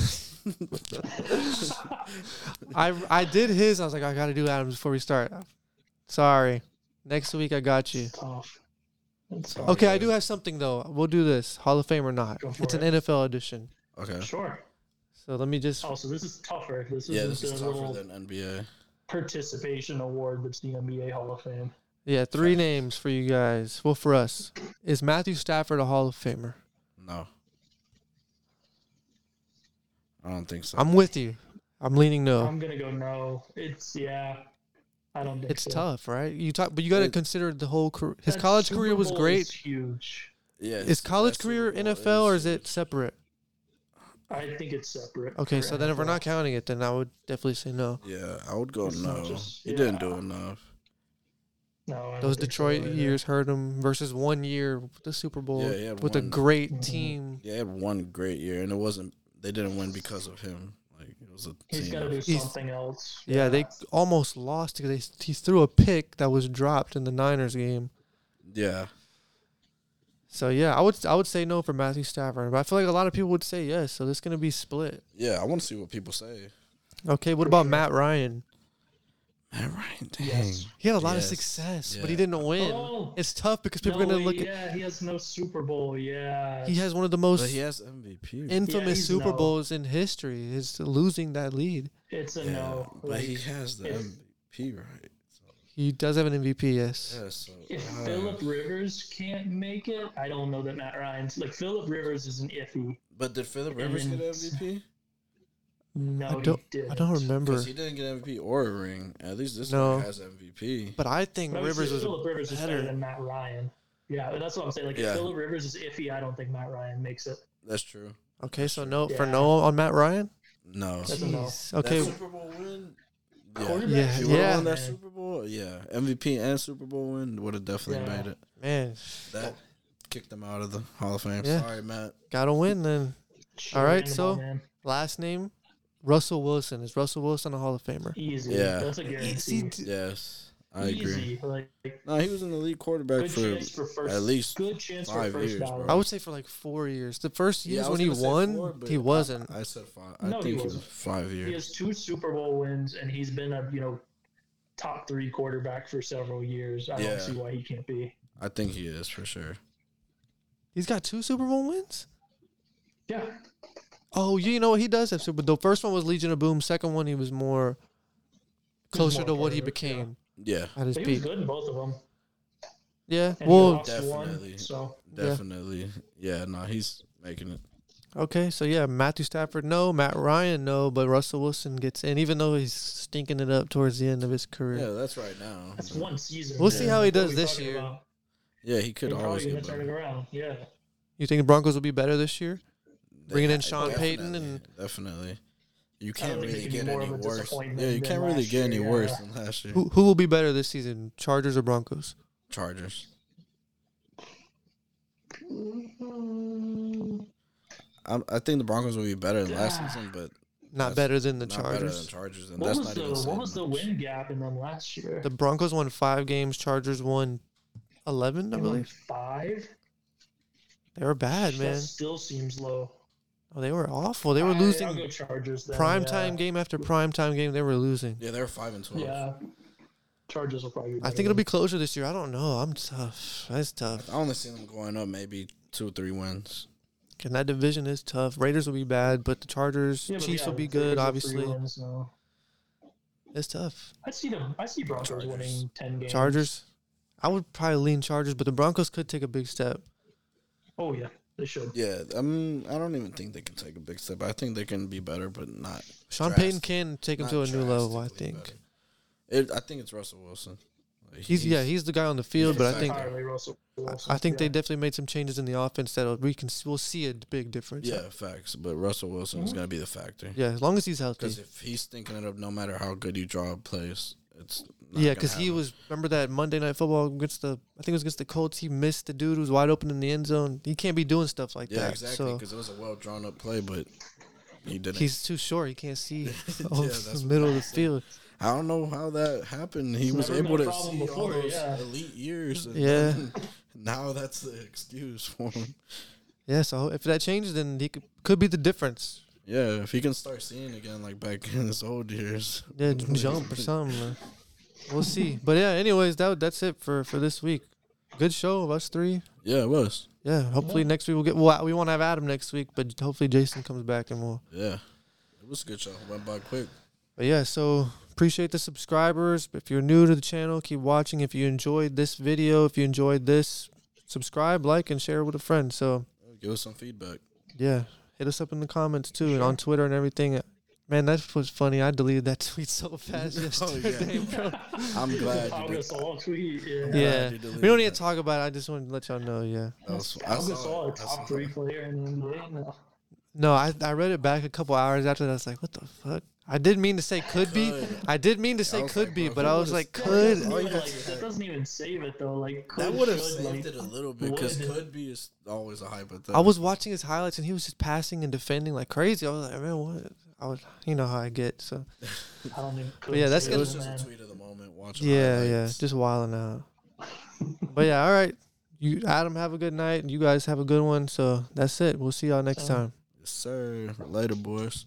S1: I, I did his. I was like, I got to do Adam before we start. Sorry. Next week, I got you.
S3: tough. It's
S2: Oh,
S1: Okay.
S2: yeah.
S1: I do have something, though. We'll do this Hall of Fame or not.
S3: Go for
S1: It's an
S3: it.
S1: NFL edition.
S2: Okay.
S3: Sure.
S1: So let me just.
S3: Also, this is tougher. This is
S2: Yeah, this
S3: the
S2: is tougher
S3: little
S2: than NBA.
S3: participation award that's the NBA Hall of Fame.
S1: Yeah, three names for you guys. Well, for us, is Matthew Stafford a Hall of Famer?
S2: No. I don't think so.
S1: I'm with you. I'm leaning no.
S2: Oh.
S3: I'm gonna go no. It's yeah. I don't think
S1: It's
S3: so.
S1: tough, right? You talk, but you got to
S2: It-
S1: consider the whole career. His
S3: That
S1: college
S3: Super
S1: career was
S3: Bowl
S1: great.
S3: Is huge.
S2: yeah,
S1: Is college career NFL or is it
S2: separate?
S1: separate?
S3: I think it's separate.
S1: Okay,
S3: for
S1: so then if we're
S3: NFL.
S1: not counting it, then I would definitely say no.
S2: Yeah, I would go
S3: It's not
S2: no.
S3: just-
S2: He didn't
S3: yeah.
S2: do enough.
S3: no, I don't
S1: Those
S3: think so
S1: Detroit
S3: either.
S1: years hurt him versus one year with the Super Bowl
S2: Yeah, he had
S1: with a
S2: one-
S1: great
S3: Mhm.
S1: team.
S2: Yeah, he had one great year, and it wasn't. They didn't win because of him. Like it was a
S3: He's
S2: team.
S3: got to do
S2: effort.
S1: He's-
S3: something else.
S1: Yeah, they almost lost because they, he threw a pick that was dropped in the Niners game.
S2: yeah,
S1: So yeah, I would I would say no for Matthew Stafford, but I feel like a lot of people would say yes. So it's gonna be split.
S2: yeah. I want to see what people say.
S1: Okay, what
S3: For
S1: about
S3: sure.
S1: Matt Ryan?
S2: Man, Ryan, dang.
S3: Yes.
S1: He had a lot
S2: Yes.
S1: of success, but
S2: Yeah.
S1: he didn't win.
S3: Oh,
S1: It's tough because people are
S3: no,
S1: gonna look at
S3: Yeah, he has no Super Bowl. Yeah.
S1: he has one of the
S2: But
S1: most
S2: he has MVP.
S1: infamous
S3: he's
S1: Super
S3: no.
S1: Bowls in history. Is losing that lead.
S3: it's a
S2: yeah,
S3: no.
S2: but
S3: Like,
S2: he has the
S3: if-
S2: MVP, right? So,
S1: He does have an MVP. Yes.
S2: yeah, so
S3: if
S2: uh,
S3: Philip Rivers can't make it, I don't know that Matt Ryan's like Philip Rivers is an iffy.
S2: but did Philip Rivers get
S3: and-
S2: MVP?
S3: No,
S1: I don't.
S3: he didn't.
S1: I don't remember.
S2: Because he didn't get MVP or a ring. At least this
S1: No.
S2: guy has MVP.
S1: But I think
S3: But I would
S1: Rivers
S3: say
S1: was
S3: Philip Rivers is better
S1: better.
S3: than Matt Ryan. Yeah, that's what I'm saying. Like
S2: Yeah.
S3: if Philip Rivers is iffy, I don't think Matt Ryan makes it.
S2: That's true.
S1: okay. So no for
S3: Yeah.
S1: no on Matt Ryan.
S2: No.
S3: That's a no.
S1: Jeez. Okay.
S2: That Super Bowl win. Yeah.
S3: Quarterback-
S1: Yeah,
S2: If he
S1: yeah.
S2: would have won that
S3: Man.
S2: Super Bowl, yeah, MVP and Super Bowl win would have definitely
S3: Yeah.
S2: made it.
S1: Man,
S2: That kicked him out of the Hall of Fame.
S1: Yeah.
S2: Sorry, Matt.
S1: gotta win then.
S3: Sure,
S1: right,
S3: hand the ball,
S1: so-
S3: man.
S1: Last name, Russell Wilson. Is Russell Wilson a Hall of Famer?
S3: easy.
S2: Yeah.
S3: that's a guarantee.
S2: Yes, I agree.
S3: easy. Like
S2: No, he was an elite quarterback
S3: good
S2: for.
S3: chance for first.
S2: at least
S3: good chance for
S2: five
S3: first
S2: years,
S3: dollar.
S2: bro.
S1: I would say for like four years. The first
S2: Yeah,
S1: years
S2: I was
S1: when he
S2: gonna say
S1: won,
S2: four, but
S1: he wasn't.
S2: I, I said five. I
S3: No, he
S2: think it was
S3: wasn't.
S2: five
S3: He
S2: years.
S3: has two Super Bowl wins, and he's been a you know top three quarterback for several years. I
S2: Yeah.
S3: don't see why he can't be.
S2: I think he is for sure.
S1: He's got two Super Bowl wins.
S3: Yeah,
S1: Oh, you know what? He does have Super. The first one was Legion of Boom. Second one, he was more closer
S3: more
S1: to what he
S3: quarterback,
S1: became
S2: Yeah,
S1: at his
S3: but he was
S1: peak.
S3: good in both of them.
S1: Yeah.
S3: And he
S1: Well,
S3: lost one,
S2: Definitely.
S3: so
S1: Yeah.
S2: definitely. Yeah, no, he's making it.
S1: okay. So yeah, Matthew Stafford, no. Matt Ryan, no. But Russell Wilson gets in, even though he's stinking it up towards the end of his career.
S2: Yeah, that's right now.
S3: that's one season.
S1: We'll see
S3: man.
S1: how he
S3: What are
S1: does
S3: we
S1: this
S3: talking
S1: year.
S3: about?
S2: Yeah, he
S3: He's
S2: could
S3: probably
S2: always
S3: gonna
S2: get
S3: turn it
S2: better.
S3: around. Yeah,
S1: You think the Broncos will be better this year? Bringing in
S2: Yeah,
S1: Sean Payton
S2: definitely,
S1: and-
S2: definitely. You
S3: I don't
S2: can't
S3: think
S2: really
S3: it could be
S2: get
S3: more
S2: any
S3: of a
S2: worse.
S3: disappointment
S2: Yeah, you
S3: than
S2: can't really
S3: last
S2: get any
S3: year,
S2: worse
S3: yeah.
S2: than last year.
S1: Who who will be better this season? Chargers or Broncos?
S2: Chargers. I'm, I think the Broncos will be better than last
S3: Ah.
S2: season, but
S1: Not
S2: That's
S1: better than the
S2: not better
S1: Chargers.
S2: than Chargers. And
S3: what
S2: that's
S3: was
S2: not
S3: the
S2: even saying
S3: what was the
S2: much.
S3: win gap in them last year?
S1: The Broncos won five games. Chargers won eleven, I
S3: They won
S1: believe.
S3: five.
S1: They were bad,
S3: That
S1: man.
S3: still seems low.
S1: Oh, they were awful. They were
S3: I- I'll go
S1: losing
S3: Chargers then,
S1: prime
S3: yeah.
S1: time game after prime time game. They were losing.
S2: Yeah, they're five and twelve.
S3: Yeah, Chargers will probably. Be
S1: I
S3: better
S1: think it'll
S3: than-
S1: be closer this year. I don't know. I'm tough. That's tough.
S2: I only see them going up maybe two or three wins.
S1: And that division is tough. Raiders will be bad, but the Chargers,
S3: Yeah, but
S1: Chiefs
S3: yeah,
S1: will be
S3: the Raiders
S1: good.
S3: are three
S1: Obviously,
S3: wins now.
S1: it's tough.
S3: I see them. I see Broncos
S2: Chargers.
S3: winning ten games.
S1: Chargers. I would probably lean Chargers, but the Broncos could take a big step.
S3: Oh yeah, they should.
S2: Yeah, I mean, I don't even think they can take a big step. I think they can be better, but not.
S1: Sean
S2: drastic-
S1: Payton can take him
S2: not
S1: to a new level. I
S2: drastically
S1: think
S2: better. It, I think it's Russell Wilson. Like,
S1: he's, yeah he's the guy on the field, but I think
S2: exactly.
S3: Entirely Russell Wilson.
S1: I think they
S3: Yeah.
S1: definitely made some changes in the offense that we can we'll see a big difference.
S2: yeah facts. But Russell Wilson is
S3: Mhm.
S2: gonna be the factor
S1: yeah, as long as he's healthy.
S2: because if he's thinking it up, no matter how good you draw up plays, it's
S1: Yeah,
S2: not gonna
S1: because he
S2: happen.
S1: was remember that Monday night football against the I think it was against the Colts. He missed the dude who was wide open in the end zone. He can't be doing stuff like
S2: yeah
S1: that.
S2: exactly
S1: so
S2: because it was a well drawn up play, but he didn't.
S1: he's too short. He can't see over
S2: that's
S1: the
S2: what
S1: middle of the
S2: I'm saying.
S1: field.
S2: I don't know how that happened. He
S3: It's
S2: was
S3: never been
S2: able
S3: a
S2: to
S3: problem
S2: see
S3: before,
S2: all those
S3: yeah.
S2: elite years. And
S1: Yeah.
S2: then Now that's the excuse for him.
S1: Yeah, so if that changes, then he could, could be the difference.
S2: Yeah, if he can start seeing again like back in his old years.
S1: Yeah, j- jump or something. or- we'll see. But yeah, anyways, that that's it for for this week. Good show of us three.
S2: Yeah, it was.
S1: Yeah, hopefully next week we'll get. Well, we won't have Adam next week, but hopefully Jason comes back and we'll.
S2: Yeah. It was a good show. Went by quick.
S1: But yeah, so appreciate the subscribers. If you're new to the channel, keep watching. If you enjoyed this video, if you enjoyed this, subscribe, like, and share with a friend. So
S2: Give us some feedback.
S1: yeah, hit us up in the comments too, and on Twitter and everything. Man, that was funny. I deleted that tweet so fast
S2: Oh, yeah.
S1: yesterday, bro.
S2: I'm glad you did.
S3: August all tweet. Yeah.
S1: Yeah,
S2: you
S1: we
S2: deleted
S1: don't need
S2: that.
S1: to talk about it. I just wanted to let y'all know. Yeah,
S2: That was, I
S3: August
S2: saw
S3: all
S2: it.
S3: a
S2: I saw
S3: top three player in the NBA now.
S2: it.
S1: No, I, I read it back a couple hours after that. I was like, what the fuck? I didn't mean to say could be.
S2: Could.
S1: I did mean to say
S2: I was
S1: could
S2: like,
S1: be,
S2: bro,
S1: but
S2: who
S1: I was
S2: would've
S1: like,
S2: said
S1: could.
S2: that?
S3: Like,
S2: that's
S3: that
S2: it.
S3: doesn't even save it though. Like
S2: That
S3: could,
S2: would have
S3: should,
S2: saved
S3: like-
S2: it a little bit because
S3: Would.
S2: could be is always a hypothetical.
S1: I was watching his highlights and he was just passing and defending like crazy. I was like, man, what? I was, you know how I get. So
S3: I don't think.
S1: yeah, that's
S2: It
S1: good.
S2: was
S3: good.
S2: just a tweet of the moment. Watching
S1: yeah, yeah,
S2: highlights.
S1: just wilding out. but yeah, all right. You, Adam, have a good night, and you guys have a good one. So that's it. We'll see y'all next
S3: Same.
S1: time.
S2: Yes, sir. Later, boys.